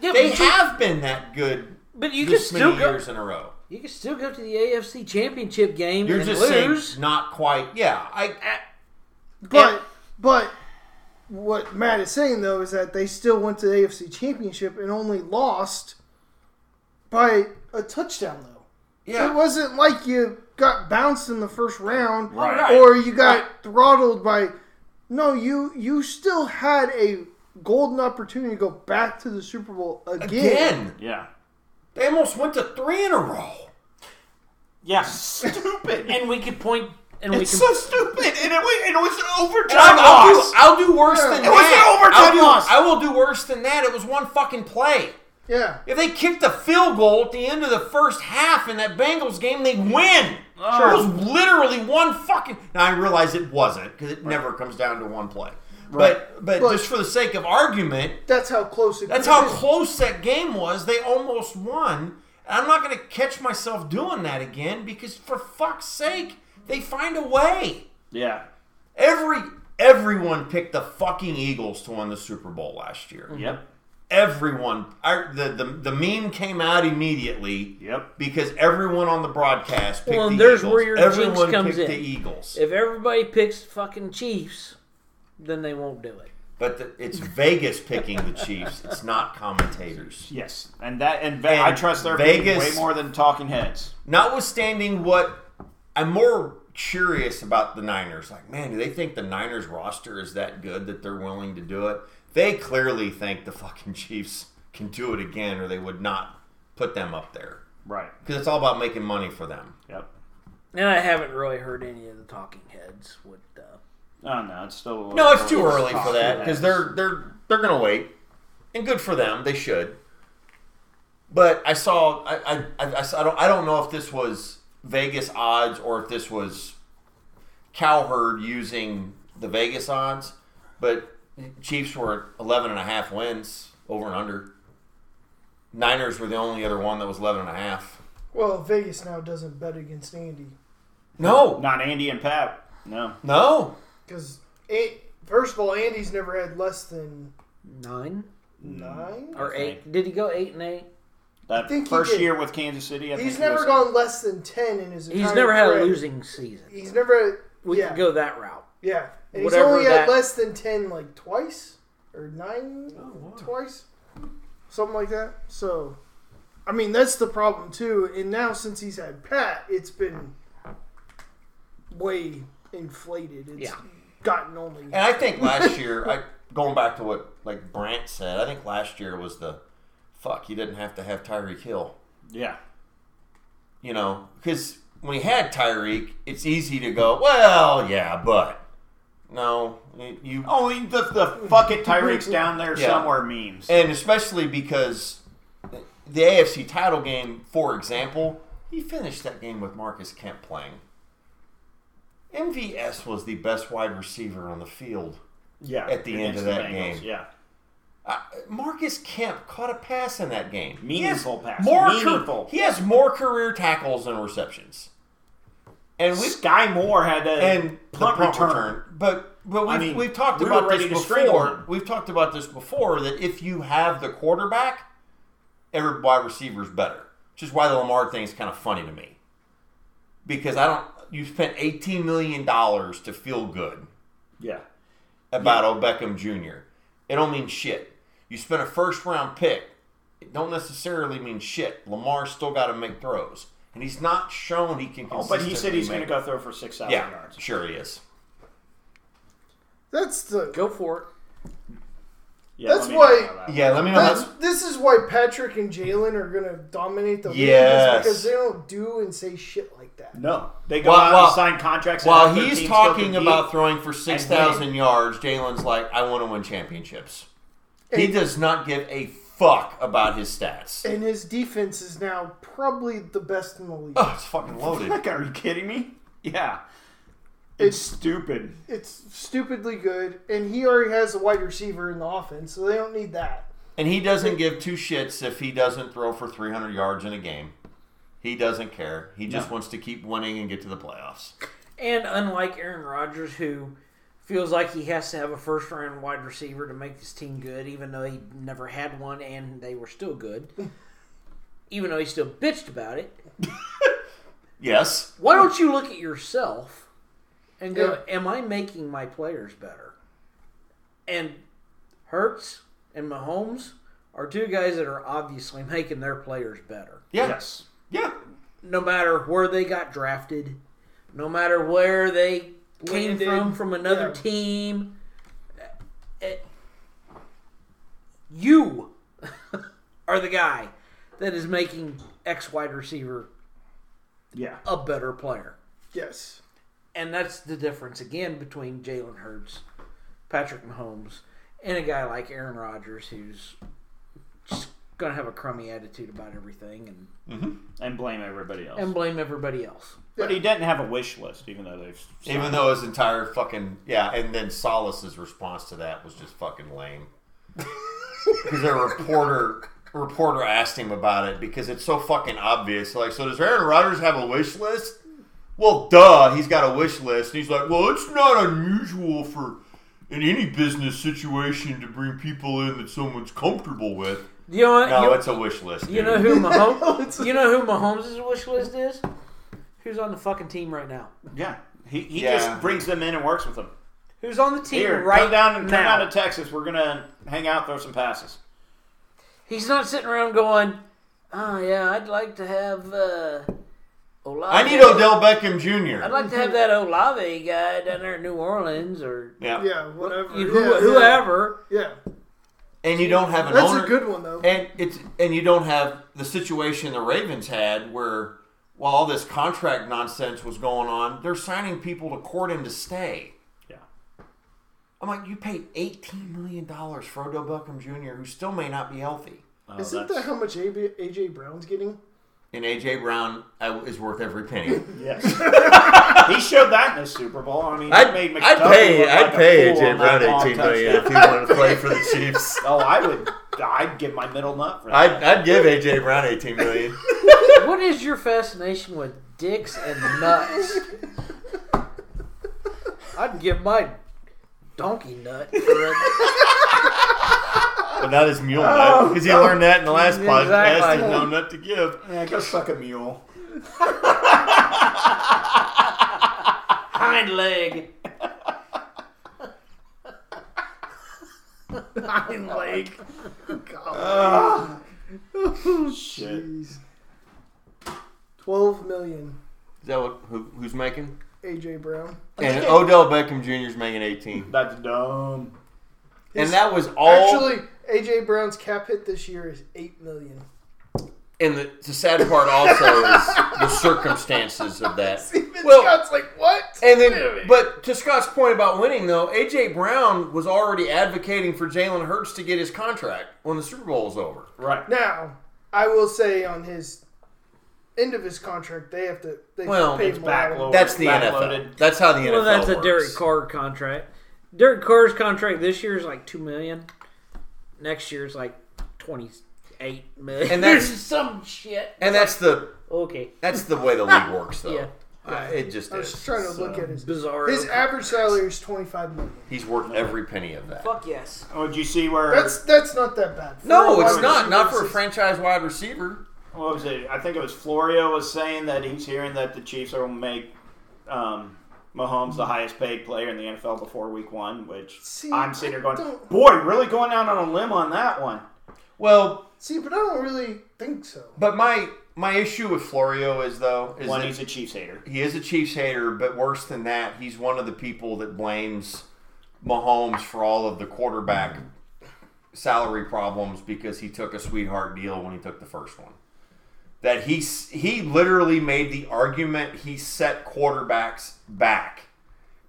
[SPEAKER 2] yeah,
[SPEAKER 3] They
[SPEAKER 2] but you,
[SPEAKER 3] have been that good
[SPEAKER 2] but you can
[SPEAKER 3] this many
[SPEAKER 2] still go
[SPEAKER 3] years in a row.
[SPEAKER 2] you can still go to the AFC Championship game
[SPEAKER 3] You're
[SPEAKER 2] and
[SPEAKER 3] just
[SPEAKER 2] lose
[SPEAKER 3] saying not quite. Yeah, I.
[SPEAKER 1] But but what Matt is saying though is that they still went to the AFC Championship and only lost by a touchdown though.
[SPEAKER 3] Yeah,
[SPEAKER 1] It wasn't like you got bounced in the first round
[SPEAKER 4] Right.
[SPEAKER 1] or you got throttled by No, you you still had a golden opportunity to go back to the Super Bowl again.
[SPEAKER 3] again.
[SPEAKER 4] Yeah.
[SPEAKER 3] They almost went to three in a row.
[SPEAKER 4] Yeah. Stupid.
[SPEAKER 2] and we could point and we
[SPEAKER 4] it's
[SPEAKER 2] can
[SPEAKER 4] so stupid. And it, was- and it was an overtime
[SPEAKER 3] I'll, I'll
[SPEAKER 4] loss.
[SPEAKER 3] do, I'll do worse than
[SPEAKER 1] It
[SPEAKER 3] that.
[SPEAKER 4] was an overtime
[SPEAKER 3] I'll do-
[SPEAKER 4] loss.
[SPEAKER 3] I will do worse than that. It was one fucking play.
[SPEAKER 1] Yeah.
[SPEAKER 3] If they kicked a field goal at the end of the first half in that Bengals game, they win.
[SPEAKER 4] Sure.
[SPEAKER 3] It was literally one fucking. Now I realize it wasn't because it never comes down to one play. But, but
[SPEAKER 1] But-
[SPEAKER 3] just for the sake of argument,
[SPEAKER 1] That's how close it
[SPEAKER 3] that's
[SPEAKER 1] could've
[SPEAKER 3] how
[SPEAKER 1] been.
[SPEAKER 3] close that game was. They almost won. And I'm not going to catch myself doing that again because for fuck's sake, they find a way.
[SPEAKER 4] yeah.
[SPEAKER 3] Every everyone picked the fucking Eagles to win the Super Bowl last year.
[SPEAKER 2] Mhm.
[SPEAKER 4] Yep.
[SPEAKER 3] Everyone, I, the, the the meme came out immediately.
[SPEAKER 4] Yep.
[SPEAKER 3] Because everyone on the broadcast picked
[SPEAKER 2] Well, and
[SPEAKER 3] the
[SPEAKER 2] there's
[SPEAKER 3] Eagles.
[SPEAKER 2] where your jinx
[SPEAKER 3] everyone
[SPEAKER 2] comes in.
[SPEAKER 3] picked the Eagles.
[SPEAKER 2] if everybody picks fucking Chiefs then they won't do it
[SPEAKER 3] But the, it's Vegas picking the Chiefs. It's not commentators.
[SPEAKER 4] Yes. And that and, Ve-
[SPEAKER 3] And
[SPEAKER 4] I trust their opinion
[SPEAKER 3] Vegas-
[SPEAKER 4] way more than talking heads.
[SPEAKER 3] Notwithstanding what I'm more curious about the Niners. Like, man, do they think the Niners roster is that good that they're willing to do it? They clearly think the fucking Chiefs can do it again or they would not put them up there.
[SPEAKER 4] Right.
[SPEAKER 3] Because it's all about making money for them.
[SPEAKER 4] Yep.
[SPEAKER 2] and I haven't really heard any of the talking heads with uh,
[SPEAKER 4] Oh no, it's still
[SPEAKER 3] No, it's too early
[SPEAKER 4] talk
[SPEAKER 3] for that
[SPEAKER 4] to
[SPEAKER 3] because they're they're they're gonna wait, and good for them. They should. But I saw I I, I, I, saw- I don't I don't know if this was Vegas odds or if this was Cowherd using the Vegas odds, but Chiefs were at 11 and a half wins over and under. Niners were the only other one that was 11 and a half.
[SPEAKER 1] Well, Vegas now doesn't bet against Andy
[SPEAKER 3] No,
[SPEAKER 4] not Andy and Pat. No,
[SPEAKER 3] no,
[SPEAKER 1] because first of all, Andy's never had less than
[SPEAKER 2] Nine
[SPEAKER 1] nine.
[SPEAKER 2] or
[SPEAKER 4] Okay.
[SPEAKER 2] eight? Did he go eight and eight?
[SPEAKER 4] that
[SPEAKER 1] think he
[SPEAKER 4] first
[SPEAKER 1] did.
[SPEAKER 4] year with Kansas City, I
[SPEAKER 1] He's
[SPEAKER 4] think it
[SPEAKER 1] never
[SPEAKER 4] was-
[SPEAKER 1] gone less than ten in his.
[SPEAKER 2] He's
[SPEAKER 1] entire
[SPEAKER 2] never had a
[SPEAKER 1] career.
[SPEAKER 2] losing season.
[SPEAKER 1] He's never.
[SPEAKER 2] We
[SPEAKER 1] yeah,
[SPEAKER 2] could go that route.
[SPEAKER 1] yeah. And he's
[SPEAKER 2] whatever
[SPEAKER 1] only
[SPEAKER 2] that-
[SPEAKER 1] had less than ten like twice or nine twice, something like that. So, I mean, that's the problem too. And now since he's had Pat, it's been way inflated. It's
[SPEAKER 2] Yeah.
[SPEAKER 1] gotten only.
[SPEAKER 3] And I think last year, I going back to what like Brant said, I think last year was the fuck. You didn't have to have Tyreek Hill,
[SPEAKER 4] Yeah,
[SPEAKER 3] you know, because when you had Tyreek, it's easy to go, well, yeah, but no, you- you,
[SPEAKER 4] only Oh, the the fuck it, Tyreek's down there
[SPEAKER 3] Yeah.
[SPEAKER 4] somewhere memes.
[SPEAKER 3] and especially because the AFC title game, for example, he finished that game with Marcus Kemp playing. MVS was the best wide receiver on the field.
[SPEAKER 4] yeah,
[SPEAKER 3] at the end
[SPEAKER 4] against
[SPEAKER 3] of
[SPEAKER 4] the
[SPEAKER 3] that
[SPEAKER 4] Bengals,
[SPEAKER 3] game.
[SPEAKER 4] Yeah,
[SPEAKER 3] Uh, Marcus Kemp caught a pass in that game.
[SPEAKER 4] Meaningful
[SPEAKER 3] He has
[SPEAKER 4] pass.
[SPEAKER 3] More
[SPEAKER 4] Meaningful.
[SPEAKER 3] he has more career tackles than receptions. And we
[SPEAKER 4] Sky Moore had a
[SPEAKER 3] and the
[SPEAKER 4] punt return.
[SPEAKER 3] But but we've,
[SPEAKER 4] I mean,
[SPEAKER 3] we've talked
[SPEAKER 4] we were
[SPEAKER 3] about this
[SPEAKER 4] ready to strangle
[SPEAKER 3] before.
[SPEAKER 4] him.
[SPEAKER 3] We've talked about this before that if you have the quarterback, every wide receiver's better. Which is why the Lamar thing is kind of funny to me. Because I don't you spent eighteen million dollars to feel good
[SPEAKER 4] Yeah,
[SPEAKER 3] about O Beckham Jr. It don't mean shit. You spent a first round pick. It don't necessarily mean shit. Lamar's still got to make throws, and he's not shown he can.
[SPEAKER 4] oh, but he said
[SPEAKER 3] consistently
[SPEAKER 4] he's going to
[SPEAKER 3] make-
[SPEAKER 4] go throw for six thousand
[SPEAKER 3] Yeah,
[SPEAKER 4] yards.
[SPEAKER 3] sure he is.
[SPEAKER 1] That's the
[SPEAKER 2] Go for it.
[SPEAKER 4] Yeah, let
[SPEAKER 1] That's
[SPEAKER 4] me
[SPEAKER 1] why-
[SPEAKER 4] know that
[SPEAKER 3] Yeah, let me know.
[SPEAKER 1] That's,
[SPEAKER 3] That's,
[SPEAKER 1] this is why Patrick and Jalen are gonna dominate the league is
[SPEAKER 3] Yes.
[SPEAKER 1] because they don't do and say shit like that.
[SPEAKER 4] No, they go
[SPEAKER 3] While-
[SPEAKER 4] out
[SPEAKER 3] while-
[SPEAKER 4] and sign contracts. and
[SPEAKER 3] while
[SPEAKER 4] have their
[SPEAKER 3] he's
[SPEAKER 4] teams go
[SPEAKER 3] talking
[SPEAKER 4] compete.
[SPEAKER 3] about throwing for six thousand yards, Jalen's like, "I want to win championships." He
[SPEAKER 1] And-
[SPEAKER 3] does not give a fuck about his stats.
[SPEAKER 1] And his defense is now probably the best in the league.
[SPEAKER 3] Oh, it's fucking loaded.
[SPEAKER 4] Like, are you kidding me? Yeah, it's stupid.
[SPEAKER 1] It's stupidly good, and he already has a wide receiver in the offense, so they don't need that.
[SPEAKER 3] And he doesn't give two shits if he doesn't throw for 300 yards in a game. He doesn't care. He just wants to keep winning and get to the playoffs.
[SPEAKER 2] And unlike Aaron Rodgers, who feels like he has to have a first round wide receiver to make this team good, even though he never had one and they were still good, even though he still bitched about it,
[SPEAKER 3] Yes.
[SPEAKER 2] why don't you look at yourself and go, Am I making my players better? And Hertz and Mahomes are two guys that are obviously making their players better.
[SPEAKER 3] Yeah.
[SPEAKER 4] Yes.
[SPEAKER 3] Yeah.
[SPEAKER 2] no matter where they got drafted, no matter where they came
[SPEAKER 1] Landed.
[SPEAKER 2] from from another
[SPEAKER 1] Yeah.
[SPEAKER 2] team, eh, you are the guy that is making X wide receiver
[SPEAKER 4] Yeah.
[SPEAKER 2] a better player.
[SPEAKER 1] Yes.
[SPEAKER 2] And that's the difference again between Jalen Hurts, Patrick Mahomes, and a guy like Aaron Rodgers who's just going to have a crummy attitude about everything and,
[SPEAKER 4] And blame everybody else.
[SPEAKER 2] and blame everybody else.
[SPEAKER 4] but he doesn't have a wish list, even though they've.
[SPEAKER 3] Even though his entire fucking yeah, and then Solace's response to that was just fucking lame. Because a reporter a reporter asked him about it because it's so fucking obvious. Like, so does Aaron Rodgers have a wish list? Well, duh, he's got a wish list, and he's like, well, it's not unusual for in any business situation to bring people in that someone's comfortable with.
[SPEAKER 2] You know what? You-
[SPEAKER 3] No, it's a wish list.
[SPEAKER 2] You
[SPEAKER 3] dude.
[SPEAKER 2] know who Mahomes? you know who Mahomes' wish list is? Who's on the fucking team right now?
[SPEAKER 4] yeah, he, he
[SPEAKER 3] Yeah.
[SPEAKER 4] just brings them in and works with them.
[SPEAKER 2] Who's on the team
[SPEAKER 4] Here,
[SPEAKER 2] right
[SPEAKER 4] come down and
[SPEAKER 2] now?
[SPEAKER 4] come down to Texas. We're gonna hang out, throw some passes.
[SPEAKER 2] He's not sitting around going, "Oh yeah, I'd like to have uh, Olave.
[SPEAKER 3] I need Odell Beckham
[SPEAKER 2] I'd
[SPEAKER 3] Jr.
[SPEAKER 2] like to have that Olave guy down there in New Orleans or
[SPEAKER 3] Yeah,
[SPEAKER 1] Yeah, whatever.
[SPEAKER 2] you-
[SPEAKER 1] Oh, yeah,
[SPEAKER 2] who- whoever."
[SPEAKER 1] Yeah. yeah.
[SPEAKER 3] and you don't have an
[SPEAKER 1] That's
[SPEAKER 3] owner.
[SPEAKER 1] a good one, though.
[SPEAKER 3] And it's and you don't have the situation the Ravens had where while all this contract nonsense was going on, they're signing people to court him to stay.
[SPEAKER 4] Yeah,
[SPEAKER 3] I'm like, you paid eighteen million dollars for Odell Beckham Jr., who still may not be healthy,
[SPEAKER 4] Oh,
[SPEAKER 1] Isn't that
[SPEAKER 4] that's-
[SPEAKER 1] how much AJ, AJ Brown's getting?
[SPEAKER 3] and AJ Brown uh, is worth every penny.
[SPEAKER 4] Yes. he showed that in the Super Bowl. I mean,
[SPEAKER 5] I'd,
[SPEAKER 4] it made
[SPEAKER 5] I'd
[SPEAKER 4] McDuffie
[SPEAKER 5] pay,
[SPEAKER 4] look
[SPEAKER 5] I'd
[SPEAKER 4] like a
[SPEAKER 5] pay
[SPEAKER 4] fool
[SPEAKER 5] AJ
[SPEAKER 4] on that
[SPEAKER 5] Brown
[SPEAKER 4] long
[SPEAKER 5] 18 million if
[SPEAKER 4] touchdown.
[SPEAKER 5] he wanted to play for the Chiefs.
[SPEAKER 4] Oh, I would. I'd give my middle nut for that.
[SPEAKER 5] I'd, I'd give AJ Brown 18 million.
[SPEAKER 2] What is your fascination with dicks and nuts? I'd give my donkey nut for a
[SPEAKER 5] But not his mule
[SPEAKER 4] Oh,
[SPEAKER 5] nut, because he learned that in the last podcast.
[SPEAKER 2] Exactly.
[SPEAKER 5] There's no nut to give.
[SPEAKER 4] yeah, go suck a mule.
[SPEAKER 2] hind leg.
[SPEAKER 4] Nine leg. Shit.
[SPEAKER 1] Jeez. Twelve million.
[SPEAKER 3] Is that what who, who's making?
[SPEAKER 1] AJ Brown.
[SPEAKER 3] And Odell Beckham Jr. is making eighteen,
[SPEAKER 4] That's dumb.
[SPEAKER 3] and that was all.
[SPEAKER 1] Actually, AJ Brown's cap hit this year is eight million.
[SPEAKER 3] and the, the sad part also is the circumstances of that.
[SPEAKER 1] well,
[SPEAKER 3] Well-
[SPEAKER 1] Scott's like, what?
[SPEAKER 3] And then, but to Scott's point about winning, though, AJ Brown was already advocating for Jalen Hurts to get his contract when the Super Bowl is over.
[SPEAKER 4] Right.
[SPEAKER 1] Now, I will say on his end of his contract, they have to. They
[SPEAKER 3] Well,
[SPEAKER 1] pay
[SPEAKER 4] It's
[SPEAKER 1] more.
[SPEAKER 4] backloaded.
[SPEAKER 3] That's the NFL.
[SPEAKER 4] Backloaded.
[SPEAKER 3] That's how the NFL
[SPEAKER 2] Well, that's
[SPEAKER 3] works.
[SPEAKER 2] a Derek Carr contract. Derek Carr's contract this year is like two million. Next year is like twenty-eight million.
[SPEAKER 3] And that's-
[SPEAKER 2] some shit.
[SPEAKER 3] and that's the
[SPEAKER 2] Okay,
[SPEAKER 3] that's the way the league works, though.
[SPEAKER 2] Yeah.
[SPEAKER 3] Uh, it just
[SPEAKER 1] I was
[SPEAKER 3] is.
[SPEAKER 1] just trying to look
[SPEAKER 4] So-
[SPEAKER 1] at his.
[SPEAKER 2] bizarre.
[SPEAKER 1] His average salary is twenty five million.
[SPEAKER 3] He's worth every penny of that.
[SPEAKER 2] Fuck yes.
[SPEAKER 4] Oh, did you see where?
[SPEAKER 1] That's that's not that bad. For a
[SPEAKER 3] No,
[SPEAKER 1] wide
[SPEAKER 3] it's not.
[SPEAKER 1] receiver,
[SPEAKER 3] Not for a
[SPEAKER 1] it's-
[SPEAKER 3] franchise wide receiver.
[SPEAKER 4] what was it? I think it was Florio was saying that he's hearing that the Chiefs are going to make um, Mahomes the highest paid player in the NFL before Week One, which
[SPEAKER 1] See,
[SPEAKER 4] I'm sitting here
[SPEAKER 1] I
[SPEAKER 4] going,
[SPEAKER 1] don't-
[SPEAKER 4] boy, really going out on a limb on that one.
[SPEAKER 3] Well,
[SPEAKER 1] See, but I don't really think so.
[SPEAKER 3] but my my issue with Florio is though is
[SPEAKER 4] One,
[SPEAKER 3] that
[SPEAKER 4] he's a Chiefs hater.
[SPEAKER 3] he is a Chiefs hater, but worse than that, he's one of the people that blames Mahomes for all of the quarterback salary problems because he took a sweetheart deal when he took the first one. That he s- he literally made the argument he set quarterbacks back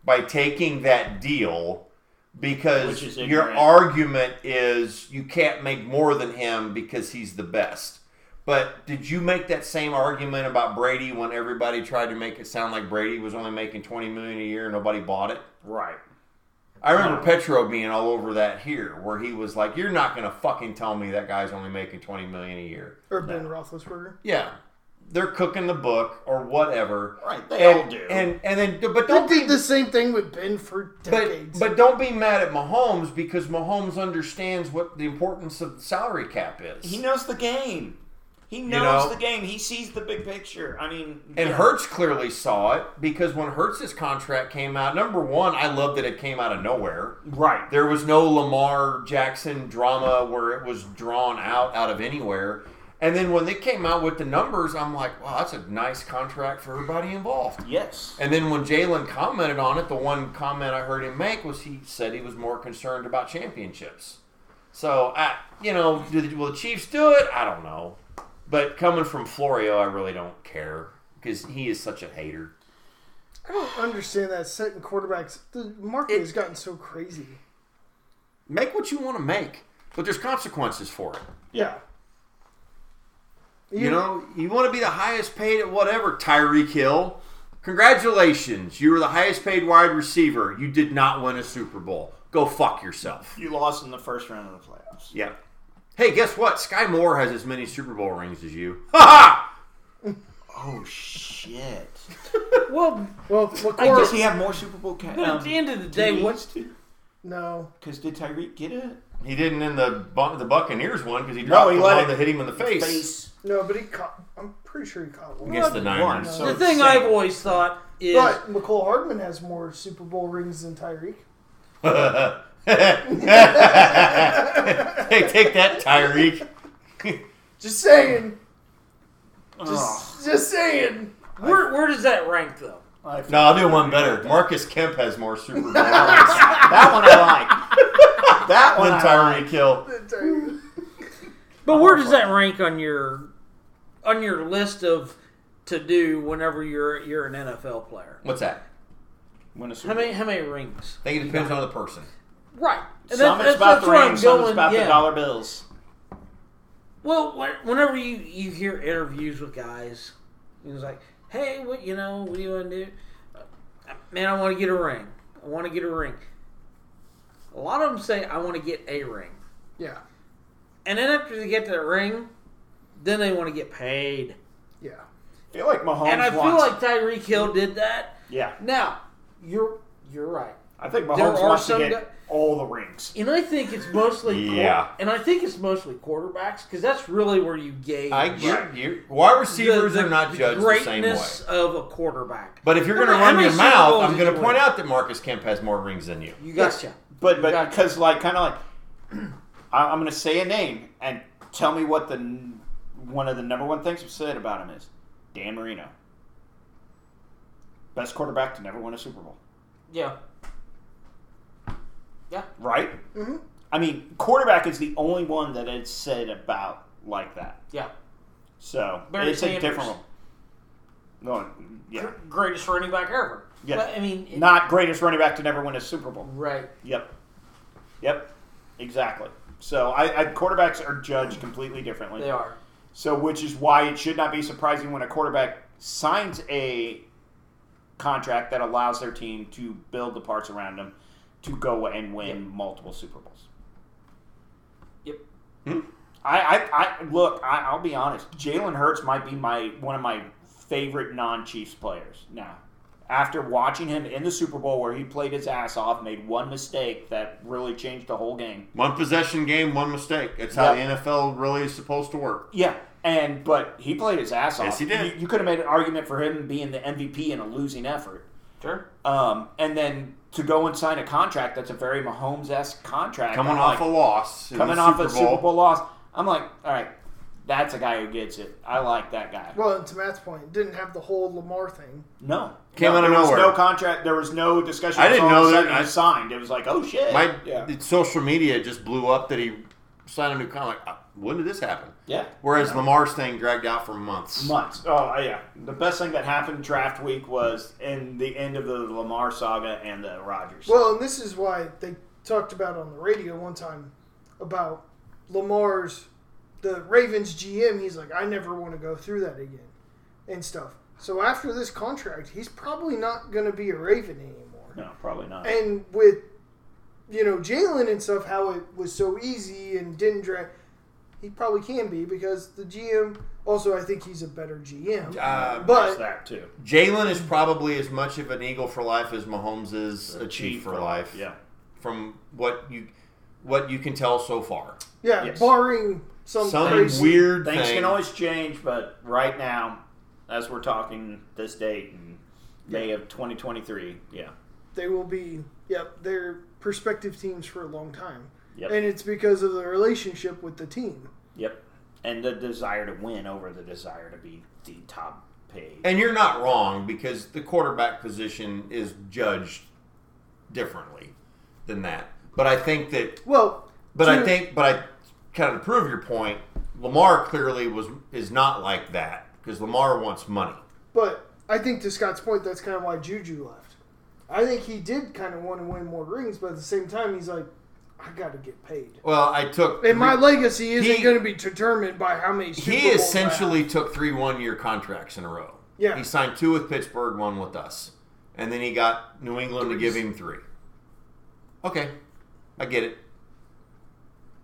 [SPEAKER 3] by taking that deal
[SPEAKER 4] Which is
[SPEAKER 3] because your
[SPEAKER 4] ignorant.
[SPEAKER 3] argument is you can't make more than him because he's the best. But did you make that same argument about Brady when everybody tried to make it sound like Brady was only making 20 million a year and nobody bought it?
[SPEAKER 4] Right.
[SPEAKER 3] I remember
[SPEAKER 4] No.
[SPEAKER 3] Petro being all over that here where he was like you're not going to fucking tell me that guy's only making 20 million a year.
[SPEAKER 1] Or Ben Roethlisberger.
[SPEAKER 3] Yeah. They're cooking the book or whatever.
[SPEAKER 4] Right. They all
[SPEAKER 3] And-
[SPEAKER 4] do.
[SPEAKER 3] And and then but
[SPEAKER 1] They
[SPEAKER 3] don't be
[SPEAKER 1] did the same thing with Ben for decades.
[SPEAKER 3] But, but don't be mad at Mahomes because Mahomes understands what the importance of the salary cap is.
[SPEAKER 4] he knows the game. He knows
[SPEAKER 3] know?
[SPEAKER 4] the game. He sees the big picture. I mean,
[SPEAKER 3] and
[SPEAKER 4] yeah.
[SPEAKER 3] Hertz clearly saw it because when Hertz's contract came out, number one, I love that it came out of nowhere.
[SPEAKER 4] Right.
[SPEAKER 3] There was no Lamar Jackson drama where it was drawn out out of anywhere. And then when they came out with the numbers, I'm like, wow, that's a nice contract for everybody involved.
[SPEAKER 4] Yes.
[SPEAKER 3] And then when Jalen commented on it, the one comment I heard him make was he said he was more concerned about championships. So I, you know, do the, will the Chiefs do it? I don't know. But coming from Florio, I really don't care because he is such a hater.
[SPEAKER 1] I don't understand that setting quarterbacks. The market has gotten so crazy.
[SPEAKER 3] Make what you want to make, but there's consequences for it.
[SPEAKER 1] Yeah.
[SPEAKER 3] You know, you want to be the highest paid at whatever, Tyreek Hill. Congratulations, you were the highest paid wide receiver. You did not win a Super Bowl. Go fuck yourself.
[SPEAKER 4] You lost in the first round of the playoffs.
[SPEAKER 3] Yeah. Hey, guess what? Sky Moore has as many Super Bowl rings as you. Ha ha!
[SPEAKER 4] Oh shit!
[SPEAKER 2] Well,
[SPEAKER 1] Well,
[SPEAKER 4] Or, does
[SPEAKER 1] LaCour,
[SPEAKER 4] he have more Super Bowl? Ca- um,
[SPEAKER 2] but at the end of the day, what's
[SPEAKER 1] no.
[SPEAKER 4] Because did Tyreek get it?
[SPEAKER 3] He didn't in the Bu- the Buccaneers one because he dropped
[SPEAKER 4] he
[SPEAKER 3] the
[SPEAKER 4] let
[SPEAKER 3] one
[SPEAKER 4] it-
[SPEAKER 3] that hit him in the face,
[SPEAKER 1] No, but he caught. I'm pretty sure he caught one.
[SPEAKER 3] against the Niners.
[SPEAKER 4] One,
[SPEAKER 2] the
[SPEAKER 4] so
[SPEAKER 2] thing
[SPEAKER 4] insane.
[SPEAKER 2] I've always thought is
[SPEAKER 1] But McCole Hardman has more Super Bowl rings than Tyreek.
[SPEAKER 3] hey, take that, Tyreek.
[SPEAKER 1] Just saying.
[SPEAKER 4] Ugh.
[SPEAKER 1] Just saying.
[SPEAKER 2] where where does that rank though?
[SPEAKER 3] No, I'll do one better. Marcus Kemp has more Super Bowl rings than
[SPEAKER 4] That one I like. that one I
[SPEAKER 3] Tyreek
[SPEAKER 4] like.
[SPEAKER 3] Hill.
[SPEAKER 1] Tyreek.
[SPEAKER 2] But where does that rank on your on your list of to do whenever you're you're an NFL player?
[SPEAKER 3] What's that?
[SPEAKER 4] Win a Super
[SPEAKER 2] How many how many rings?
[SPEAKER 3] I think it depends on the person.
[SPEAKER 2] Right. And
[SPEAKER 4] Some
[SPEAKER 2] that-
[SPEAKER 4] it's about the
[SPEAKER 2] where I'm
[SPEAKER 4] ring, some it's
[SPEAKER 2] going,
[SPEAKER 4] about the
[SPEAKER 2] yeah.
[SPEAKER 4] dollar bills.
[SPEAKER 2] Well, wh- whenever you, you hear interviews with guys, it was like, hey, what you know, what do you want to do? Uh, Man, I want to get a ring. I want to get a ring. A lot of them say, I want to get a ring.
[SPEAKER 1] Yeah.
[SPEAKER 2] And then after they get that ring, then they want to get paid.
[SPEAKER 1] Yeah.
[SPEAKER 4] I feel like Mahomes
[SPEAKER 2] and I feel like
[SPEAKER 4] wants.
[SPEAKER 2] Tyreek Hill did that.
[SPEAKER 4] yeah,
[SPEAKER 2] Now, you're you're right.
[SPEAKER 4] I think Mahomes
[SPEAKER 2] There are
[SPEAKER 4] wants to
[SPEAKER 2] some
[SPEAKER 4] get
[SPEAKER 2] guy-
[SPEAKER 4] all the rings.
[SPEAKER 2] And I think it's mostly quar-
[SPEAKER 5] Yeah.
[SPEAKER 2] and I think it's mostly quarterbacks because that's really where you gauge
[SPEAKER 3] I
[SPEAKER 2] the-
[SPEAKER 3] you, you, wide receivers
[SPEAKER 2] the
[SPEAKER 3] are not judged the same way.
[SPEAKER 2] greatness of a quarterback.
[SPEAKER 3] But if you're going to
[SPEAKER 2] How many- how
[SPEAKER 3] run your
[SPEAKER 2] many Super
[SPEAKER 3] mouth,
[SPEAKER 2] Bowls
[SPEAKER 3] I'm
[SPEAKER 2] did
[SPEAKER 3] going
[SPEAKER 2] you
[SPEAKER 3] to
[SPEAKER 2] win?
[SPEAKER 3] point out that Marcus Kemp has more rings than you.
[SPEAKER 2] You gotcha.
[SPEAKER 4] But but
[SPEAKER 2] Gotcha.
[SPEAKER 4] because like kind of like I- I'm gonna say a name and tell me what the n- one of the number one things said about him is Dan Marino, best quarterback to never win a Super Bowl,
[SPEAKER 2] Yeah. Yeah.
[SPEAKER 4] right?
[SPEAKER 1] Mm-hmm.
[SPEAKER 4] I mean, quarterback is the only one that it's said about like that.
[SPEAKER 2] Yeah.
[SPEAKER 4] So
[SPEAKER 2] Barry
[SPEAKER 4] it's a
[SPEAKER 2] Sanders.
[SPEAKER 4] different one. No, yeah,
[SPEAKER 2] Gr- Greatest running back ever.
[SPEAKER 4] Yeah.
[SPEAKER 2] But, I mean, it-
[SPEAKER 4] not greatest running back to never win a Super Bowl.
[SPEAKER 2] right.
[SPEAKER 4] Yep. Yep. Exactly. So I, I quarterbacks are judged completely differently.
[SPEAKER 2] They are.
[SPEAKER 4] So which is why it should not be surprising when a quarterback signs a contract that allows their team to build the parts around them to go and win
[SPEAKER 2] Yep.
[SPEAKER 4] multiple Super Bowls.
[SPEAKER 2] Yep.
[SPEAKER 4] I, I, I look. I, I'll be honest. Jalen Hurts might be my one of my favorite non-Chiefs players now. After watching him in the Super Bowl, where he played his ass off, made one mistake that really changed the whole game.
[SPEAKER 5] One possession game, one mistake. It's how the
[SPEAKER 4] Yep.
[SPEAKER 5] NFL really is supposed to work.
[SPEAKER 4] Yeah, and but he played his ass off.
[SPEAKER 5] Yes, he did.
[SPEAKER 4] You, you could have made an argument for him being the MVP in a losing effort.
[SPEAKER 2] Sure.
[SPEAKER 4] Um, and then to go and sign a contract that's a very Mahomes esque contract.
[SPEAKER 5] Coming
[SPEAKER 4] I'm
[SPEAKER 5] off
[SPEAKER 4] like,
[SPEAKER 5] a loss, in
[SPEAKER 4] coming
[SPEAKER 5] the
[SPEAKER 4] off
[SPEAKER 5] Super
[SPEAKER 4] a Super Bowl loss, I'm like, all right, that's a guy who gets it. I like that guy.
[SPEAKER 1] Well, and to Matt's point, didn't have the whole Lamar thing.
[SPEAKER 4] No,
[SPEAKER 5] Came
[SPEAKER 4] no,
[SPEAKER 5] out of
[SPEAKER 4] there
[SPEAKER 5] nowhere.
[SPEAKER 4] Was no contract. There was no discussion.
[SPEAKER 5] I didn't
[SPEAKER 4] All of
[SPEAKER 5] know
[SPEAKER 4] a
[SPEAKER 5] that.
[SPEAKER 4] sudden he
[SPEAKER 5] I-
[SPEAKER 4] signed. It was like, oh shit.
[SPEAKER 5] My
[SPEAKER 4] yeah.
[SPEAKER 5] the social media just blew up that he signed a new contract. Like, uh, when did this happen?
[SPEAKER 4] yeah.
[SPEAKER 5] Whereas Lamar's thing dragged out for months.
[SPEAKER 4] months. Oh yeah, the best thing that happened draft week was in the end of the Lamar saga and the Rogers.
[SPEAKER 1] Well, and this is why they talked about on the radio one time about Lamar's, the Ravens GM. He's like, I never want to go through that again, and stuff. So after this contract, he's probably not going to be a Raven anymore.
[SPEAKER 4] no, probably not.
[SPEAKER 1] And with you know Jalen and stuff, how it was so easy and didn't drag, he probably can be because the GM. Also, I think he's a better GM.
[SPEAKER 3] Uh,
[SPEAKER 4] There's
[SPEAKER 1] but
[SPEAKER 4] that too.
[SPEAKER 3] Jalen is probably as much of an eagle for life as Mahomes is a chief for life.
[SPEAKER 4] Yeah.
[SPEAKER 3] From what you what you can tell so far,
[SPEAKER 1] yeah,
[SPEAKER 4] Yes.
[SPEAKER 1] barring some,
[SPEAKER 3] some
[SPEAKER 1] crazy
[SPEAKER 3] weird
[SPEAKER 4] Things
[SPEAKER 3] thing.
[SPEAKER 4] can always change, but right now, as we're talking this date in May of 2023, yeah.
[SPEAKER 1] they will be yep they're prospective teams for a long time
[SPEAKER 4] Yep.
[SPEAKER 1] and it's because of the relationship with the team
[SPEAKER 4] Yep. And the desire to win over the desire to be the top paid.
[SPEAKER 3] and you're not wrong because the quarterback position is judged differently than that. But I think that
[SPEAKER 1] well
[SPEAKER 3] But I
[SPEAKER 1] to-
[SPEAKER 3] think, but I kind of prove your point. Lamar clearly was is not like that because Lamar wants money.
[SPEAKER 1] but i think to scott's point that's kind of why juju left i think he did kind of want to win more rings but at the same time he's like i gotta get paid
[SPEAKER 3] Well, I took
[SPEAKER 1] and my legacy isn't
[SPEAKER 3] He-
[SPEAKER 1] going to be determined by how many Super
[SPEAKER 3] he
[SPEAKER 1] Bowls I
[SPEAKER 3] essentially
[SPEAKER 1] have.
[SPEAKER 3] took three one year contracts in a row.
[SPEAKER 1] Yeah.
[SPEAKER 3] he signed two with Pittsburgh, one with us, and then he got New England to give him three. Okay, I get it.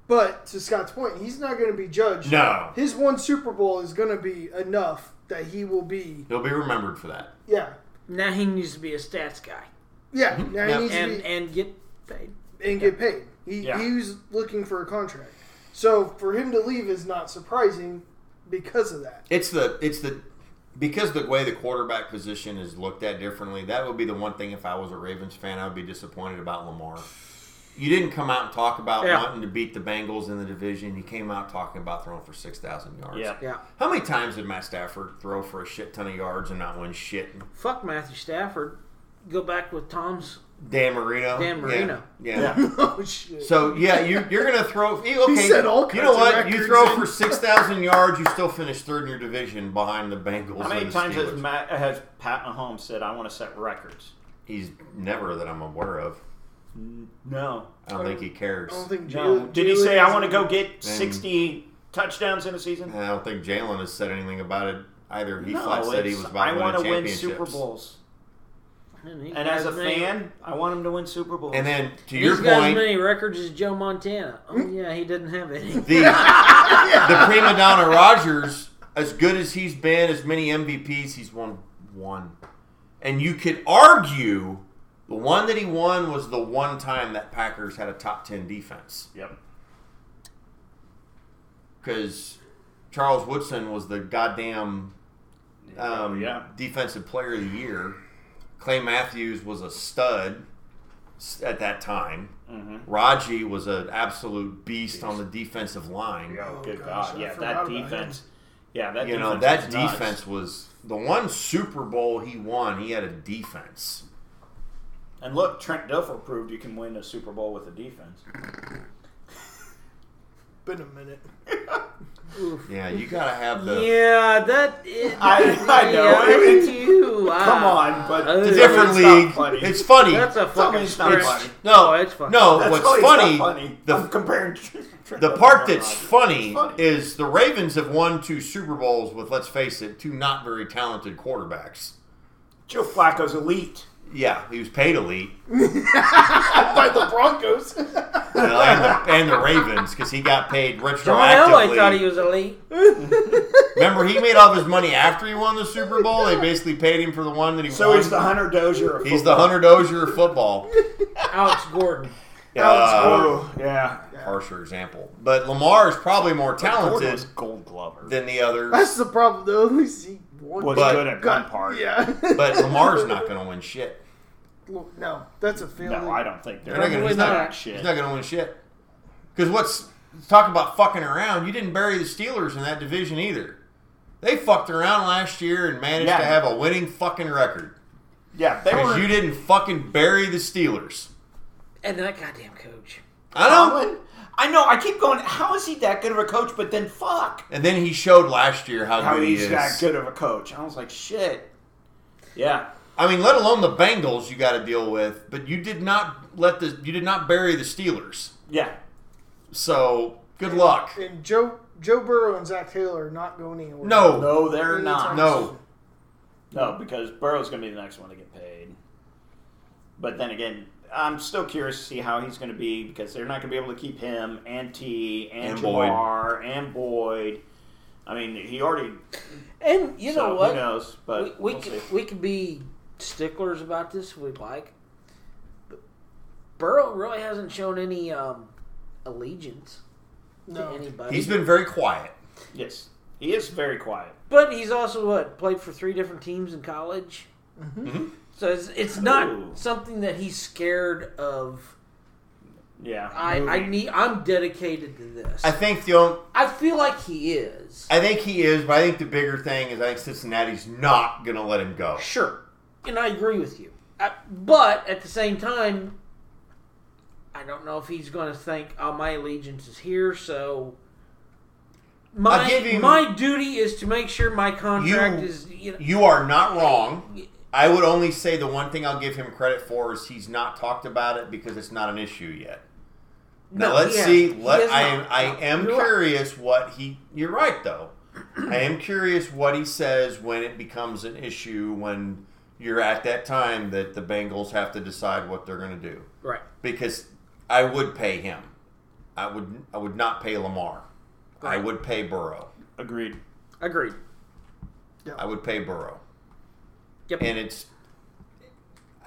[SPEAKER 1] but to scott's point he's not going to be judged
[SPEAKER 3] No,
[SPEAKER 1] his one super bowl is going to be enough that he will be
[SPEAKER 3] he'll be remembered for that.
[SPEAKER 1] yeah
[SPEAKER 2] Now he needs to be a stats guy
[SPEAKER 1] yeah now
[SPEAKER 3] Yeah.
[SPEAKER 1] he needs to
[SPEAKER 2] and
[SPEAKER 1] be
[SPEAKER 2] and get paid.
[SPEAKER 1] and get paid. He,
[SPEAKER 4] Yeah.
[SPEAKER 1] he was looking for a contract. So for him to leave is not surprising because of that.
[SPEAKER 3] It's the it's the because the way the quarterback position is looked at differently, that would be the one thing if I was a Ravens fan, I would be disappointed about Lamar. You didn't come out and talk about
[SPEAKER 2] Yeah.
[SPEAKER 3] wanting to beat the Bengals in the division. You came out talking about throwing for six thousand yards.
[SPEAKER 4] Yeah.
[SPEAKER 2] Yeah.
[SPEAKER 3] How many times did Matt Stafford throw for a shit ton of yards and not win shit?
[SPEAKER 2] Fuck Matthew Stafford. Go back with Tom's.
[SPEAKER 3] Dan Marino.
[SPEAKER 2] Dan Marino.
[SPEAKER 3] Yeah. yeah.
[SPEAKER 4] Yeah.
[SPEAKER 1] oh shit.
[SPEAKER 3] So yeah, you, you're gonna throw. Okay, he
[SPEAKER 1] set all
[SPEAKER 3] you
[SPEAKER 1] kinds
[SPEAKER 3] know
[SPEAKER 1] of
[SPEAKER 3] what? You
[SPEAKER 1] records
[SPEAKER 3] throw
[SPEAKER 1] in.
[SPEAKER 3] for six thousand yards, you still finish third in your division behind the Bengals.
[SPEAKER 4] How many
[SPEAKER 3] and the
[SPEAKER 4] times has,
[SPEAKER 3] Steelers.
[SPEAKER 4] Matt, has Pat Mahomes said, I want to set records?
[SPEAKER 3] He's never that I'm aware of.
[SPEAKER 4] No.
[SPEAKER 3] I don't think he cares.
[SPEAKER 1] I don't think.
[SPEAKER 4] No.
[SPEAKER 1] Jalen-
[SPEAKER 4] Did he
[SPEAKER 1] Jalen
[SPEAKER 4] say I
[SPEAKER 1] is-
[SPEAKER 4] want to go get sixty touchdowns in a season?
[SPEAKER 3] And I don't think Jalen has said anything about it either. He
[SPEAKER 4] no,
[SPEAKER 3] flat said he
[SPEAKER 4] it's,
[SPEAKER 3] was about
[SPEAKER 4] I
[SPEAKER 3] winning
[SPEAKER 4] want to win
[SPEAKER 3] championships.
[SPEAKER 4] Super Bowls,
[SPEAKER 2] And, he
[SPEAKER 4] and
[SPEAKER 2] got
[SPEAKER 4] as a
[SPEAKER 2] many-
[SPEAKER 4] fan, I want him to win Super Bowls.
[SPEAKER 3] And then to
[SPEAKER 2] he's
[SPEAKER 3] your
[SPEAKER 2] got as
[SPEAKER 3] point,
[SPEAKER 2] many records as Joe Montana. Oh
[SPEAKER 4] Hmm?
[SPEAKER 2] yeah, he didn't have any.
[SPEAKER 3] the the prima donna Rogers, as good as he's been, as many MVPs he's won one, and you could argue the one that he won was the one time that Packers had a top ten defense
[SPEAKER 4] yep.
[SPEAKER 3] because Charles Woodson was the goddamn um,
[SPEAKER 4] yeah.
[SPEAKER 3] defensive player of the year. Clay Matthews was a stud s- at that time.
[SPEAKER 4] Mm-hmm.
[SPEAKER 3] Raji was an absolute beast on the defensive line.
[SPEAKER 4] Oh,
[SPEAKER 1] Oh,
[SPEAKER 4] good
[SPEAKER 1] gosh,
[SPEAKER 4] God!
[SPEAKER 1] I
[SPEAKER 4] Yeah,
[SPEAKER 1] forgot
[SPEAKER 4] that
[SPEAKER 1] about him.
[SPEAKER 4] defense. Yeah, that
[SPEAKER 3] you know
[SPEAKER 4] defense
[SPEAKER 3] that
[SPEAKER 4] was nuts.
[SPEAKER 3] defense was the one Super Bowl he won. He had a defense.
[SPEAKER 4] And look, Trent Dilfer proved you can win a Super Bowl with a defense.
[SPEAKER 1] Been a minute.
[SPEAKER 3] Yeah, you gotta have the
[SPEAKER 2] yeah, that. It,
[SPEAKER 4] I- I know.
[SPEAKER 2] Yeah,
[SPEAKER 4] It's-
[SPEAKER 2] you, wow.
[SPEAKER 4] Come on, but
[SPEAKER 2] Uh,
[SPEAKER 3] Ah.
[SPEAKER 4] it's
[SPEAKER 3] it's a
[SPEAKER 4] It's
[SPEAKER 3] different
[SPEAKER 4] not
[SPEAKER 3] league.
[SPEAKER 4] funny.
[SPEAKER 3] It's funny.
[SPEAKER 2] That's a
[SPEAKER 4] Tell me
[SPEAKER 2] fucking
[SPEAKER 4] it's not
[SPEAKER 2] stretch.
[SPEAKER 4] funny.
[SPEAKER 3] no,
[SPEAKER 2] Oh, it's funny.
[SPEAKER 3] no.
[SPEAKER 4] That's
[SPEAKER 3] what's
[SPEAKER 4] always not
[SPEAKER 3] funny,
[SPEAKER 4] funny. I'm
[SPEAKER 3] The,
[SPEAKER 4] comparing Trent- Trent
[SPEAKER 3] the
[SPEAKER 4] Dilfer
[SPEAKER 3] part
[SPEAKER 4] and
[SPEAKER 3] that's
[SPEAKER 4] Rodgers.
[SPEAKER 3] funny,
[SPEAKER 4] It's funny.
[SPEAKER 3] is the Ravens have won two Super Bowls with, let's face it, two not very talented quarterbacks.
[SPEAKER 4] Joe Flacco's elite.
[SPEAKER 3] Yeah, he was paid elite,
[SPEAKER 1] By the Broncos.
[SPEAKER 3] you know, and, the, and the Ravens because he got paid retroactively.
[SPEAKER 2] John Elway thought he was elite.
[SPEAKER 3] Remember, he made all of his money after he won the Super Bowl. They basically paid him for the one that he
[SPEAKER 4] So
[SPEAKER 3] won.
[SPEAKER 4] he's the Hunter Dozier. Of
[SPEAKER 3] He's the Hunter Dozier of football.
[SPEAKER 2] Alex Gordon.
[SPEAKER 3] Uh,
[SPEAKER 4] Oh, yeah.
[SPEAKER 3] harsher example. But Lamar is probably more
[SPEAKER 4] Gordon
[SPEAKER 3] talented
[SPEAKER 4] was Gold Glover.
[SPEAKER 3] than the others.
[SPEAKER 1] That's the problem, though. At least he won.
[SPEAKER 4] was
[SPEAKER 3] But-
[SPEAKER 4] good at
[SPEAKER 1] God,
[SPEAKER 4] one part.
[SPEAKER 1] Yeah.
[SPEAKER 3] But Lamar's not going to win shit.
[SPEAKER 1] Look, no, that's a failing.
[SPEAKER 4] No, I don't think they're
[SPEAKER 3] They're not gonna- he's not-
[SPEAKER 4] Jack
[SPEAKER 3] He's
[SPEAKER 4] shit.
[SPEAKER 3] not going to win shit. Because what's talk about fucking around? You didn't bury the Steelers in that division either. They fucked around last year and managed
[SPEAKER 4] Yeah.
[SPEAKER 3] to have a winning fucking record.
[SPEAKER 4] Yeah, they were.
[SPEAKER 3] Because you didn't fucking bury the Steelers.
[SPEAKER 2] And that goddamn coach.
[SPEAKER 3] I know.
[SPEAKER 4] Tomlin? I know. I keep going. How is he that good of a coach? But then fuck,
[SPEAKER 3] And then he showed last year how,
[SPEAKER 4] how
[SPEAKER 3] good he
[SPEAKER 4] he's
[SPEAKER 3] is.
[SPEAKER 4] that good of a coach? I was like, shit. Yeah,
[SPEAKER 3] I mean, let alone the Bengals you got to deal with, but you did not let the you did not bury the Steelers.
[SPEAKER 4] yeah.
[SPEAKER 3] So good luck.
[SPEAKER 1] And Joe Joe Burrow and Zach Taylor are not going anywhere.
[SPEAKER 3] No, no,
[SPEAKER 4] No, they're not.
[SPEAKER 3] No.
[SPEAKER 4] No, because Burrow's going to be the next one to get paid. But then again, I'm still curious to see how he's going to be because they're not going to be able to keep him and T and,
[SPEAKER 3] And Boyd.
[SPEAKER 4] Jamar and Boyd. I mean, he already.
[SPEAKER 2] And you
[SPEAKER 4] so
[SPEAKER 2] know what?
[SPEAKER 4] Who knows? But
[SPEAKER 2] we we
[SPEAKER 4] we'll
[SPEAKER 2] could,
[SPEAKER 4] see.
[SPEAKER 2] we could be sticklers about this if we'd like. But Burrow really hasn't shown any um, allegiance to
[SPEAKER 1] No.
[SPEAKER 2] anybody.
[SPEAKER 3] he's been very quiet.
[SPEAKER 4] yes, he is very quiet.
[SPEAKER 2] but he's also what played for three different teams in college. So it's, it's not
[SPEAKER 4] Ooh.
[SPEAKER 2] something that he's scared of.
[SPEAKER 4] Yeah,
[SPEAKER 2] I, I need. I'm dedicated to this.
[SPEAKER 3] I
[SPEAKER 2] I,
[SPEAKER 3] think the on-
[SPEAKER 2] feel like he is.
[SPEAKER 3] I think he is, but I think the bigger thing is I think Cincinnati's not gonna let him go.
[SPEAKER 2] Sure, and I agree with you. I, but at the same time, I don't know if he's going to think, "Oh, my allegiance is here," so my
[SPEAKER 3] I'll give him-
[SPEAKER 2] my duty is to make sure my contract
[SPEAKER 3] You-
[SPEAKER 2] is. You know,
[SPEAKER 3] You are not wrong. I would only say the one thing I'll give him credit for is he's not talked about it because it's not an issue yet. Now
[SPEAKER 2] No,
[SPEAKER 3] let's
[SPEAKER 2] he
[SPEAKER 3] see.
[SPEAKER 2] hasn't. He
[SPEAKER 3] Let
[SPEAKER 2] has
[SPEAKER 3] I am
[SPEAKER 2] not.
[SPEAKER 3] I
[SPEAKER 2] No,
[SPEAKER 3] am
[SPEAKER 2] you're right.
[SPEAKER 3] curious what he. You're right though. I am curious what he says when it becomes an issue when you're at that time that the Bengals have to decide what they're going to do
[SPEAKER 2] right.
[SPEAKER 3] because I would pay him. I would I would not pay Lamar. I would pay Burrow.
[SPEAKER 4] agreed.
[SPEAKER 2] Agreed.
[SPEAKER 3] I would pay Burrow.
[SPEAKER 2] Yep.
[SPEAKER 3] And it's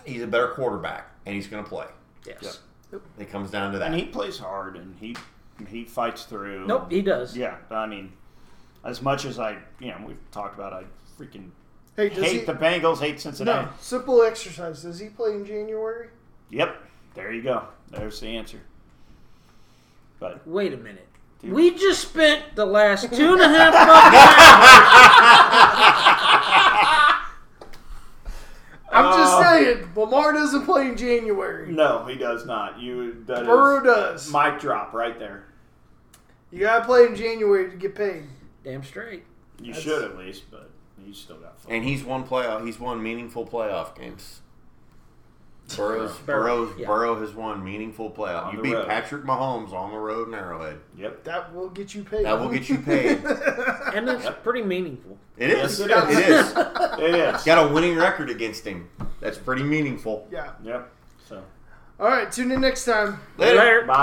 [SPEAKER 3] he's a better quarterback and he's going to play.
[SPEAKER 2] yes.
[SPEAKER 4] Yep.
[SPEAKER 3] It comes down to that.
[SPEAKER 4] And he plays hard and he he fights through.
[SPEAKER 2] Nope. He does.
[SPEAKER 4] Yeah, I mean, as much as I, you know, we've talked about, I freaking
[SPEAKER 1] Hey, does
[SPEAKER 4] hate
[SPEAKER 1] he,
[SPEAKER 4] the Bengals, hate Cincinnati.
[SPEAKER 1] no simple exercise? Does he play in January?
[SPEAKER 4] Yep, there you go. There's the answer. But
[SPEAKER 2] Wait a minute.
[SPEAKER 4] Dude.
[SPEAKER 2] We just spent the last two and a half fucking hours.
[SPEAKER 1] I'm just
[SPEAKER 4] Oh.
[SPEAKER 1] saying, Lamar doesn't play in January.
[SPEAKER 4] no, he does not. You that is
[SPEAKER 1] Burrow does.
[SPEAKER 4] mic drop right there.
[SPEAKER 1] you gotta play in January to get paid.
[SPEAKER 2] Damn straight.
[SPEAKER 4] You should at least, but you still got. Fun.
[SPEAKER 3] And he's won playoff. He's won meaningful playoff games. Burrow's,
[SPEAKER 2] Burrow.
[SPEAKER 3] Burrow's,
[SPEAKER 2] Yeah.
[SPEAKER 3] Burrow has won meaningful playoff.
[SPEAKER 4] On
[SPEAKER 3] You
[SPEAKER 4] the
[SPEAKER 3] beat
[SPEAKER 4] road.
[SPEAKER 3] Patrick Mahomes on the road in Arrowhead.
[SPEAKER 4] Yep.
[SPEAKER 1] That will get you paid.
[SPEAKER 3] That will get you paid.
[SPEAKER 2] and that's pretty meaningful.
[SPEAKER 3] It is.
[SPEAKER 4] Yes,
[SPEAKER 3] It
[SPEAKER 4] it is.
[SPEAKER 3] is.
[SPEAKER 4] It is.
[SPEAKER 3] Got a winning record against him. That's pretty meaningful.
[SPEAKER 1] yeah.
[SPEAKER 4] Yep. So.
[SPEAKER 1] All right. Tune in next time.
[SPEAKER 3] Later.
[SPEAKER 2] Later.
[SPEAKER 4] Bye.